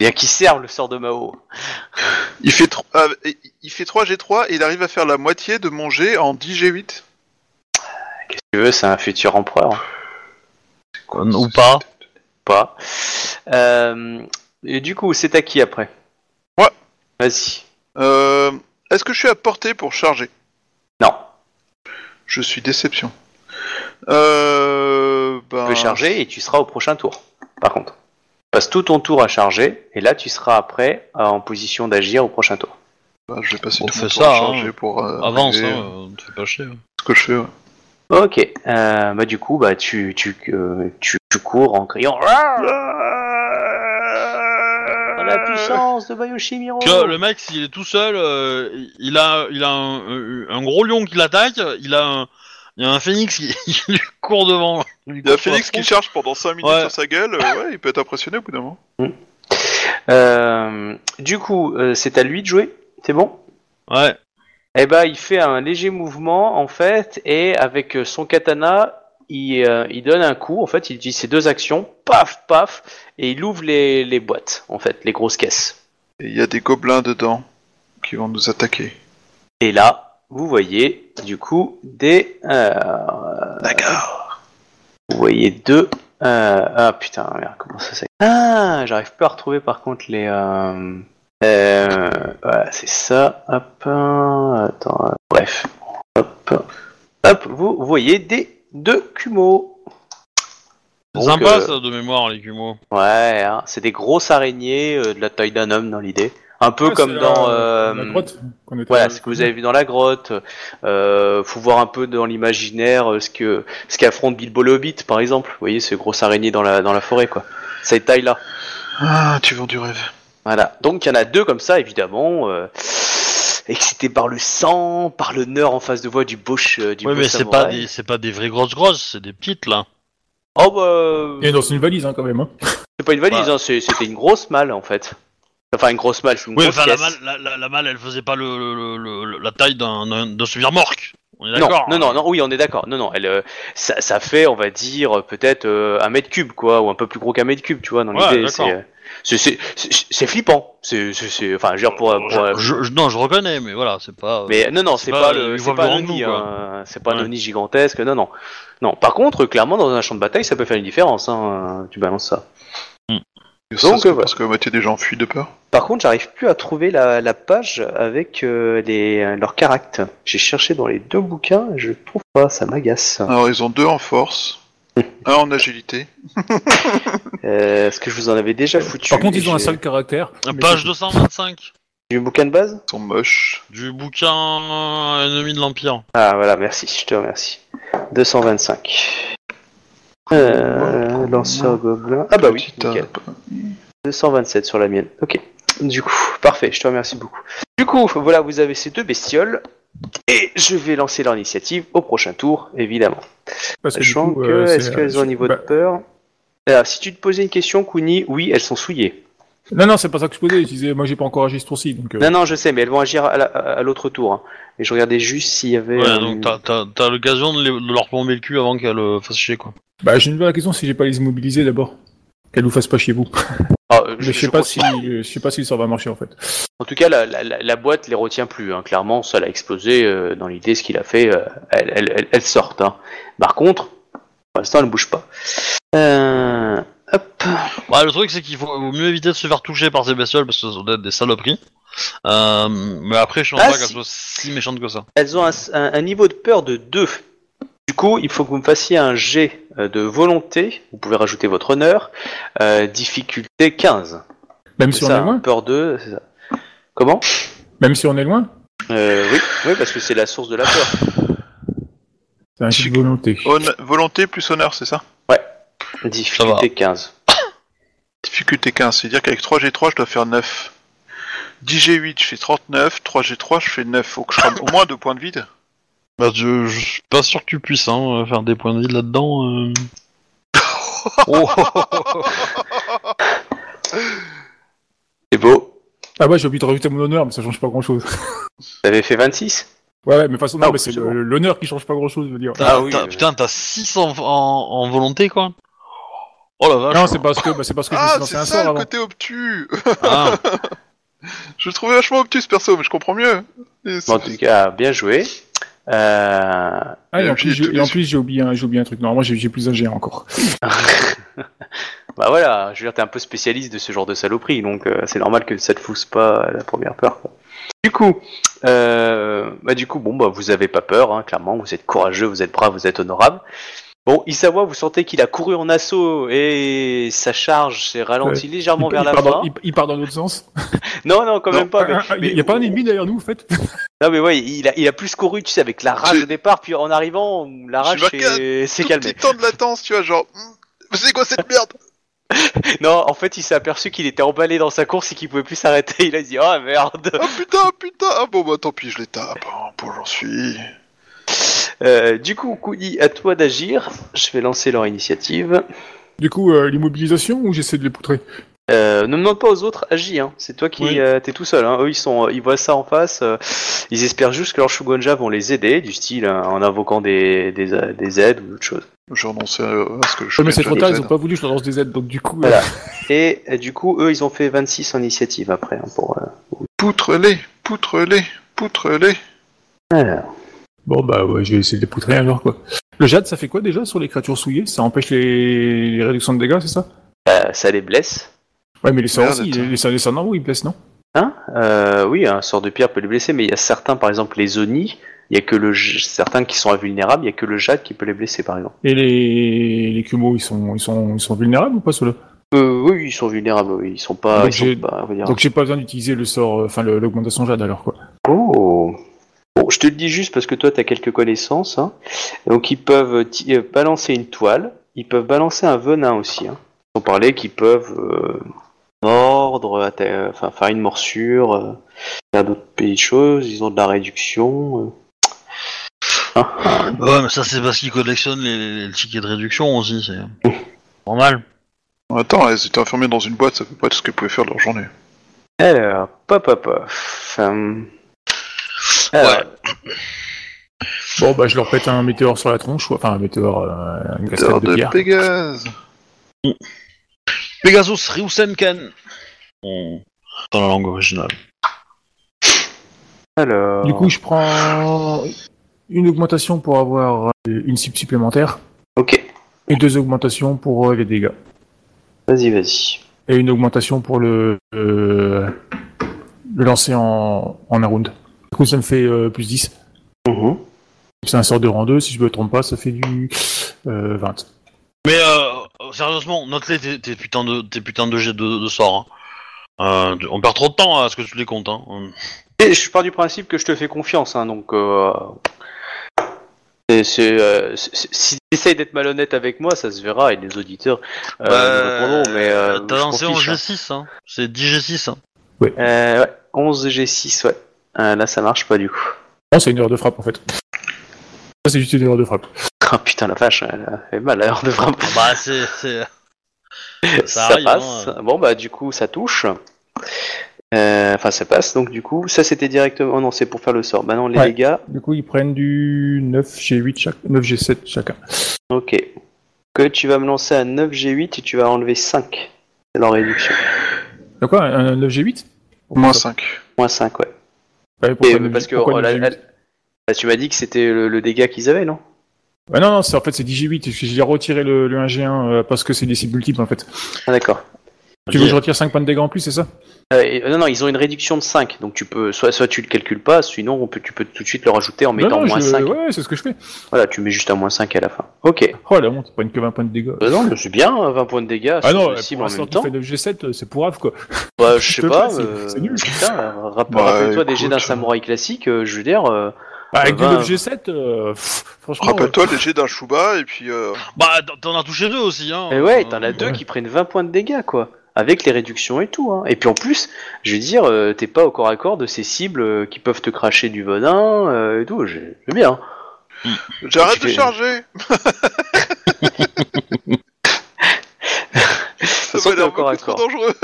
Speaker 1: Il y a qui servent le sort de Mao.
Speaker 3: Il fait, tro- ah, et- il fait 3 G3 et il arrive à faire la moitié de mon G en 10 G8.
Speaker 1: Qu'est-ce que tu veux, c'est un futur empereur. hein.
Speaker 4: ou pas.
Speaker 1: Pas. Euh, et du coup, c'est à qui après
Speaker 3: Moi.
Speaker 1: Vas-y.
Speaker 3: Euh, Est-ce que je suis à portée pour charger
Speaker 1: Non.
Speaker 3: Je suis déception. Euh, ben,
Speaker 1: Tu peux charger et tu seras au prochain tour. Par contre, passe tout ton tour à charger et là tu seras après euh, en position d'agir au prochain tour.
Speaker 3: ben, je vais passer
Speaker 4: On
Speaker 3: tout
Speaker 4: fait
Speaker 3: mon temps
Speaker 4: ça,
Speaker 3: à charger
Speaker 4: hein.
Speaker 3: pour euh,
Speaker 4: Avance,
Speaker 3: arriver, euh,
Speaker 4: hein, euh, te fais pas chier.
Speaker 3: ce que je fais. ouais.
Speaker 1: Ok, euh, bah du coup bah tu tu euh, tu, tu cours en criant Dans la puissance de Bayoshimiro.
Speaker 4: Que le mec, s'il est tout seul, euh, il a, il a un, un gros lion qui l'attaque, il a un, il y a un phénix qui, qui lui court devant. lui
Speaker 3: Il y a
Speaker 4: court sur la
Speaker 3: Phoenix qui
Speaker 4: tronche.
Speaker 3: charge pendant 5 minutes
Speaker 4: Ouais.
Speaker 3: sur sa gueule. euh, ouais, il peut être impressionné au bout d'un moment.
Speaker 1: Euh, du coup euh, c'est à lui de jouer. C'est bon.
Speaker 4: Ouais,
Speaker 1: Eh ben, il fait un léger mouvement en fait, et avec euh, son katana, il, euh, il donne un coup. En fait, il utilise ses deux actions, paf, paf, et il ouvre les, les boîtes, en fait, les grosses caisses.
Speaker 3: Et il y a des gobelins dedans qui vont nous attaquer.
Speaker 1: Et là, vous voyez, du coup, des, euh,
Speaker 3: D'accord.
Speaker 1: vous voyez deux. euh, ah putain, merde, comment ça s'appelle Ah, j'arrive pas à retrouver par contre les. Euh, euh, voilà, c'est ça. Hop, euh, attends, euh, bref. Hop, hop, vous voyez des deux cumos.
Speaker 4: c'est
Speaker 1: Donc,
Speaker 4: sympa
Speaker 1: euh,
Speaker 4: ça de mémoire, les cumos.
Speaker 1: Ouais, hein, c'est des grosses araignées euh, de la taille d'un homme dans l'idée. Un peu
Speaker 2: Ouais,
Speaker 1: comme
Speaker 2: c'est
Speaker 1: dans.
Speaker 2: la-
Speaker 1: euh,
Speaker 2: la grotte qu'on était-
Speaker 4: Euh,
Speaker 1: Voilà, ce que vous avez vu dans la grotte. Euh, faut voir un peu dans l'imaginaire euh, ce que ce qu'affronte Bilbo le Hobbit, par exemple. Vous voyez, ces grosses araignées dans la, dans la forêt, quoi. Cette taille-là.
Speaker 3: Ah, tu vends du rêve.
Speaker 1: Voilà. Donc, il y en a deux comme ça, évidemment. Euh, excités par le sang, par le nœud en face de voix du boche euh, du
Speaker 4: Ouais,
Speaker 1: beau
Speaker 4: mais c'est
Speaker 1: samouraï.
Speaker 4: pas des, c'est pas des vraies grosses grosses, c'est des petites là.
Speaker 1: Oh, bah, euh,
Speaker 2: Il est dans une valise, hein, quand même. hein.
Speaker 1: c'est pas une valise,
Speaker 4: Bah.
Speaker 1: hein, c'est- c'était une grosse malle, en fait. Enfin, une grosse malle, c'est une
Speaker 4: Oui,
Speaker 1: grosse
Speaker 4: enfin la
Speaker 1: caisse.
Speaker 4: malle, la, la- la malle, elle faisait pas le, le- le- le- la taille d'un, d'un, d'un semi-remorque. On est
Speaker 1: Non,
Speaker 4: d'accord. hein.
Speaker 1: non, non, non, oui, on est d'accord. Non, non, elle, euh, ça, ça fait, on va dire, euh, peut-être euh, un mètre cube, quoi, ou un peu plus gros qu'un mètre cube, tu vois, dans
Speaker 4: Ouais,
Speaker 1: l'idée.
Speaker 4: d'accord.
Speaker 1: C'est, euh, c'est- c'est- c'est- c'est flippant. C'est, c'est- c'est- enfin, je veux dire, pour, pour, euh,
Speaker 4: Je, je- non, je reconnais, mais voilà, c'est pas.
Speaker 1: mais non, non,
Speaker 4: c'est
Speaker 1: c'est
Speaker 4: pas,
Speaker 1: pas,
Speaker 4: euh,
Speaker 1: le,
Speaker 4: ils
Speaker 1: c'est
Speaker 4: voient
Speaker 1: pas
Speaker 4: blanc
Speaker 1: un
Speaker 4: de nous,
Speaker 1: nid,
Speaker 4: quoi.
Speaker 1: hein, c'est pas un
Speaker 4: Ouais.
Speaker 1: nid gigantesque. Non, non, non. Par contre, clairement, dans un champ de bataille, ça peut faire une différence. hein, tu balances ça.
Speaker 3: Donc,
Speaker 1: euh, voilà.
Speaker 3: Parce que la moitié des gens fuient de peur.
Speaker 1: Par contre, j'arrive plus à trouver la, la page avec euh, les, euh, leurs caractères. J'ai cherché dans les deux bouquins, je trouve pas, ça m'agace.
Speaker 3: Alors, ils ont deux en force, un en agilité.
Speaker 1: Euh, Est-ce que je vous en avais déjà foutu
Speaker 2: Par contre, ils ont un
Speaker 1: J'ai-
Speaker 2: sale caractère.
Speaker 4: La
Speaker 2: mais
Speaker 4: euh, Page
Speaker 2: c'est-
Speaker 4: 225
Speaker 1: Du bouquin de base
Speaker 3: Ils sont moches.
Speaker 4: du bouquin euh, Ennemi de l'Empire.
Speaker 1: Ah voilà, merci, je te remercie. 225. Euh, lanceur gobelin. Ah bah oui,
Speaker 2: hein.
Speaker 3: Petite euh,
Speaker 1: nickel.
Speaker 3: tape.
Speaker 1: 227 sur la mienne. Ok. Du coup, parfait, je te remercie beaucoup. Du coup, voilà, vous avez ces deux bestioles. Et je vais lancer leur initiative au prochain tour, évidemment.
Speaker 2: Parce du
Speaker 1: Sachant
Speaker 2: coup,
Speaker 1: que,
Speaker 2: euh,
Speaker 1: est-ce
Speaker 2: c'est-
Speaker 1: qu'elles ont un niveau
Speaker 2: bah,
Speaker 1: de peur Alors, si tu te posais une question, Kuni, oui, elles sont souillées.
Speaker 2: Non, non, c'est pas ça que je posais. Je disais, moi, j'ai pas encore agi ce tour-ci. Donc, euh,
Speaker 1: Non, non, je sais, mais elles vont agir à la- à l'autre tour. hein. Et je regardais juste s'il y avait...
Speaker 4: Ouais,
Speaker 1: euh,
Speaker 4: donc t'as, t'as, t'as l'occasion de, les- de leur plomber le cul avant qu'elle fasse euh, chier, quoi.
Speaker 2: bah, j'ai une vraie question si j'ai pas les immobiliser d'abord. Qu'elle vous fasse pas chez vous.
Speaker 1: Ah, euh,
Speaker 2: Mais je sais
Speaker 1: je
Speaker 2: pas
Speaker 1: crois-
Speaker 2: si, je sais pas si ça va marcher en fait.
Speaker 1: En tout cas, la, la- la- la boîte les retient plus. hein. Clairement, ça l'a explosé euh, dans l'idée, ce qu'il a fait, euh, elles, elles- elles- elles sortent. hein. Par contre, pour l'instant, elles ne bougent pas. Euh, hop.
Speaker 4: Bah, le truc, c'est qu'il faut vaut mieux éviter de se faire toucher par ces bestioles parce que ça doit être des saloperies. Euh, mais après, je pense
Speaker 1: Ah,
Speaker 4: pas qu'elles
Speaker 1: si.
Speaker 4: soient si méchantes que ça.
Speaker 1: Elles ont un, un- un niveau de peur de 2. Du coup, il faut que vous me fassiez un jet euh, de volonté. Vous pouvez rajouter votre honneur. Euh, difficulté 15.
Speaker 2: Même
Speaker 1: C'est
Speaker 2: si on
Speaker 1: ça,
Speaker 2: est
Speaker 1: hein,
Speaker 2: loin.
Speaker 1: peur 2, c'est ça. Comment
Speaker 2: Même si on est loin.
Speaker 1: Euh, oui, oui, parce que c'est la source de la peur.
Speaker 2: C'est un jeu de volonté.
Speaker 3: Hon- volonté plus honneur, c'est ça
Speaker 1: Difficulté 15.
Speaker 3: Difficulté 15, c'est-à-dire qu'avec 3G3, je dois faire 9. 10G8, je fais 39. 3G3, je fais 9. Faut que je crame au moins deux points de vide.
Speaker 4: Bah, je, je suis pas sûr que tu puisses hein, euh, faire des points de vie là-dedans. euh.
Speaker 1: Ah
Speaker 4: Oh, oh, oh, oh.
Speaker 1: C'est beau.
Speaker 2: Ah ouais, j'ai oublié de rajouter mon honneur, mais ça change pas grand chose.
Speaker 1: Vous avez fait 26
Speaker 2: Ouais, ouais, mais de toute façon, non,
Speaker 1: Ah,
Speaker 2: mais c'est
Speaker 1: c'est bon.
Speaker 2: le- l'honneur qui change pas grand chose, je veux dire.
Speaker 4: T'as-
Speaker 1: Ah oui,
Speaker 4: t'as-
Speaker 1: oui.
Speaker 4: Putain, t'as 6 en, en, en volonté, quoi. Oh la vache.
Speaker 2: Non, c'est parce que, bah, c'est parce que je me
Speaker 3: Ah,
Speaker 2: suis lancé
Speaker 3: c'est
Speaker 2: un
Speaker 3: ça
Speaker 2: sort
Speaker 3: le
Speaker 2: avant.
Speaker 3: côté obtus
Speaker 4: Ah.
Speaker 3: Je le trouvais vachement obtus ce perso, mais je comprends mieux. Et c'est-
Speaker 1: En tout cas, bien joué. Euh,
Speaker 2: Ah, et
Speaker 3: Et
Speaker 2: en
Speaker 3: puis,
Speaker 2: plus, j'ai-
Speaker 3: tous
Speaker 2: et en
Speaker 3: les-
Speaker 2: plus, j'ai oublié, un- j'ai oublié un truc. Non, moi, j'ai j'ai plus un G encore.
Speaker 1: Bah voilà, je veux dire, t'es un peu spécialiste de ce genre de saloperie, donc euh, c'est normal que ça te fousse pas à la première peur. quoi. Du coup, euh, bah du coup, bon, bah vous avez pas peur, hein, clairement, vous êtes courageux, vous êtes brave, vous êtes honorable. Bon, Isawa, vous sentez qu'il a couru en assaut et sa charge s'est ralentie légèrement
Speaker 2: il,
Speaker 1: vers
Speaker 2: il
Speaker 1: la
Speaker 2: part
Speaker 1: fin.
Speaker 2: dans, il, il part dans l'autre sens.
Speaker 1: Non, non, quand même pas. mais-
Speaker 2: Ah, Il n'y
Speaker 1: mais-
Speaker 2: a pas un ennemi derrière nous, en fait.
Speaker 1: Non, mais ouais, il a, il a plus couru, tu sais, avec la rage au départ, puis en arrivant, la
Speaker 3: J'ai
Speaker 1: rage
Speaker 3: marqué
Speaker 1: s'est- s'est
Speaker 3: Tout
Speaker 1: calmée.
Speaker 3: petit temps de latence, tu vois, genre... hmm, C'est quoi cette merde
Speaker 1: Non, en fait, il s'est aperçu qu'il était emballé dans sa course et qu'il pouvait plus s'arrêter. Il a dit Oh merde
Speaker 3: Ah putain, ah, putain Ah bon, bah tant pis, je les tape. hein, Bon, j'en suis.
Speaker 1: Euh, Du coup, Koudi, à toi d'agir. Je vais lancer leur initiative.
Speaker 2: Du coup, euh, l'immobilisation ou j'essaie de les poutrer
Speaker 1: Euh, ne demande pas aux autres, agis. Hein. C'est toi qui
Speaker 2: Oui.
Speaker 1: euh, t'es tout seul. Hein. Eux, ils sont, ils voient ça en face. euh, ils espèrent juste que leurs Shugonja vont les aider, du style euh, en invoquant des, des, euh, des aides ou d'autres choses.
Speaker 3: Je renonçais à à ce que je
Speaker 2: Ouais, Mais c'est
Speaker 3: je
Speaker 2: trop tard,
Speaker 3: les
Speaker 2: ils ont
Speaker 3: aide.
Speaker 2: pas voulu, je leur lance des aides, donc du coup.
Speaker 1: Voilà. Et euh, du coup, eux, ils ont fait 26 en initiative après. hein, pour, euh,
Speaker 3: Poutre-les, poutre-les, poutre-les.
Speaker 1: euh,
Speaker 2: Bon, bah ouais, je vais essayer de les poutrer alors, quoi. Le jade, ça fait quoi déjà sur les créatures souillées Ça empêche les... les réductions de dégâts, c'est ça
Speaker 1: euh, ça les blesse.
Speaker 2: Ouais, mais les sorts
Speaker 3: Merde,
Speaker 2: aussi,
Speaker 3: attends.
Speaker 2: les, les sorts les sorts normaux, ils blessent, non
Speaker 1: Hein Euh, oui, un sort de pierre peut les blesser, mais il y a certains, par exemple les Oni, il y a que le j- certains qui sont invulnérables, il y a que le jade qui peut les blesser, par exemple.
Speaker 2: Et les, les cumos, ils sont, ils, sont, ils sont vulnérables ou pas ceux-là
Speaker 1: Euh, oui, ils sont vulnérables, oui, ils sont pas,
Speaker 2: Donc
Speaker 1: ils sont
Speaker 2: j'ai-
Speaker 1: pas, on va dire-
Speaker 2: Donc j'ai pas besoin d'utiliser le sort, euh, enfin le- l'augmentation jade alors, quoi.
Speaker 1: Oh. Bon, je te le dis juste parce que toi, tu as quelques connaissances. hein. Donc, ils peuvent ti- euh, balancer une toile, ils peuvent balancer un venin aussi. Hein. Sans parler qu'ils peuvent euh, mordre, atta- euh, enfin, faire une morsure, euh, faire d'autres petites choses, ils ont de la réduction. euh. Ah, ah.
Speaker 4: ouais, mais ça, c'est parce qu'ils collectionnent les, les- les tickets de réduction aussi. C'est normal.
Speaker 3: Attends, elles étaient enfermées dans une boîte, ça peut pas être ce qu'elles pouvaient faire de leur journée.
Speaker 1: Alors, pop, pop, pop. Hum. Alors,
Speaker 4: Ouais.
Speaker 2: Bon, bah je leur pète un météore sur la tronche, ou- enfin un météore, euh, une cascade
Speaker 3: Tard
Speaker 2: de
Speaker 3: de
Speaker 2: pierre.
Speaker 3: Pégase
Speaker 4: Pegasus Ryusenken. On- Dans la langue originale.
Speaker 1: alors...
Speaker 2: Du coup, je prends une augmentation pour avoir euh, une cible supplémentaire,
Speaker 1: ok,
Speaker 2: et deux augmentations pour euh, les dégâts.
Speaker 1: vas-y, vas-y.
Speaker 2: et une augmentation pour le, euh, le lancer en, en un round. Du coup, ça me fait euh, plus 10.
Speaker 1: Mhm.
Speaker 2: C'est un sort de rang 2, si je me trompe pas, ça fait du euh, 20.
Speaker 4: Mais euh, euh, sérieusement, note-les tes, tes putains de tes putains de jets de, de sorts. hein. Euh, tu- on perd trop de temps à ce que tu les comptes. Hein. Euh,
Speaker 1: Et je pars du principe que je te fais confiance, hein, donc. Euh, et c'est, euh, c'est- c'est- si tu essayes d'être malhonnête avec moi, ça se verra et les auditeurs euh,
Speaker 4: bah,
Speaker 1: nous répondront, mais. Euh,
Speaker 4: t'as
Speaker 1: je
Speaker 4: lancé
Speaker 1: m'en
Speaker 4: en
Speaker 1: fiche, hein.
Speaker 4: G6, hein. c'est 10 G6. Hein.
Speaker 1: Euh, ouais, 11 G6, ouais. Euh, là, ça marche pas du coup.
Speaker 2: Non, Ah, c'est une heure de frappe en fait. Ça, c'est juste une heure de frappe.
Speaker 1: Ah putain, la vache, elle a fait mal, l'heure de frappe.
Speaker 4: Ah bah c'est c'est
Speaker 1: ça
Speaker 4: arrive,
Speaker 1: passe.
Speaker 4: hein.
Speaker 1: Bon, bah, du coup, ça touche. Euh, Enfin, ça passe, donc du coup, ça c'était directement. oh, non, c'est pour faire le sort. Maintenant, les
Speaker 2: Ouais.
Speaker 1: dégâts.
Speaker 2: Du coup, ils prennent du 9 G8 chaque... 9 G7 chacun.
Speaker 1: Ok. que tu vas me lancer à 9G8 et tu vas enlever 5. C'est leur réduction.
Speaker 2: Donc quoi, un un 9G8
Speaker 3: Moins 5.
Speaker 1: Moins 5, ouais.
Speaker 2: Bah, oui,
Speaker 1: Et,
Speaker 2: pourquoi
Speaker 1: euh,
Speaker 2: 9G8?
Speaker 1: parce que
Speaker 2: Pourquoi
Speaker 1: oh, la-
Speaker 2: 9G8?
Speaker 1: la- bah, tu m'as dit que c'était le, le dégât qu'ils avaient, non
Speaker 2: Ah non, non, c'est- en fait, c'est 10G8. J'ai retiré le, le 1G1 euh, parce que c'est des cibles multiples, en fait.
Speaker 1: Ah, d'accord.
Speaker 2: Tu veux que je retire 5 points de dégâts en plus, c'est ça
Speaker 1: Euh, et- euh, non, non, ils ont une réduction de 5, donc tu peux, soit, soit tu le calcules pas, sinon on peut, tu peux tout de suite le rajouter en mettant
Speaker 2: Non, non,
Speaker 1: moins
Speaker 2: je-
Speaker 1: 5.
Speaker 2: Ouais, c'est ce que je fais.
Speaker 1: Voilà, tu mets juste un moins 5 à la fin. Ok.
Speaker 2: Oh la honte, pas une que 20 points de dégâts.
Speaker 1: Bah non, mais c'est bien, hein, 20 points de dégâts
Speaker 2: Ah
Speaker 1: sur
Speaker 2: non,
Speaker 1: le
Speaker 2: si
Speaker 1: cible
Speaker 2: pour
Speaker 1: en
Speaker 2: l'instant,
Speaker 1: même
Speaker 2: tu
Speaker 1: temps.
Speaker 2: fais 9G7, c'est pour grave, quoi.
Speaker 1: Bah, je sais
Speaker 2: te
Speaker 1: pas.
Speaker 2: plaît, c'est-
Speaker 1: euh,
Speaker 2: c'est nul.
Speaker 1: Putain, euh, rapp-
Speaker 3: Bah,
Speaker 1: rappelle-toi des
Speaker 3: écoute.
Speaker 1: jets d'un samouraï classique, euh, je veux dire. euh,
Speaker 2: Bah, avec
Speaker 1: vingt-
Speaker 2: du 9G7, euh, pff, franchement...
Speaker 3: Rappelle-toi les jets d'un Shuba et puis. euh,
Speaker 4: Bah, t'en- t'en as touché deux aussi, hein.
Speaker 1: Et eh ouais, t'en as deux
Speaker 2: ouais.
Speaker 1: qui prennent 20 points de dégâts, quoi. Avec les réductions et tout. Hein. Et puis en plus, je veux dire, euh, t'es pas au corps à corps de ces cibles euh, qui peuvent te cracher du venin euh, et tout. Je je veux bien.
Speaker 3: J'arrête
Speaker 1: Tu
Speaker 3: de
Speaker 1: fais-
Speaker 3: charger Ça
Speaker 1: Sauf
Speaker 3: va l'air
Speaker 1: t'es encore
Speaker 3: beaucoup
Speaker 1: à
Speaker 3: trop
Speaker 1: corps.
Speaker 3: dangereux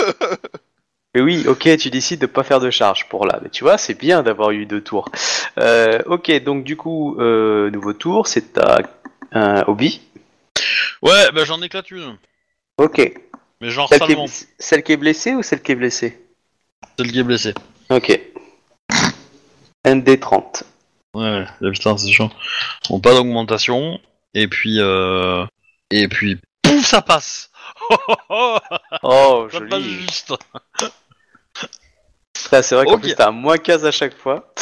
Speaker 1: Mais oui, ok, tu décides de pas faire de charge pour là. Mais tu vois, c'est bien d'avoir eu deux tours. Euh, ok, donc du coup, euh, nouveau tour, c'est à euh, Obi.
Speaker 4: Ouais, bah j'en éclate une.
Speaker 1: Ok.
Speaker 4: Mais genre
Speaker 1: Celle qui,
Speaker 4: salement,
Speaker 1: est, celle qui est blessée ou celle qui est blessée
Speaker 4: celle qui est blessée.
Speaker 1: Ok. ND30.
Speaker 4: Ouais, ouais, putain, c'est chiant. Bon, pas d'augmentation. Et puis, euh... Et puis, pouf, ça passe
Speaker 1: Oh,
Speaker 4: Ça passe
Speaker 1: joli.
Speaker 4: juste
Speaker 1: Ça, c'est vrai qu'en
Speaker 4: Ok.
Speaker 1: plus, t'as un moins 15 à chaque fois.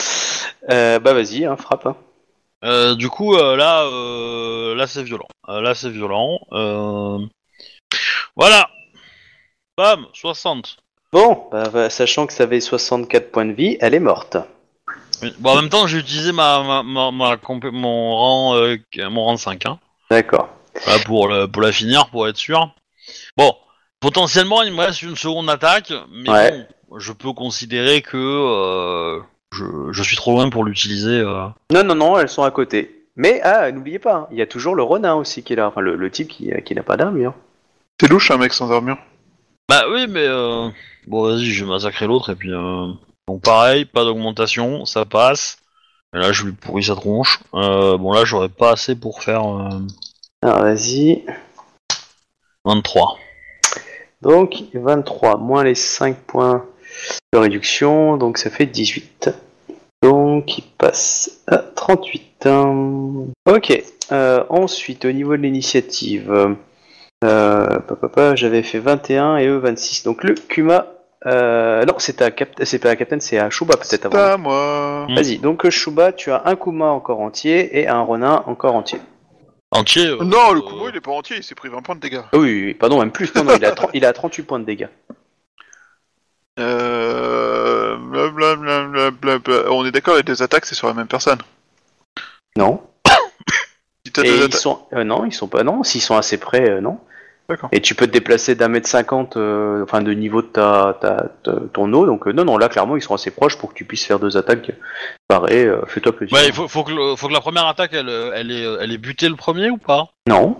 Speaker 1: Euh, bah, vas-y, hein, frappe. hein.
Speaker 4: Euh, du coup, euh, là, euh, là c'est violent. Euh, là c'est violent. Euh, Voilà. Bam, 60.
Speaker 1: Bon, bah, bah, sachant que ça avait 64 points de vie, elle est morte.
Speaker 4: Oui. Bon, en même temps, j'ai utilisé ma, ma, ma- ma compé- mon rang euh, mon rang 5 hein,
Speaker 1: D'accord.
Speaker 4: Voilà, pour, le- pour la finir, pour être sûr. Bon, potentiellement, il me reste une seconde attaque, mais
Speaker 1: Ouais.
Speaker 4: bon, je peux considérer que euh, je, je suis trop loin pour l'utiliser. euh.
Speaker 1: Non, non, non, elles sont à côté. Mais, ah, n'oubliez pas, hein, il y a toujours le renard aussi qui est là. Enfin, le, le type qui, qui n'a pas hein. d'armure.
Speaker 3: T'es louche un mec sans armure
Speaker 4: Bah oui, mais euh, bon, vas-y, je vais massacrer l'autre et puis euh, donc pareil, pas d'augmentation, ça passe. Et là, je lui pourris sa tronche. Euh, bon, là, j'aurais pas assez pour faire euh,
Speaker 1: Ah, vas-y.
Speaker 4: 23.
Speaker 1: Donc, 23 moins les 5 points de réduction, donc ça fait 18. Donc, il passe à 38. Hum, Ok, euh, ensuite, au niveau de l'initiative, euh, papa, papa, j'avais fait 21 et eux 26. Donc, le Kuma. euh, non, c'est à, Cap- c'est pas à Captain, c'est à Shuba peut-être
Speaker 3: C'est
Speaker 1: avant.
Speaker 3: à moi
Speaker 1: Vas-y, donc euh, Shuba, tu as un Kuma encore entier et un Ronin encore entier.
Speaker 4: Entier. euh,
Speaker 3: Non, le
Speaker 4: euh,
Speaker 3: combo il est pas entier, il s'est pris 20 points de dégâts.
Speaker 1: Ah oui, oui, oui, pardon, même plus. Non, non, il a, 30 il a 38 points de dégâts.
Speaker 3: Euh. blablabla, blablabla. On est d'accord, les deux attaques c'est sur la même personne.
Speaker 1: Non.
Speaker 3: Si t'as
Speaker 1: Et
Speaker 3: deux
Speaker 1: ils
Speaker 3: attaques.
Speaker 1: sont... euh, non, ils sont pas. Non, s'ils sont assez près, euh, non.
Speaker 3: D'accord.
Speaker 1: Et tu peux te déplacer d'un mètre cinquante, euh, enfin de niveau de ta, ta- ta- ton eau. Donc euh, non, non, là clairement ils sont assez proches pour que tu puisses faire deux attaques. Pareil, euh, fais-toi plaisir.
Speaker 4: Ouais, il faut, faut que le- faut que la première attaque, elle, euh, elle est, elle est butée le premier ou pas
Speaker 1: Non,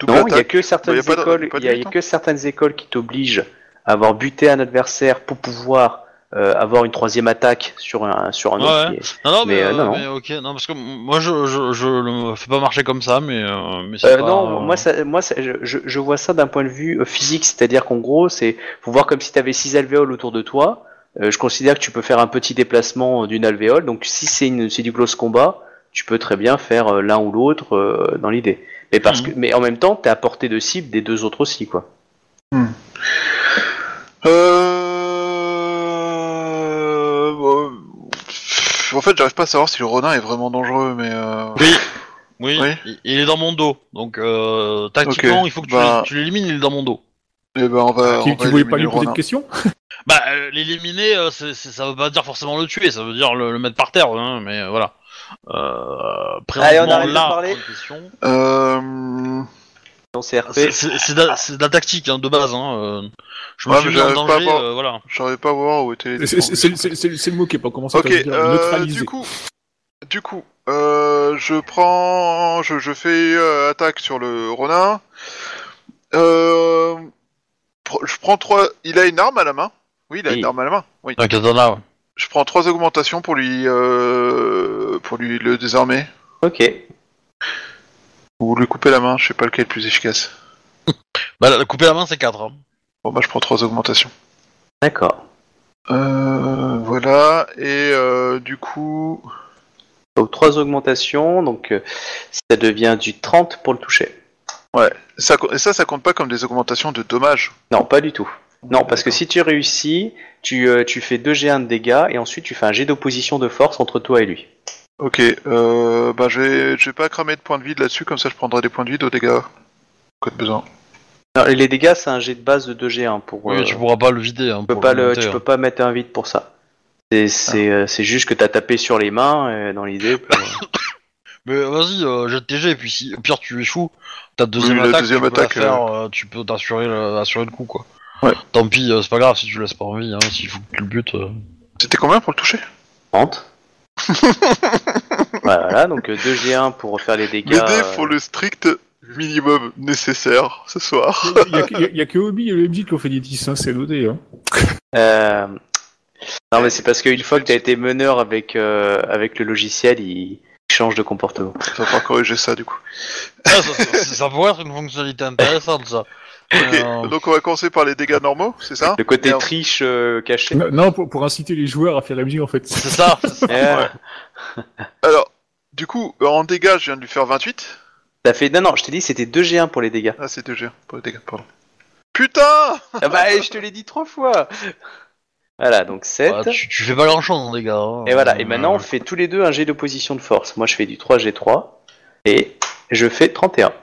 Speaker 3: Double
Speaker 1: non, il y a
Speaker 3: attaque.
Speaker 1: que certaines
Speaker 3: Il y a pas de-
Speaker 1: écoles,
Speaker 3: pas de
Speaker 1: il y a
Speaker 3: limite, hein.
Speaker 1: que certaines écoles qui t'obligent à avoir buté un adversaire pour pouvoir euh, avoir une troisième attaque sur un sur un autre.
Speaker 4: Ouais.
Speaker 1: qui est-
Speaker 4: Non, non, mais,
Speaker 1: Mais, euh,
Speaker 4: euh,
Speaker 1: non, non.
Speaker 4: mais ok, non, parce que m- moi, je, je, je le fais pas marcher comme ça, mais, euh, mais c'est
Speaker 1: Euh,
Speaker 4: pas,
Speaker 1: non,
Speaker 4: euh,
Speaker 1: moi, ça, moi ça- je, je- je vois ça d'un point de vue euh, physique, c'est-à-dire qu'en gros, c'est faut voir comme si tu avais 6 alvéoles autour de toi. Euh, je considère que tu peux faire un petit déplacement euh, d'une alvéole, donc si c'est une- c'est du close combat, tu peux très bien faire euh, l'un ou l'autre euh, dans l'idée. Mais, parce
Speaker 4: Mhm.
Speaker 1: que, mais en même temps, tu à portée de cible des deux autres aussi, quoi.
Speaker 3: Euh. bon, pff, En fait, j'arrive pas à savoir si le Ronin est vraiment dangereux, mais. Euh...
Speaker 4: Oui, oui,
Speaker 3: Oui.
Speaker 4: Il, il est dans mon dos, donc euh, tactiquement, il faut que tu
Speaker 3: bah-
Speaker 4: l'é- tu l'élimines, il est dans mon dos.
Speaker 3: Eh ben, on va. on
Speaker 2: Tu,
Speaker 3: va
Speaker 2: tu voulais pas
Speaker 3: éliminer
Speaker 2: lui poser
Speaker 3: le
Speaker 2: de
Speaker 3: Ronin.
Speaker 2: questions
Speaker 4: Bah, euh, l'éliminer, euh, c'est- c'est- ça veut pas dire forcément le tuer, ça veut dire le, le mettre par terre, hein, mais euh, voilà. Euh,
Speaker 1: Allez, on
Speaker 4: présentement,
Speaker 1: arrête de
Speaker 4: là,
Speaker 1: parler.
Speaker 4: en question,
Speaker 3: Euh.
Speaker 1: Dans CRP.
Speaker 4: c'est- c'est c'est de, la- c'est de la tactique hein, de base. Hein, euh, je me
Speaker 3: Ouais,
Speaker 4: suis
Speaker 3: mais
Speaker 4: mis en
Speaker 3: j'arrive pas à
Speaker 4: danger,
Speaker 3: voir.
Speaker 4: euh, voilà.
Speaker 3: J'arrive pas à voir où était les.
Speaker 2: C'est- c'est-
Speaker 3: défenses.
Speaker 2: C'est c'est- c'est- c'est le mot qui est pas commencé
Speaker 3: Ok,
Speaker 2: à dire,
Speaker 3: euh,
Speaker 2: neutraliser.
Speaker 3: du coup, du coup, euh, je prends, je, je fais euh, attaque sur le Ronin. Euh, pr- je prends trois. Il a une arme à la main. Oui, il a
Speaker 1: Oui.
Speaker 3: une arme à la main. Oui.
Speaker 4: Un katana, ouais.
Speaker 3: Je prends trois augmentations pour lui, euh, pour lui le désarmer.
Speaker 1: Ok.
Speaker 3: Ou lui couper la main, je sais pas lequel est le plus efficace.
Speaker 4: Bah, la- couper la main, c'est hein. 4.
Speaker 3: Bon bah je prends trois augmentations.
Speaker 1: D'accord.
Speaker 3: Euh, voilà, et euh, du coup...
Speaker 1: Donc trois augmentations, donc euh, ça devient du 30 pour le toucher.
Speaker 3: Ça, co- et ça, ça compte pas comme des augmentations de dommages.
Speaker 1: Non, pas du tout. Non, parce que si tu réussis, tu, euh, tu fais 2 G1 de dégâts et ensuite tu fais un jet d'opposition de force entre toi et lui.
Speaker 3: Ok, euh, bah je vais, je vais pas cramer de points de vide là-dessus, comme ça je prendrai des points de vide aux dégâts. Quoi de besoin
Speaker 1: Non, les dégâts, c'est un jet de base de 2 G1 pour.
Speaker 4: Oui,
Speaker 1: euh,
Speaker 4: tu pourras pas le vider. hein,
Speaker 1: Tu peux
Speaker 4: pour
Speaker 1: pas le,
Speaker 4: monter,
Speaker 1: tu
Speaker 4: hein.
Speaker 1: peux pas mettre un vide pour ça. C'est c'est, euh, c'est juste que t'as tapé sur les mains euh, dans l'idée. pour-
Speaker 4: Mais vas-y, euh, jette tes jets, puis si au pire tu échoues, ta deuxième
Speaker 3: Oui, la
Speaker 4: attaque,
Speaker 3: deuxième
Speaker 4: tu, peux la
Speaker 3: attaque,
Speaker 4: faire, euh, tu peux t'assurer le, assurer le coup, quoi.
Speaker 3: Ouais.
Speaker 4: Tant pis, euh, c'est pas grave si tu laisses pas en vie, hein, s'il faut que tu le butes. euh.
Speaker 3: C'était combien pour le toucher
Speaker 1: 30. voilà, voilà, donc euh, 2G1 pour refaire les
Speaker 3: Les
Speaker 1: dégâts.
Speaker 3: dés
Speaker 1: euh,
Speaker 3: font le strict minimum nécessaire ce soir.
Speaker 2: Il y a, que- il y a- il y a que Obi et le MJ qui ont fait des 10, hein, c'est noté. Hein.
Speaker 1: euh, Non, mais c'est parce qu'une fois que t'as été meneur avec, euh, avec le logiciel, il... il change de comportement.
Speaker 3: Ça va pas corriger ça du coup.
Speaker 4: Ah, ça, ça- ça pourrait être une fonctionnalité intéressante, ça.
Speaker 3: Ok,
Speaker 4: Euh,
Speaker 3: donc on va commencer par les dégâts normaux, c'est ça
Speaker 1: Le côté
Speaker 3: Merde.
Speaker 1: triche euh, caché.
Speaker 2: Non, non, pour, pour inciter les joueurs à faire la musique en fait.
Speaker 4: c'est ça. c'est ça.
Speaker 1: Euh,
Speaker 3: Alors, du coup, euh, en dégâts, je viens de lui faire 28.
Speaker 1: T'as fait. Non, non, je t'ai dit c'était 2G1 pour les dégâts.
Speaker 3: Ah, c'est 2G, pas les dégâts, pardon. Putain
Speaker 1: ah bah, je te l'ai dit trois fois Voilà, donc 7.
Speaker 4: Ouais, tu, tu fais pas grand chose, les gars. hein.
Speaker 1: Et voilà, et maintenant on fait tous les deux un jet de position de force. Moi je fais du 3G3 et je fais 31. Tu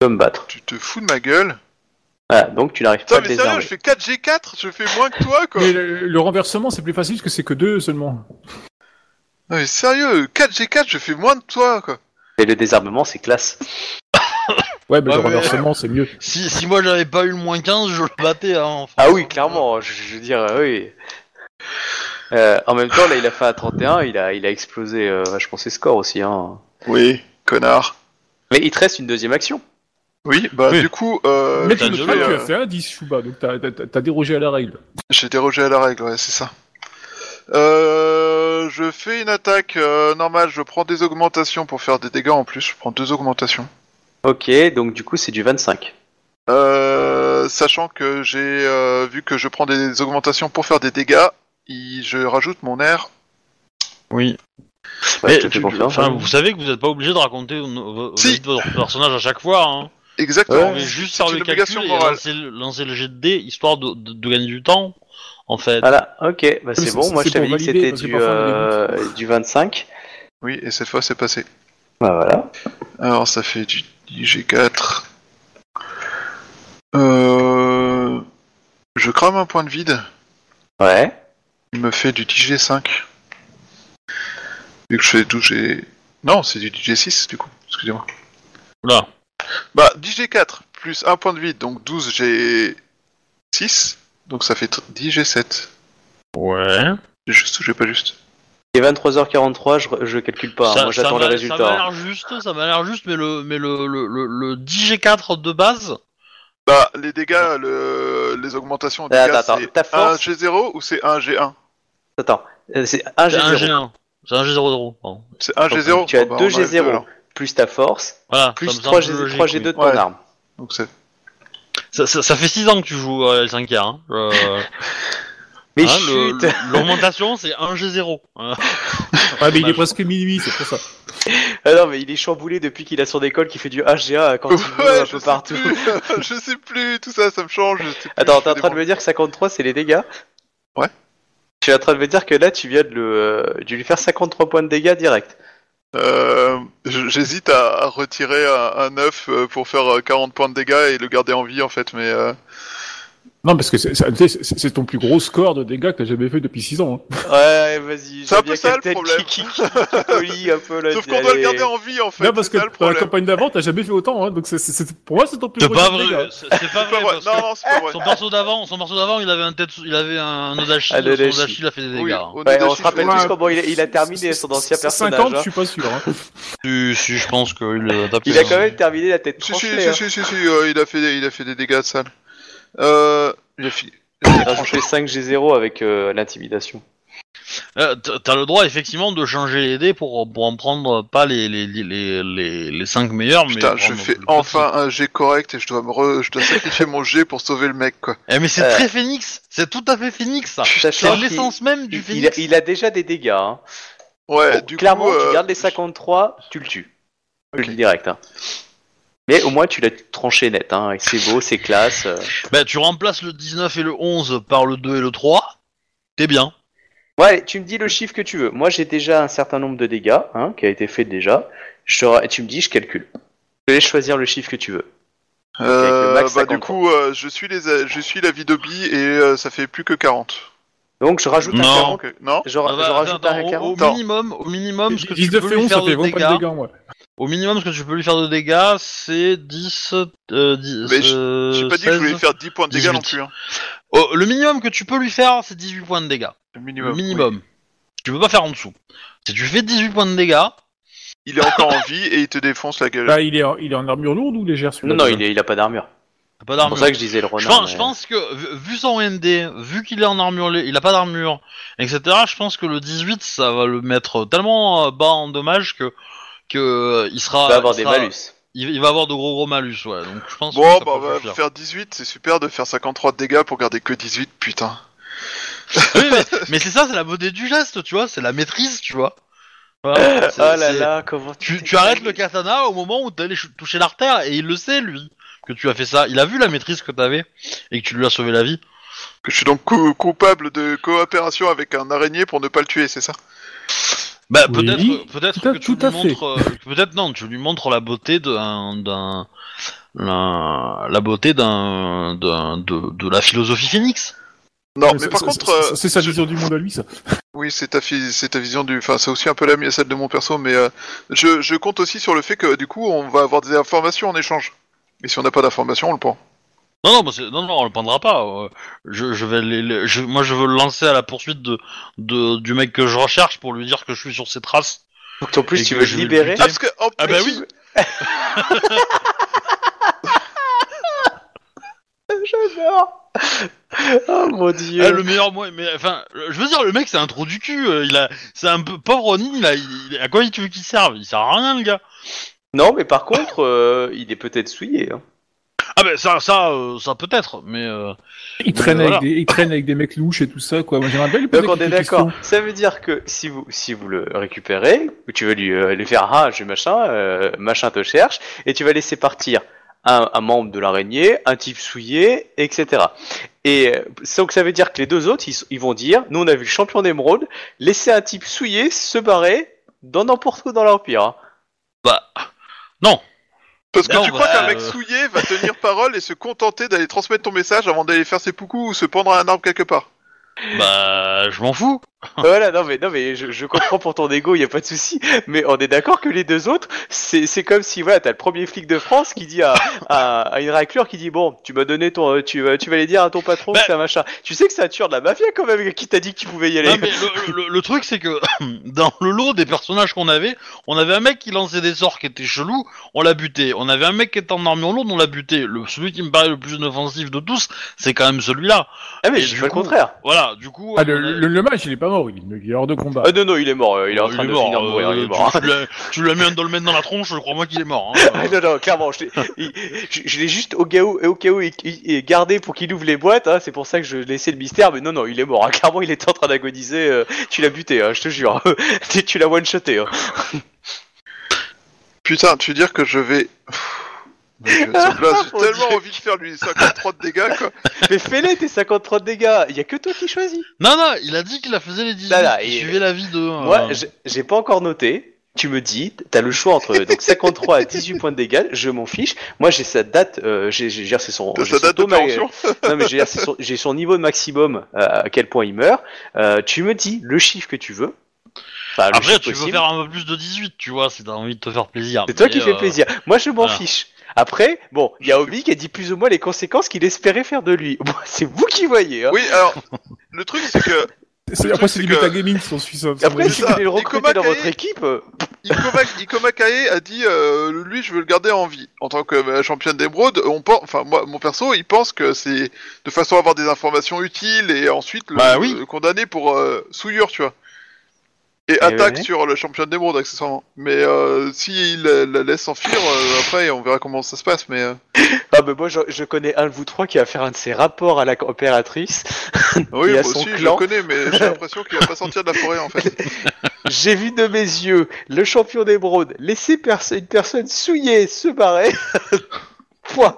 Speaker 1: peux me battre.
Speaker 3: Tu te fous de ma gueule
Speaker 1: Voilà, donc tu n'arrives pas à
Speaker 3: Putain,
Speaker 1: le
Speaker 3: mais sérieux,
Speaker 1: désarmer.
Speaker 3: je fais 4G4, je fais moins que toi, quoi
Speaker 2: Mais le, le renversement, c'est plus facile parce que c'est que deux seulement.
Speaker 3: Non, mais sérieux, 4G4, je fais moins de toi, quoi
Speaker 1: Et le désarmement c'est classe.
Speaker 2: Ouais, mais
Speaker 4: Ouais,
Speaker 2: le
Speaker 4: mais-
Speaker 2: renversement, c'est mieux.
Speaker 4: Si, si moi j'avais pas eu le moins 15, je le battais. Hein, en
Speaker 1: Ah
Speaker 4: France,
Speaker 1: oui,
Speaker 4: hein.
Speaker 1: clairement, je, je veux dire, euh, oui. Euh, en même temps, là il a fait un 31, il a, il a explosé euh, vachement ses scores aussi. Hein.
Speaker 3: Oui, connard.
Speaker 1: Mais il te reste une deuxième action.
Speaker 3: Oui, bah
Speaker 4: Oui.
Speaker 3: du coup, euh,
Speaker 2: mais
Speaker 3: je
Speaker 2: tu
Speaker 4: t'as
Speaker 2: me
Speaker 3: fais,
Speaker 2: crois que tu
Speaker 3: euh,
Speaker 2: as fait un 10 Chouba, donc t'as t'as- t'as dérogé à la règle.
Speaker 3: j'ai dérogé à la règle, ouais, c'est ça. Euh, je fais une attaque euh, normale, je prends des augmentations pour faire des dégâts en plus, je prends deux augmentations.
Speaker 1: Ok, donc du coup c'est du 25.
Speaker 3: Euh, sachant que j'ai euh, vu que je prends des augmentations pour faire des dégâts, il- je rajoute mon air.
Speaker 4: Oui.
Speaker 1: Bah,
Speaker 4: Mais
Speaker 1: je te fais
Speaker 4: tu-
Speaker 1: confiance.
Speaker 4: enfin,
Speaker 1: hein.
Speaker 4: vous savez que vous n'êtes pas obligé de raconter vo- vo-
Speaker 3: Si.
Speaker 4: la vie de votre personnage à chaque fois. Hein.
Speaker 3: Exactement.
Speaker 4: Vous pouvez juste
Speaker 3: c'est
Speaker 4: faire
Speaker 3: une
Speaker 4: le
Speaker 3: obligation
Speaker 4: calcul et
Speaker 3: morale.
Speaker 4: lancer, le- lancer le jet de dés histoire de, de- de gagner du temps, en fait.
Speaker 1: Voilà, ok, bah
Speaker 2: Mais
Speaker 1: c'est bon,
Speaker 2: c'est-
Speaker 1: moi je
Speaker 2: c'est
Speaker 1: t'avais dit
Speaker 2: pour
Speaker 1: que
Speaker 2: valider,
Speaker 1: c'était
Speaker 2: parce que
Speaker 1: du,
Speaker 2: parfois, on a des
Speaker 1: euh, du 25.
Speaker 3: Oui, et cette fois c'est passé.
Speaker 1: Bah voilà.
Speaker 3: Alors ça fait du G4. Euh... Je crame un point de vide.
Speaker 1: Ouais.
Speaker 3: Il me fait du DG5. Vu que je fais 12 G... Non, c'est du DG6 du coup. Excusez-moi.
Speaker 4: Voilà.
Speaker 3: Bah, 10G4 plus un point de vide, donc 12G6. Donc ça fait 10G7.
Speaker 4: Ouais.
Speaker 3: J'ai juste ou j'ai pas juste
Speaker 1: Il est 23h43, je, je calcule pas, hein, moi j'attends
Speaker 4: m'a-
Speaker 1: les
Speaker 4: Ça m'a
Speaker 1: résultats. hein.
Speaker 4: l'air juste, ça m'a l'air juste, mais le, mais le, le, le, le 10G4 de base,
Speaker 3: Bah, les dégâts, le... les augmentations des dégâts,
Speaker 1: Euh, Attends, attends,
Speaker 3: c'est
Speaker 1: ta force,
Speaker 3: 1G0 ou c'est 1G1
Speaker 1: attends, euh, c'est
Speaker 4: c'est un
Speaker 1: 1G0.
Speaker 4: G1. C'est un G00. pardon.
Speaker 3: C'est 1G0
Speaker 1: Tu as
Speaker 3: Bon, bah, on enlève deux,
Speaker 1: 2G0
Speaker 3: alors.
Speaker 1: plus ta force,
Speaker 4: Voilà, ça
Speaker 1: plus
Speaker 4: me semble
Speaker 1: 3G,
Speaker 4: logique,
Speaker 1: 3G2 de
Speaker 4: oui. Ah,
Speaker 1: ton
Speaker 3: Ouais.
Speaker 1: arme.
Speaker 3: Donc c'est...
Speaker 4: Ça, ça, ça fait 6 ans que tu joues à L5R. Hein. Euh,
Speaker 1: Mais
Speaker 4: hein, le-
Speaker 1: chut
Speaker 4: le- L'augmentation, c'est 1 G0. hein.
Speaker 2: Ouais, Ah, mais il est
Speaker 4: Dommage.
Speaker 2: presque minuit, c'est pour ça.
Speaker 1: Ah non, mais il est chamboulé depuis qu'il a son école qui fait du HGA quand il veut
Speaker 3: Ouais,
Speaker 1: un
Speaker 3: je
Speaker 1: peu
Speaker 3: sais
Speaker 1: partout.
Speaker 3: plus, je sais plus, tout ça, ça me change. je sais plus,
Speaker 1: Attends,
Speaker 3: je
Speaker 1: t'es en
Speaker 3: fais
Speaker 1: train de
Speaker 3: des
Speaker 1: me dire que 53 c'est les dégâts
Speaker 3: Ouais.
Speaker 1: Tu es en train de me dire que là tu viens de, le, euh, de lui faire 53 points de dégâts direct.
Speaker 3: Euh, j- J'hésite à, à retirer un, un œuf euh, pour faire euh, 40 points de dégâts et le garder en vie en fait, mais euh,
Speaker 2: Non, parce que c'est- c'est c'est- c'est ton plus gros score de dégâts que t'as jamais fait depuis 6 ans. hein.
Speaker 1: Ouais, vas-y,
Speaker 3: C'est
Speaker 1: j'aime
Speaker 3: un peu
Speaker 1: bien
Speaker 3: ça, le
Speaker 1: Captain
Speaker 3: problème.
Speaker 1: qui, qui, qui, qui polie un peu là.
Speaker 3: sauf
Speaker 1: dit,
Speaker 3: qu'on doit le
Speaker 1: allez.
Speaker 3: garder en vie en fait.
Speaker 2: non, parce
Speaker 3: c'est
Speaker 2: que
Speaker 3: ça, le
Speaker 2: dans la
Speaker 3: problème.
Speaker 2: campagne d'avant, t'as jamais fait autant, hein, donc c'est- c'est- c'est- pour moi, c'est ton plus
Speaker 4: C'est
Speaker 2: gros
Speaker 4: pas
Speaker 2: jet de
Speaker 4: vrai.
Speaker 2: dégâts.
Speaker 4: C'est c'est pas
Speaker 3: C'est pas
Speaker 4: vrai.
Speaker 3: vrai.
Speaker 4: parce
Speaker 3: hein. Non,
Speaker 4: que
Speaker 3: non, c'est pas vrai.
Speaker 4: Son perso d'avant, son perso d'avant, il avait un tetsu, il avait un Odashi,
Speaker 1: Un
Speaker 4: son
Speaker 1: Odashi.
Speaker 4: Odashi il a fait des
Speaker 3: Oui,
Speaker 4: dégâts. hein.
Speaker 3: au
Speaker 1: Ouais,
Speaker 3: nez
Speaker 1: on
Speaker 3: de
Speaker 1: se rappelle
Speaker 3: chiffre,
Speaker 1: tous
Speaker 3: ouais.
Speaker 1: comment il a, il a terminé son ancien personnage.
Speaker 2: 50, je
Speaker 1: hein.
Speaker 2: suis pas sûr. hein.
Speaker 4: Si, si, je pense qu'il a tapé.
Speaker 1: Il a
Speaker 4: hein.
Speaker 1: quand même terminé la tête
Speaker 3: Si, si,
Speaker 1: tranchée.
Speaker 3: si,
Speaker 1: hein.
Speaker 3: si, si, si, euh, il a fait, des- il a fait des dégâts de salle. Euh, il a fi- il a
Speaker 1: J'ai rajouté 5 G0 avec euh, l'intimidation.
Speaker 4: Euh, t- T'as le droit effectivement de changer les dés pour, pour en prendre euh, pas les, les, les, les, les, 5 meilleurs, mais.
Speaker 3: Putain, je
Speaker 4: prendre
Speaker 3: fais
Speaker 4: le plus
Speaker 3: enfin un G correct et je dois me re- je dois sacrifier mon G pour sauver le mec quoi.
Speaker 4: petit. Eh, mais c'est
Speaker 1: Euh.
Speaker 4: très phénix, c'est tout à fait phénix
Speaker 3: Ah,
Speaker 4: ça.
Speaker 1: Sachant
Speaker 4: C'est
Speaker 1: qu'il-
Speaker 4: l'essence même du
Speaker 1: il, il a,
Speaker 4: phénix.
Speaker 1: il a déjà des dégâts. hein.
Speaker 3: Ouais,
Speaker 1: Bon,
Speaker 3: du
Speaker 1: clairement,
Speaker 3: coup, euh,
Speaker 1: tu gardes les 53, tu le tues. Tu le
Speaker 3: Ok.
Speaker 1: dis direct. hein. Mais au moins, tu l'as tranché net. Hein. et C'est beau, c'est classe. euh.
Speaker 4: Bah, tu remplaces le 19 et le 11 par le 2 et le 3, t'es bien.
Speaker 1: Ouais, allez, tu me dis le chiffre que tu veux. Moi, j'ai déjà un certain nombre de dégâts hein, qui a été fait déjà. Je, tu me dis, je calcule. Je vais choisir le chiffre que tu veux. avec le
Speaker 3: euh,
Speaker 1: max hein.
Speaker 3: bah, du
Speaker 1: 50.
Speaker 3: coup, euh, je suis les a- je suis la vie de Bi et euh, ça fait plus que 40.
Speaker 1: Donc, je rajoute un
Speaker 4: Non.
Speaker 1: 40.
Speaker 3: Ok, Non
Speaker 1: Je,
Speaker 4: Ah bah,
Speaker 1: je rajoute
Speaker 4: attends,
Speaker 1: un
Speaker 4: attends,
Speaker 1: 40.
Speaker 4: au, au
Speaker 3: Attends.
Speaker 4: minimum, au minimum, ce que tu
Speaker 2: 19
Speaker 4: peux
Speaker 2: et
Speaker 4: lui
Speaker 2: 11,
Speaker 4: faire
Speaker 2: ça
Speaker 4: de
Speaker 2: fait vraiment
Speaker 4: dégâts,
Speaker 2: pas de dégâts, moi.
Speaker 4: au minimum, ce que tu peux lui faire de dégâts, c'est 10, euh, 10,
Speaker 3: Mais je-
Speaker 4: euh,
Speaker 3: J'ai pas dit que je voulais
Speaker 4: 16.
Speaker 3: faire 10 points de dégâts non
Speaker 4: 18.
Speaker 3: plus. Hein.
Speaker 4: Oh, le minimum que tu peux lui faire, c'est 18 points de dégâts.
Speaker 3: Le
Speaker 4: Le
Speaker 3: minimum.
Speaker 4: minimum. Tu peux pas faire en dessous. Si tu fais 18 points de dégâts,
Speaker 3: Il est encore en vie et il te défonce la gueule.
Speaker 2: Bah, il, est en, il est en armure lourde ou légère
Speaker 1: Non, non, il, est- il a pas d'armure.
Speaker 4: t'as pas
Speaker 1: C'est pour
Speaker 4: d'armure.
Speaker 1: ça que je disais le
Speaker 4: oh. Ah, Je
Speaker 1: renard.
Speaker 4: pense, je
Speaker 1: Oh mais-
Speaker 4: pense que, vu- vu son ND, vu qu'il est en armure, lé- il a pas d'armure, etc., je pense que le 18, ça va le mettre tellement euh, bas en dommage que, que euh, il sera.
Speaker 1: Tu vas avoir
Speaker 4: il
Speaker 1: des
Speaker 4: sera-
Speaker 1: malus.
Speaker 4: Il, il va avoir de gros gros malus, ouais. Donc je pense que
Speaker 3: Bon,
Speaker 4: ça
Speaker 3: bah, on
Speaker 4: peut
Speaker 3: va
Speaker 4: suffire.
Speaker 3: faire 18, c'est super de faire 53 de dégâts pour garder que 18, putain.
Speaker 4: Oui, mais, mais c'est ça, c'est la beauté du geste, tu vois, c'est la maîtrise, tu vois. Voilà, c'est-
Speaker 1: Ah là
Speaker 4: c'est-
Speaker 1: là, comment
Speaker 4: Tu, tu arrêtes le katana au moment où t'es allé ch- toucher l'artère, et il le sait, lui, que tu as fait ça. Il a vu la maîtrise que t'avais, et que tu lui as sauvé la vie.
Speaker 3: Que je suis donc cou- coupable de coopération avec un araignée pour ne pas le tuer, c'est ça
Speaker 4: Bah,
Speaker 2: Oui,
Speaker 4: peut-être, peut-être
Speaker 2: tout à-
Speaker 4: que tu
Speaker 2: tout à
Speaker 4: lui
Speaker 2: fait.
Speaker 4: montres, euh, peut-être non, tu lui montres la beauté d'un, d'un, d'un- la beauté d'un, d'un, de, de la philosophie phoenix.
Speaker 3: Non, mais,
Speaker 2: Ça-
Speaker 3: par
Speaker 2: ça-
Speaker 3: contre,
Speaker 2: ça-
Speaker 3: euh,
Speaker 2: c'est sa
Speaker 3: je-
Speaker 2: vision du monde à lui, ça.
Speaker 3: oui, c'est ta, fi- c'est ta vision du. Enfin, c'est aussi un peu la mienne, celle de mon perso, mais euh, je, je compte aussi sur le fait que du coup, on va avoir des informations en échange. Et si on n'a pas d'informations, on le prend.
Speaker 4: Non, non, bah, c'est- non, non, on le prendra pas. euh, Je, je vais, les- les- je- moi, je veux le lancer à la poursuite de, de, du mec que je recherche pour lui dire que je suis sur ses traces.
Speaker 1: Donc, en
Speaker 4: Et
Speaker 1: plus, tu
Speaker 4: que
Speaker 1: veux
Speaker 4: je
Speaker 1: le
Speaker 4: vais le
Speaker 1: libérer.
Speaker 4: buter.
Speaker 3: Ah, parce que. en
Speaker 4: Ah bah
Speaker 3: plus-
Speaker 4: oui.
Speaker 1: J'adore. Oh mon dieu.
Speaker 4: Ah, le meilleur moyen, mais enfin, euh, je veux dire, le mec, c'est un trou du cul. euh, Il a, c'est un peu pauvre Ronin. Il a, il- à quoi tu veux qu'il serve Il sert à rien, le gars.
Speaker 1: Non, mais par contre, euh, il est peut-être souillé. hein.
Speaker 4: Ah ben ça, ça, euh, ça peut être, mais. euh,
Speaker 2: Il traîne,
Speaker 4: Voilà.
Speaker 2: avec des, il traîne avec des mecs louches et tout ça, quoi. Moi, j'aimerais bien lui poser
Speaker 1: Donc on est
Speaker 2: quelques
Speaker 1: d'accord.
Speaker 2: questions.
Speaker 1: Ça veut dire que si vous si vous le récupérez, ou tu vas lui, euh, lui faire ah j'ai machin, euh, machin te cherche, et tu vas laisser partir un, un membre de l'araignée, un type souillé, etc. Et euh, donc ça veut dire que les deux autres ils, sont- ils vont dire nous on a vu le champion d'émeraude, laisser un type souillé se barrer dans n'importe où dans l'empire. hein.
Speaker 4: Bah,
Speaker 3: Parce que
Speaker 4: Non,
Speaker 3: tu
Speaker 4: bah,
Speaker 3: crois qu'un mec
Speaker 4: euh.
Speaker 3: souillé va tenir parole et se contenter d'aller transmettre ton message avant d'aller faire ses poucous ou se pendre à un arbre quelque part
Speaker 4: bah, je m'en fous.
Speaker 1: Ah, voilà non mais non mais je, je comprends pour ton ego il y a pas de souci, mais on est d'accord que les deux autres c'est c'est comme si voilà t'as le premier flic de France qui dit à, à, à une raclure qui dit bon tu m'as donné ton euh, tu vas- tu vas aller dire à ton patron
Speaker 4: Bah.
Speaker 1: que c'est un machin. Tu sais que c'est un tueur de la mafia quand même qui t'a dit que tu pouvais y aller.
Speaker 4: Non, mais le, le- le truc, c'est que dans le lot des personnages qu'on avait, on avait un mec qui lançait des sorts qui était chelou, on l'a buté. On avait un mec qui était en armure lourde, on l'a buté. Le, celui qui me paraît le plus inoffensif de tous, c'est quand même celui-là.
Speaker 1: ah mais
Speaker 4: et
Speaker 1: je
Speaker 4: du
Speaker 1: dis pas le
Speaker 4: coup-
Speaker 1: contraire.
Speaker 4: Voilà, du coup.
Speaker 2: Ah, le,
Speaker 4: on a-
Speaker 2: le, le mage, il est pas mort, il est, il est hors de combat.
Speaker 1: Ah non non il est mort, euh, il est en
Speaker 4: Il
Speaker 1: train
Speaker 4: est
Speaker 1: de
Speaker 4: mort,
Speaker 1: finir de
Speaker 4: euh,
Speaker 1: mourir, il est mort.
Speaker 4: Tu, tu l'as- tu lui as mis un dolmen dans la tronche, crois-moi qu'il est mort. hein.
Speaker 1: Ah non, non, clairement, je l'ai- il- je- je l'ai juste au cas où, au cas où il, il- il- gardé pour qu'il ouvre les boîtes, hein, c'est pour ça que je laissais le mystère, mais non, non, il est mort, hein, clairement, il était en train d'agoniser, euh, tu l'as buté, hein, je te jure, Tu- tu l'as one-shoté. hein.
Speaker 3: Putain, tu veux dire que je vais.
Speaker 4: Bah,
Speaker 3: Mon Dieu, ça me blase, J'ai tellement envie de faire lui 53 de dégâts quoi.
Speaker 1: Mais fais-les tes 53 de dégâts, il y a que toi qui choisis.
Speaker 4: Non, non, il a dit qu'il a faisait les 18,
Speaker 1: Là, là,
Speaker 4: qu'il
Speaker 1: et-
Speaker 4: suivait la vie de... euh,
Speaker 1: Moi, j'ai- j'ai pas encore noté, tu me dis, t'as le choix entre donc 53 à 18 points de dégâts, je m'en fiche, moi j'ai sa date, euh, j'ai j'ai- j'ai- c'est son...
Speaker 3: T'as
Speaker 1: j'ai
Speaker 3: sa
Speaker 1: son
Speaker 3: date
Speaker 1: taux ma-
Speaker 3: d'opération
Speaker 1: Non, mais j'ai son, j'ai son niveau de maximum, euh, à quel point il meurt. Euh, tu me dis le chiffre que tu veux. Enfin, le
Speaker 4: Après,
Speaker 1: chiffre
Speaker 4: tu veux
Speaker 1: possible.
Speaker 4: faire un peu plus de 18, tu vois, si t'as envie de te faire plaisir.
Speaker 1: C'est toi
Speaker 4: mais,
Speaker 1: qui fais
Speaker 4: euh,
Speaker 1: plaisir. Moi, je m'en
Speaker 4: voilà.
Speaker 1: fiche. Après, bon, il y a Obi qui a dit plus ou moins les conséquences qu'il espérait faire de lui. Bon, c'est vous qui voyez. Hein.
Speaker 3: Oui, alors, le truc c'est que.
Speaker 2: C'est-
Speaker 3: le
Speaker 2: Après,
Speaker 3: truc,
Speaker 2: c'est du
Speaker 3: c'est que-
Speaker 2: metagaming, son suisse.
Speaker 1: Après,
Speaker 3: c'est
Speaker 1: si
Speaker 3: ça.
Speaker 1: vous voulez le
Speaker 3: Et
Speaker 1: recruter
Speaker 3: Komakae-
Speaker 1: dans votre équipe, euh,
Speaker 3: Ikoma- Ikomakae a dit euh, lui je veux le garder en vie en tant que euh, championne d'émeraude on pense enfin moi mon perso il pense que c'est de façon à avoir des informations utiles et ensuite le,
Speaker 4: Bah oui.
Speaker 3: le condamner pour euh, souillure tu vois et
Speaker 1: Eh
Speaker 3: attaque
Speaker 1: ouais.
Speaker 3: sur le championne d'émeraude accessoirement mais euh, si il la, la laisse s'enfuir euh, après on verra comment ça se passe mais euh,
Speaker 1: Ah bah moi je, je connais un de vous trois qui va faire un de ses rapports à la coopératrice.
Speaker 3: oui
Speaker 1: Et à
Speaker 3: moi
Speaker 1: son
Speaker 3: aussi je
Speaker 1: clan.
Speaker 3: le connais mais j'ai l'impression qu'il va pas sortir de la forêt en fait
Speaker 1: J'ai vu de mes yeux le champion d'émeraude laisser perso- une personne souillée se barrer. Point.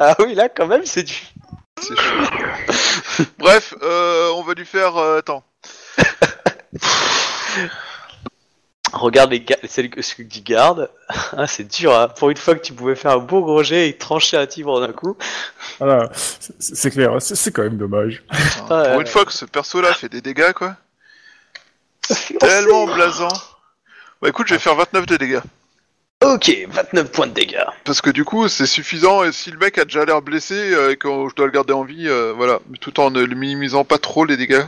Speaker 1: Ah oui là quand même c'est du...
Speaker 3: C'est chaud. Bref, euh, on va lui faire. euh, attends.
Speaker 1: Regarde les ga- celle que- celui qui garde. Ah, c'est dur hein. pour une fois que tu pouvais faire un beau gros jet et trancher un tigre d'un coup.
Speaker 2: Voilà, c'est c'est clair, c'est c'est quand même dommage.
Speaker 1: Ah,
Speaker 3: pour
Speaker 1: ouais.
Speaker 3: une fois que ce perso-là fait des dégâts, quoi. Tellement blasant. Bah écoute, je vais faire 29 de dégâts.
Speaker 1: Ok 29 points de dégâts.
Speaker 3: Parce que du coup, c'est suffisant. Et si le mec a déjà l'air blessé euh, et que je dois le garder en vie, euh, voilà. Mais Tout en ne le minimisant pas trop les dégâts.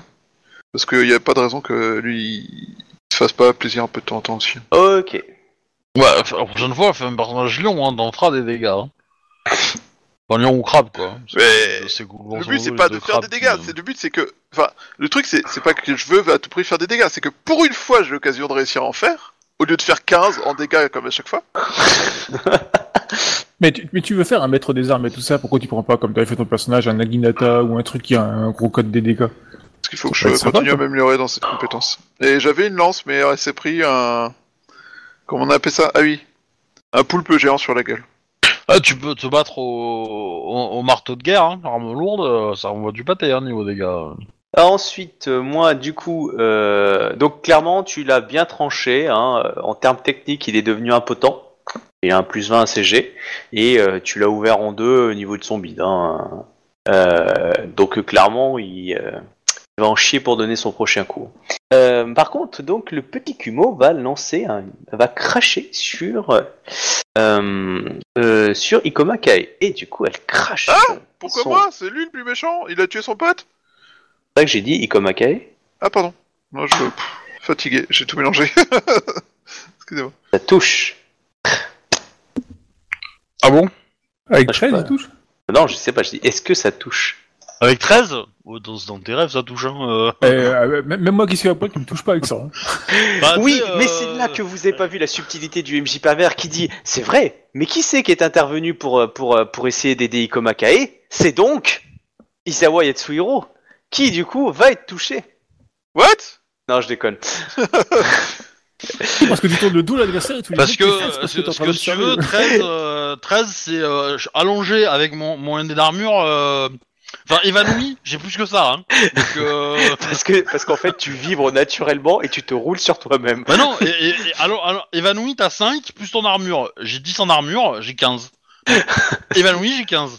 Speaker 3: Parce qu'il n'y a pas de raison que lui il se fasse pas plaisir un peu de temps en temps aussi.
Speaker 1: Ok.
Speaker 4: Ouais, enfin, la prochaine fois, fais un personnage lion, hein, t'en feras des dégâts. hein. Enfin, lion ou crabe, quoi.
Speaker 3: Mais-
Speaker 4: c'est
Speaker 3: Le but c'est pas de faire des
Speaker 4: hein.
Speaker 3: dégâts, c'est le but c'est que enfin le truc c'est c'est pas que je veux à tout prix faire des dégâts, c'est que pour une fois j'ai l'occasion de réussir à en faire au lieu de faire 15 en dégâts comme à chaque fois.
Speaker 2: Mais tu, mais tu veux faire un maître des armes et tout ça, pourquoi tu prends pas, comme t'avais fait ton personnage, un Aginata ou un truc qui a un gros code des dégâts
Speaker 3: Parce qu'il faut que
Speaker 2: Ça
Speaker 3: je
Speaker 2: va être sympa,
Speaker 3: continue à
Speaker 2: quoi.
Speaker 3: m'améliorer dans cette compétence. Et j'avais une lance mais elle s'est pris un comment on appelle ça Ah oui, un poulpe géant sur la gueule.
Speaker 4: Ah, tu peux te battre au, au- au marteau de guerre, hein, l'arme lourde, euh, ça envoie du pâté hein, niveau dégâts.
Speaker 1: Ah, Ensuite, euh, moi, du coup, euh, donc clairement, tu l'as bien tranché. hein, euh, en termes techniques, il est devenu impotent. Il a un plus 20 à CG. Et euh, tu l'as ouvert en deux au niveau de son bide. hein. Euh, donc euh, clairement, il, euh, il va en chier pour donner son prochain coup. Euh, par contre, donc le petit Kumo va lancer, un- va cracher sur euh, euh, sur Ikoma Kae. Et du coup, elle crache.
Speaker 3: Pourquoi
Speaker 1: Son-
Speaker 3: moi C'est lui le plus méchant, il a tué son pote
Speaker 1: C'est ça que j'ai dit, Ikoma Kae.
Speaker 3: Ah pardon. Moi je pff, fatigué, j'ai tout mélangé. Excusez-moi.
Speaker 1: Ça touche.
Speaker 4: Ah bon
Speaker 2: Avec
Speaker 1: Ah, je sais
Speaker 2: 13,
Speaker 1: pas.
Speaker 2: il touche
Speaker 1: Non, je sais pas, je dis, est-ce que ça touche
Speaker 4: Avec 13 Oh, dans, dans tes rêves, ça touche. Hein, euh.
Speaker 2: Eh, euh, même même moi qui suis à poil, tu me touches pas avec ça. hein.
Speaker 4: Bah,
Speaker 1: Oui,
Speaker 4: tu sais,
Speaker 1: mais
Speaker 4: euh,
Speaker 1: c'est là que vous avez pas vu la subtilité du MJ pervers qui dit, c'est vrai, mais qui c'est qui est intervenu pour, euh, pour, euh, pour essayer d'aider Ikoma Kae C'est donc Isawa Yatsuhiro, qui du coup va être touché.
Speaker 3: What
Speaker 1: Non, je déconne.
Speaker 2: Parce que tu tournes le dos à l'adversaire et tu lui
Speaker 4: Parce
Speaker 2: dis
Speaker 4: que,
Speaker 2: tu fesses parce
Speaker 4: c'est-
Speaker 2: t'es en
Speaker 4: parce
Speaker 2: train
Speaker 4: que
Speaker 2: de
Speaker 4: si tu
Speaker 2: observer
Speaker 4: veux,
Speaker 2: le-
Speaker 4: 13, euh, 13 c'est euh, je- allongé avec mon, mon ND d'armure. euh, Enfin, évanoui, j'ai plus que ça. Hein. Donc, euh,
Speaker 1: Parce que parce qu'en fait, tu vibres naturellement et tu te roules sur toi-même.
Speaker 4: Bah non, et, et, et- alors, alors, évanoui, t'as 5, plus ton armure. J'ai 10 en armure, j'ai 15. évanoui, j'ai 15.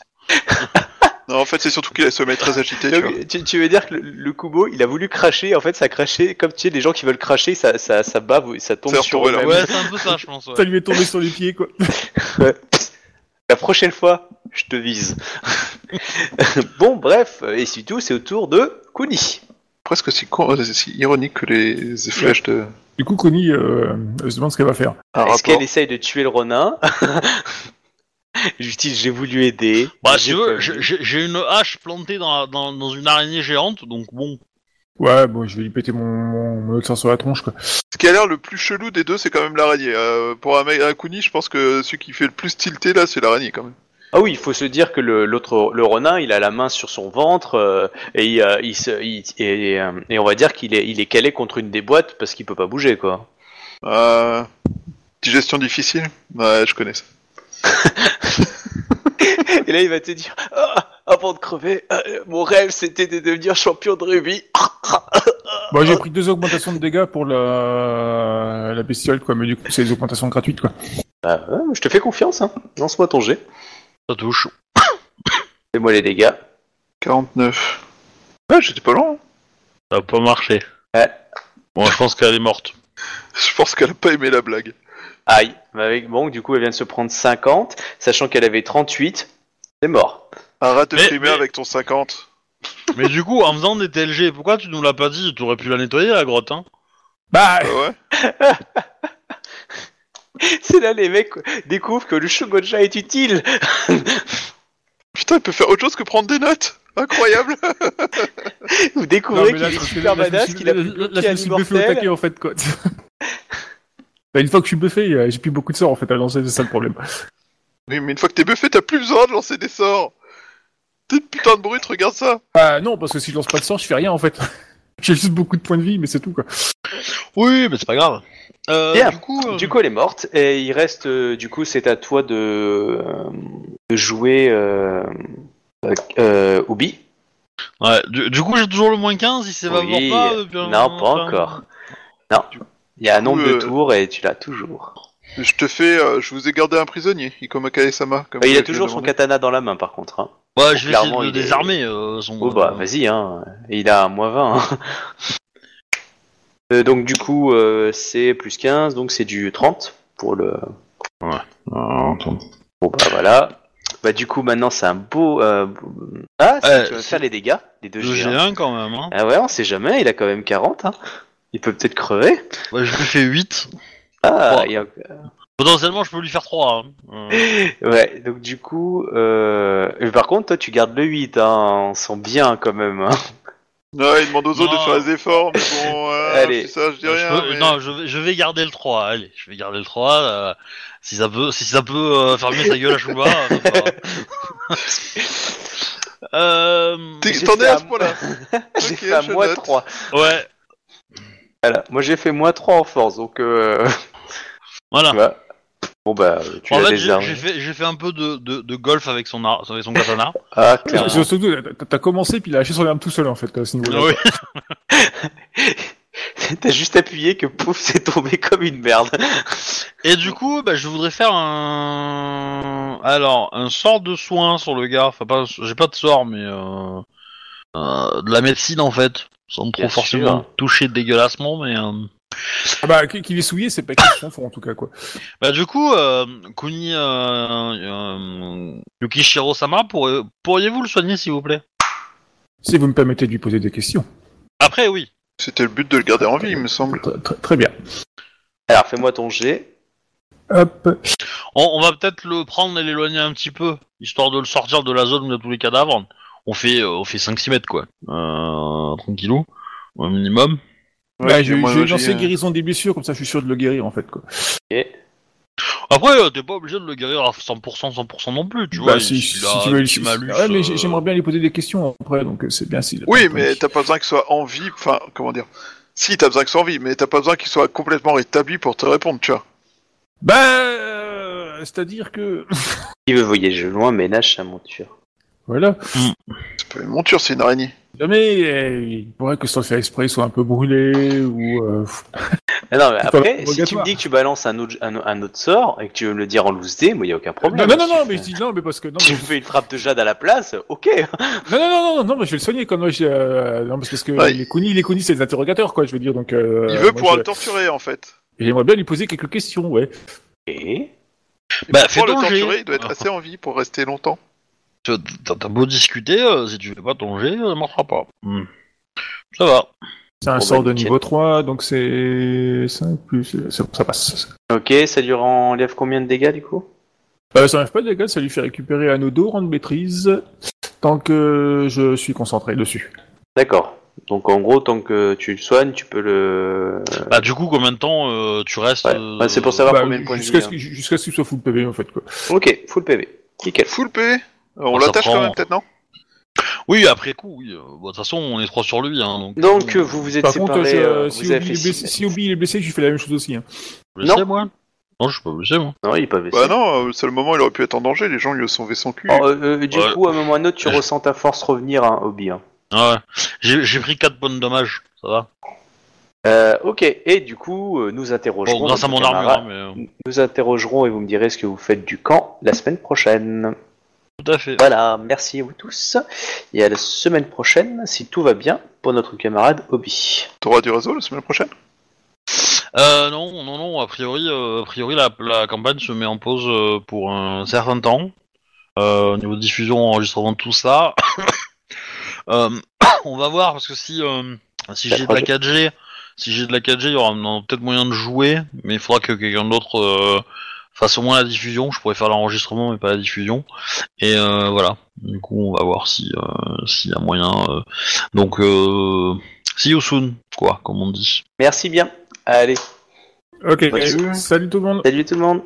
Speaker 3: Non, en fait, c'est surtout qu'il se met très agité.
Speaker 2: Ah
Speaker 3: tu vois.
Speaker 1: Donc, tu, tu veux dire que le, le Kubo, il a voulu cracher, en fait, ça crachait, comme tu sais, les gens qui veulent cracher, ça, ça, ça bat, ça tombe
Speaker 3: Ça
Speaker 1: sur
Speaker 3: retombe là.
Speaker 1: eux-mêmes.
Speaker 4: Ouais, c'est un peu ça, je pense. ouais.
Speaker 2: Ça lui est tombé sur les pieds, quoi.
Speaker 1: La prochaine fois, je te vise. bon, bref, et surtout, c'est au tour de Kuni.
Speaker 3: presque si, con- euh, si ironique que les flèches de.
Speaker 2: Du coup, Connie euh, elle se demande ce qu'elle va faire.
Speaker 3: Un
Speaker 1: Est-ce qu'elle
Speaker 3: rapport.
Speaker 1: essaye de tuer le Ronin Justice, j'ai voulu aider.
Speaker 4: Bah,
Speaker 1: J'ai
Speaker 4: si tu
Speaker 1: pas
Speaker 4: veux,
Speaker 1: vu.
Speaker 4: j'ai- j'ai j'ai une hache plantée dans, la- dans, dans une araignée géante, donc bon.
Speaker 2: Ouais, bon, je vais lui péter mon, mon, mon autre sens sur la tronche, quoi.
Speaker 3: Ce qui a l'air le plus chelou des deux, c'est quand même l'araignée. Euh, pour un, mec- un Kuni, je pense que celui qui fait le plus tilté là, c'est l'araignée quand même.
Speaker 1: Ah oui, il faut se dire que le, l'autre, le Ronin, il a la main sur son ventre euh, et, il, euh, il se- il- et, euh, et on va dire qu'il est, il est calé contre une des boîtes parce qu'il peut pas bouger, quoi.
Speaker 3: Euh, digestion difficile Ouais, je connais ça.
Speaker 1: Et là, il va te dire Ah, avant de crever, euh, mon rêve, c'était de devenir champion de rugby.
Speaker 2: Bon, j'ai pris deux augmentations de dégâts pour la, la bestiole, quoi, mais du coup, c'est des augmentations gratuites, quoi.
Speaker 1: Bah, ouais, je te fais confiance, hein. Lance-moi ton jet.
Speaker 4: Ça touche.
Speaker 1: Fais-moi les dégâts.
Speaker 3: 49. Ouais, j'étais pas loin. hein.
Speaker 4: Ça a pas marché.
Speaker 1: Ouais.
Speaker 4: Bon, je pense qu'elle est morte.
Speaker 3: Je pense qu'elle a pas aimé la blague.
Speaker 1: Aïe. Bah, Avec... Bon, du coup, elle vient de se prendre 50, sachant qu'elle avait 38. C'est mort.
Speaker 3: Arrête de
Speaker 4: Mais-
Speaker 3: frimer
Speaker 4: mais-
Speaker 3: avec ton 50.
Speaker 4: Mais du coup, en faisant des TLG, pourquoi tu nous l'as pas dit T'aurais pu la nettoyer, la grotte, hein
Speaker 2: Bah,
Speaker 3: Bah ouais.
Speaker 1: C'est là, les mecs découvrent que le shogunja est utile.
Speaker 3: Putain, il peut faire autre chose que prendre des notes. Incroyable.
Speaker 1: Vous
Speaker 2: non,
Speaker 1: découvrez
Speaker 2: mais
Speaker 1: qu'il
Speaker 2: là,
Speaker 1: est
Speaker 2: je suis-
Speaker 1: super
Speaker 2: là, je me
Speaker 1: badass,
Speaker 2: suis-
Speaker 1: qu'il a
Speaker 2: là,
Speaker 1: plus
Speaker 2: là, je me suis bluffé au
Speaker 1: immortel.
Speaker 2: taquet, en fait, quoi. Bah, une fois que je suis bluffé, euh, j'ai plus beaucoup de sorts, en fait, à lancer, c'est ça le problème.
Speaker 3: Oui, mais une fois que t'es buffé, t'as plus besoin de lancer des sorts. T'es une putain de brute, regarde ça.
Speaker 2: Ah non, parce que si je lance pas de sort, je fais rien, en fait. J'ai juste beaucoup de points de vie, mais c'est tout, quoi.
Speaker 4: Oui, mais c'est pas grave. Euh,
Speaker 1: Bien.
Speaker 4: Du coup, euh,
Speaker 1: Du coup, elle est morte et il reste. euh, du coup, c'est à toi de, euh, de jouer euh, euh, euh, Ubi.
Speaker 4: ouais, du, du coup j'ai toujours le moins 15, il s'évapore
Speaker 1: Oui,
Speaker 4: pas depuis un-
Speaker 1: non, pas
Speaker 4: enfin,
Speaker 1: encore. Non, il y a un nombre de
Speaker 3: euh,
Speaker 1: tours et tu l'as toujours.
Speaker 3: Je te fais, euh, je vous ai gardé un prisonnier, Ikoma Kaesama. Comme
Speaker 1: Bah, il
Speaker 3: vous
Speaker 1: a
Speaker 3: l'aviez
Speaker 1: toujours son
Speaker 3: demandé.
Speaker 1: katana dans la main, par contre. hein.
Speaker 4: Ouais, je vais
Speaker 1: Clairement,
Speaker 4: essayer de le
Speaker 1: il est-
Speaker 4: désarmer. euh, son...
Speaker 1: Oh bah, vas-y, hein. Il a un moins 20. hein. Euh, donc, du coup, euh, c'est plus 15, donc c'est du 30 pour le.
Speaker 4: Ah, attends.
Speaker 1: Bon bah voilà. Bah du coup maintenant c'est un beau. euh, Ah, si
Speaker 4: Euh,
Speaker 1: tu vas
Speaker 4: c'est-
Speaker 1: faire les dégâts, les deux
Speaker 4: Le
Speaker 1: G1.
Speaker 4: G1 quand même. Hein.
Speaker 1: Ah ouais, on sait jamais, il a quand même 40. Hein. Il peut peut-être crever.
Speaker 4: Ouais, je lui fais 8.
Speaker 1: Ah,
Speaker 4: Ouais.
Speaker 1: il y a-
Speaker 4: Potentiellement, je peux lui faire 3. Hein. Euh,
Speaker 1: ouais, donc du coup. Euh... et Par contre, toi tu gardes le 8, hein. on sent bien quand même. Hein.
Speaker 3: Ouais, il demande aux autres de
Speaker 4: Non.
Speaker 3: faire des efforts, mais bon, euh,
Speaker 1: Allez.
Speaker 3: puis ça, je dis
Speaker 4: je
Speaker 3: rien.
Speaker 4: peux-
Speaker 3: mais-
Speaker 4: Non, je vais, je vais garder le 3. Allez, je vais garder le 3. euh, si ça peut, si ça peut euh, faire mieux ta gueule à Chouba. euh, ça va. euh,
Speaker 3: T'es-
Speaker 1: J'ai
Speaker 3: T'en
Speaker 1: fait
Speaker 3: es à
Speaker 1: un-
Speaker 3: ce point-là.
Speaker 1: j'ai
Speaker 3: Ok,
Speaker 1: fait à
Speaker 3: je
Speaker 1: moins
Speaker 3: note.
Speaker 1: 3.
Speaker 4: ouais,
Speaker 1: Voilà, moi j'ai fait moins 3 en force, donc. Euh...
Speaker 4: voilà.
Speaker 1: tu vois. Bon bah tu
Speaker 4: en
Speaker 1: l'as
Speaker 4: fait, j'ai
Speaker 1: désarmé.
Speaker 4: j'ai fait, j'ai fait un peu de, de, de golf avec son, ar- avec son katana.
Speaker 1: Ah, clairement.
Speaker 2: Sur- Surtout, t'as- t'as commencé, puis il a lâché son arme tout seul, en fait, à ce niveau-là.
Speaker 4: Oui.
Speaker 1: T'as juste appuyé que pouf, c'est tombé comme une merde.
Speaker 4: Et du coup, bah, je voudrais faire un. Alors, un sort de soin sur le gars. Enfin, pas... j'ai pas de sort, mais. Euh... euh, de la médecine en fait. Sans trop
Speaker 1: Bien
Speaker 4: forcément
Speaker 1: sûr.
Speaker 4: toucher dégueulassement, mais. euh,
Speaker 2: Ah bah, qu'il qu'il est souillé, c'est pas qu'il s'en fout, en tout cas, quoi.
Speaker 4: Bah, du coup, euh, Kuni. Euh... euh, Yukishiro Sama, pourrez- pourriez-vous le soigner s'il vous plaît
Speaker 2: Si vous me permettez de lui poser des questions.
Speaker 4: Après, oui.
Speaker 3: C'était le but de le garder en vie, il me semble.
Speaker 2: Tr- tr- Très bien.
Speaker 1: Alors fais-moi ton G.
Speaker 2: Hop.
Speaker 4: On, on va peut-être le prendre et l'éloigner un petit peu, histoire de le sortir de la zone où il y a tous les cadavres. On fait, euh, on fait 5-6 mètres, quoi. Euh, tranquillou, au minimum.
Speaker 2: Bah, je
Speaker 3: puis moi,
Speaker 2: je vais
Speaker 3: j'ai,
Speaker 2: lancer
Speaker 3: euh,
Speaker 2: guérison des blessures, comme ça je suis sûr de le guérir, en fait, quoi.
Speaker 4: Après, euh, t'es pas obligé de le guérir à 100%, 100% non plus, tu
Speaker 2: Bah,
Speaker 4: vois.
Speaker 2: si,
Speaker 4: il-
Speaker 2: si
Speaker 4: il a
Speaker 2: tu veux,
Speaker 4: une
Speaker 2: si-
Speaker 4: malus,
Speaker 2: ouais, mais j'ai-
Speaker 4: euh,
Speaker 2: j'aimerais bien lui poser des questions après, donc euh, c'est bien si.
Speaker 3: Oui, mais t'as pas besoin qu'il soit en vie, enfin, comment dire. Si, t'as besoin qu'il soit en vie, mais t'as pas besoin qu'il soit complètement rétabli pour te répondre, tu vois.
Speaker 2: Bah, euh, c'est-à-dire que
Speaker 1: Qui veut voyager loin ménage sa monture.
Speaker 2: voilà,
Speaker 3: C'est pas une monture, c'est une araignée.
Speaker 2: jamais euh, il pourrait que sans le faire exprès, il soit un peu brûlé ou. euh, pff.
Speaker 1: Ah non, mais
Speaker 2: C'est pas
Speaker 1: après, si tu me
Speaker 2: rogatoire.
Speaker 1: dis que tu balances un autre, un, un autre sort et que tu veux me le dire en loose D, moi il a aucun
Speaker 2: Non,
Speaker 1: problème.
Speaker 2: non, non, non,
Speaker 1: Tu
Speaker 2: mais je
Speaker 1: fais-
Speaker 2: dis non, mais parce que non,
Speaker 1: Tu
Speaker 2: mais-
Speaker 1: fais une frappe de jade à la place, ok.
Speaker 2: non, non, non, non, non, mais je vais le soigner comme moi, j'ai, euh, non, parce que
Speaker 3: Ouais.
Speaker 2: les Kuni, les Kuni, c'est des interrogateurs, quoi, je veux dire, donc. euh,
Speaker 3: il veut
Speaker 2: moi,
Speaker 3: pouvoir
Speaker 2: je-
Speaker 3: le torturer, en fait.
Speaker 2: J'aimerais bien lui poser quelques questions, ouais.
Speaker 1: Et
Speaker 3: Et
Speaker 4: Bah,
Speaker 3: pour
Speaker 4: fais
Speaker 3: pouvoir le
Speaker 4: ton jet.
Speaker 3: torturer, il doit être assez en vie pour rester longtemps.
Speaker 4: tu- T'as t'as beau discuter, euh, si tu fais pas ton jet, ça marchera pas. Hmm. Ça va.
Speaker 2: C'est un
Speaker 1: Bon,
Speaker 2: sort
Speaker 1: bah,
Speaker 2: de
Speaker 1: nickel.
Speaker 2: niveau 3, donc c'est 5 plus, c'est bon, ça passe.
Speaker 1: ok, ça lui enlève combien de dégâts du coup
Speaker 2: Euh, ça enlève pas de dégâts, ça lui fait récupérer un dos, rendre maîtrise, tant que je suis concentré dessus.
Speaker 1: D'accord. Donc en gros, tant que tu le soignes, tu peux le.
Speaker 4: Bah, du coup, combien de temps euh, tu restes
Speaker 1: Ouais.
Speaker 4: euh,
Speaker 1: Ouais, c'est pour savoir
Speaker 2: Bah,
Speaker 1: combien de points de vie.
Speaker 2: Jusqu'à ce
Speaker 1: hein.
Speaker 2: qu'il jusqu'à ce qu'il soit full PV en fait. Quoi.
Speaker 1: Ok, full PV. Nickel.
Speaker 3: Full P. Euh, On
Speaker 4: Bon, ça
Speaker 3: l'attache
Speaker 4: prend.
Speaker 3: quand même, peut-être, non
Speaker 4: Oui, après coup, oui. euh, bah, De toute façon, on est trois sur lui. Hein, donc,
Speaker 1: Donc
Speaker 4: euh,
Speaker 1: euh, vous vous êtes
Speaker 2: Par
Speaker 1: séparés.
Speaker 2: contre, je-
Speaker 1: euh,
Speaker 2: si,
Speaker 1: vous avez
Speaker 2: Obi
Speaker 1: fait
Speaker 2: est
Speaker 1: six-
Speaker 2: blessé, si Obi est blessé, je lui fais la même chose aussi. Hein.
Speaker 4: je suis blessé,
Speaker 1: non.
Speaker 4: moi Non, je suis pas blessé, moi.
Speaker 1: Non, il est pas blessé.
Speaker 3: Bah non, euh, c'est le moment où il aurait pu être en danger, les gens lui ont sauvé son cul.
Speaker 1: Oh, euh, euh, du
Speaker 4: Ouais.
Speaker 1: coup, à un moment ou à un autre, tu ressens ta force revenir, hein, Obi. hein.
Speaker 4: Ah ouais. J'ai j'ai pris 4 bonnes dommages, ça va.
Speaker 1: Euh, ok, et du coup, euh, nous interrogerons.
Speaker 4: Bon, grâce à
Speaker 1: notre
Speaker 4: mon armure,
Speaker 1: camarade-
Speaker 4: hein, mais. euh,
Speaker 1: Nous interrogerons et vous me direz ce que vous faites du camp la semaine prochaine.
Speaker 4: Tout à fait.
Speaker 1: Voilà, merci à vous tous. Et à la semaine prochaine, si tout va bien, pour notre camarade Obi.
Speaker 3: T'auras du réseau la semaine prochaine
Speaker 4: Euh, non, non, non, a priori, euh, a priori la, la campagne se met en pause euh, pour un certain temps. Euh, au niveau de diffusion, enregistrement, tout ça. Euh, on va voir, parce que si, euh, si
Speaker 1: La
Speaker 4: j'ai de la 4G, si j'ai de la 4G, il y aura non, peut-être moyen de jouer, mais il faudra que quelqu'un d'autre euh, fasse au moins la diffusion. Je pourrais faire l'enregistrement, mais pas la diffusion. Et euh, voilà. Du coup, on va voir si euh, s'il y a moyen. euh, Donc, euh, see you soon, quoi, comme on dit.
Speaker 6: Merci bien. Allez,
Speaker 2: Ok, eh,
Speaker 6: Salut.
Speaker 2: salut tout le monde.
Speaker 6: salut tout le monde.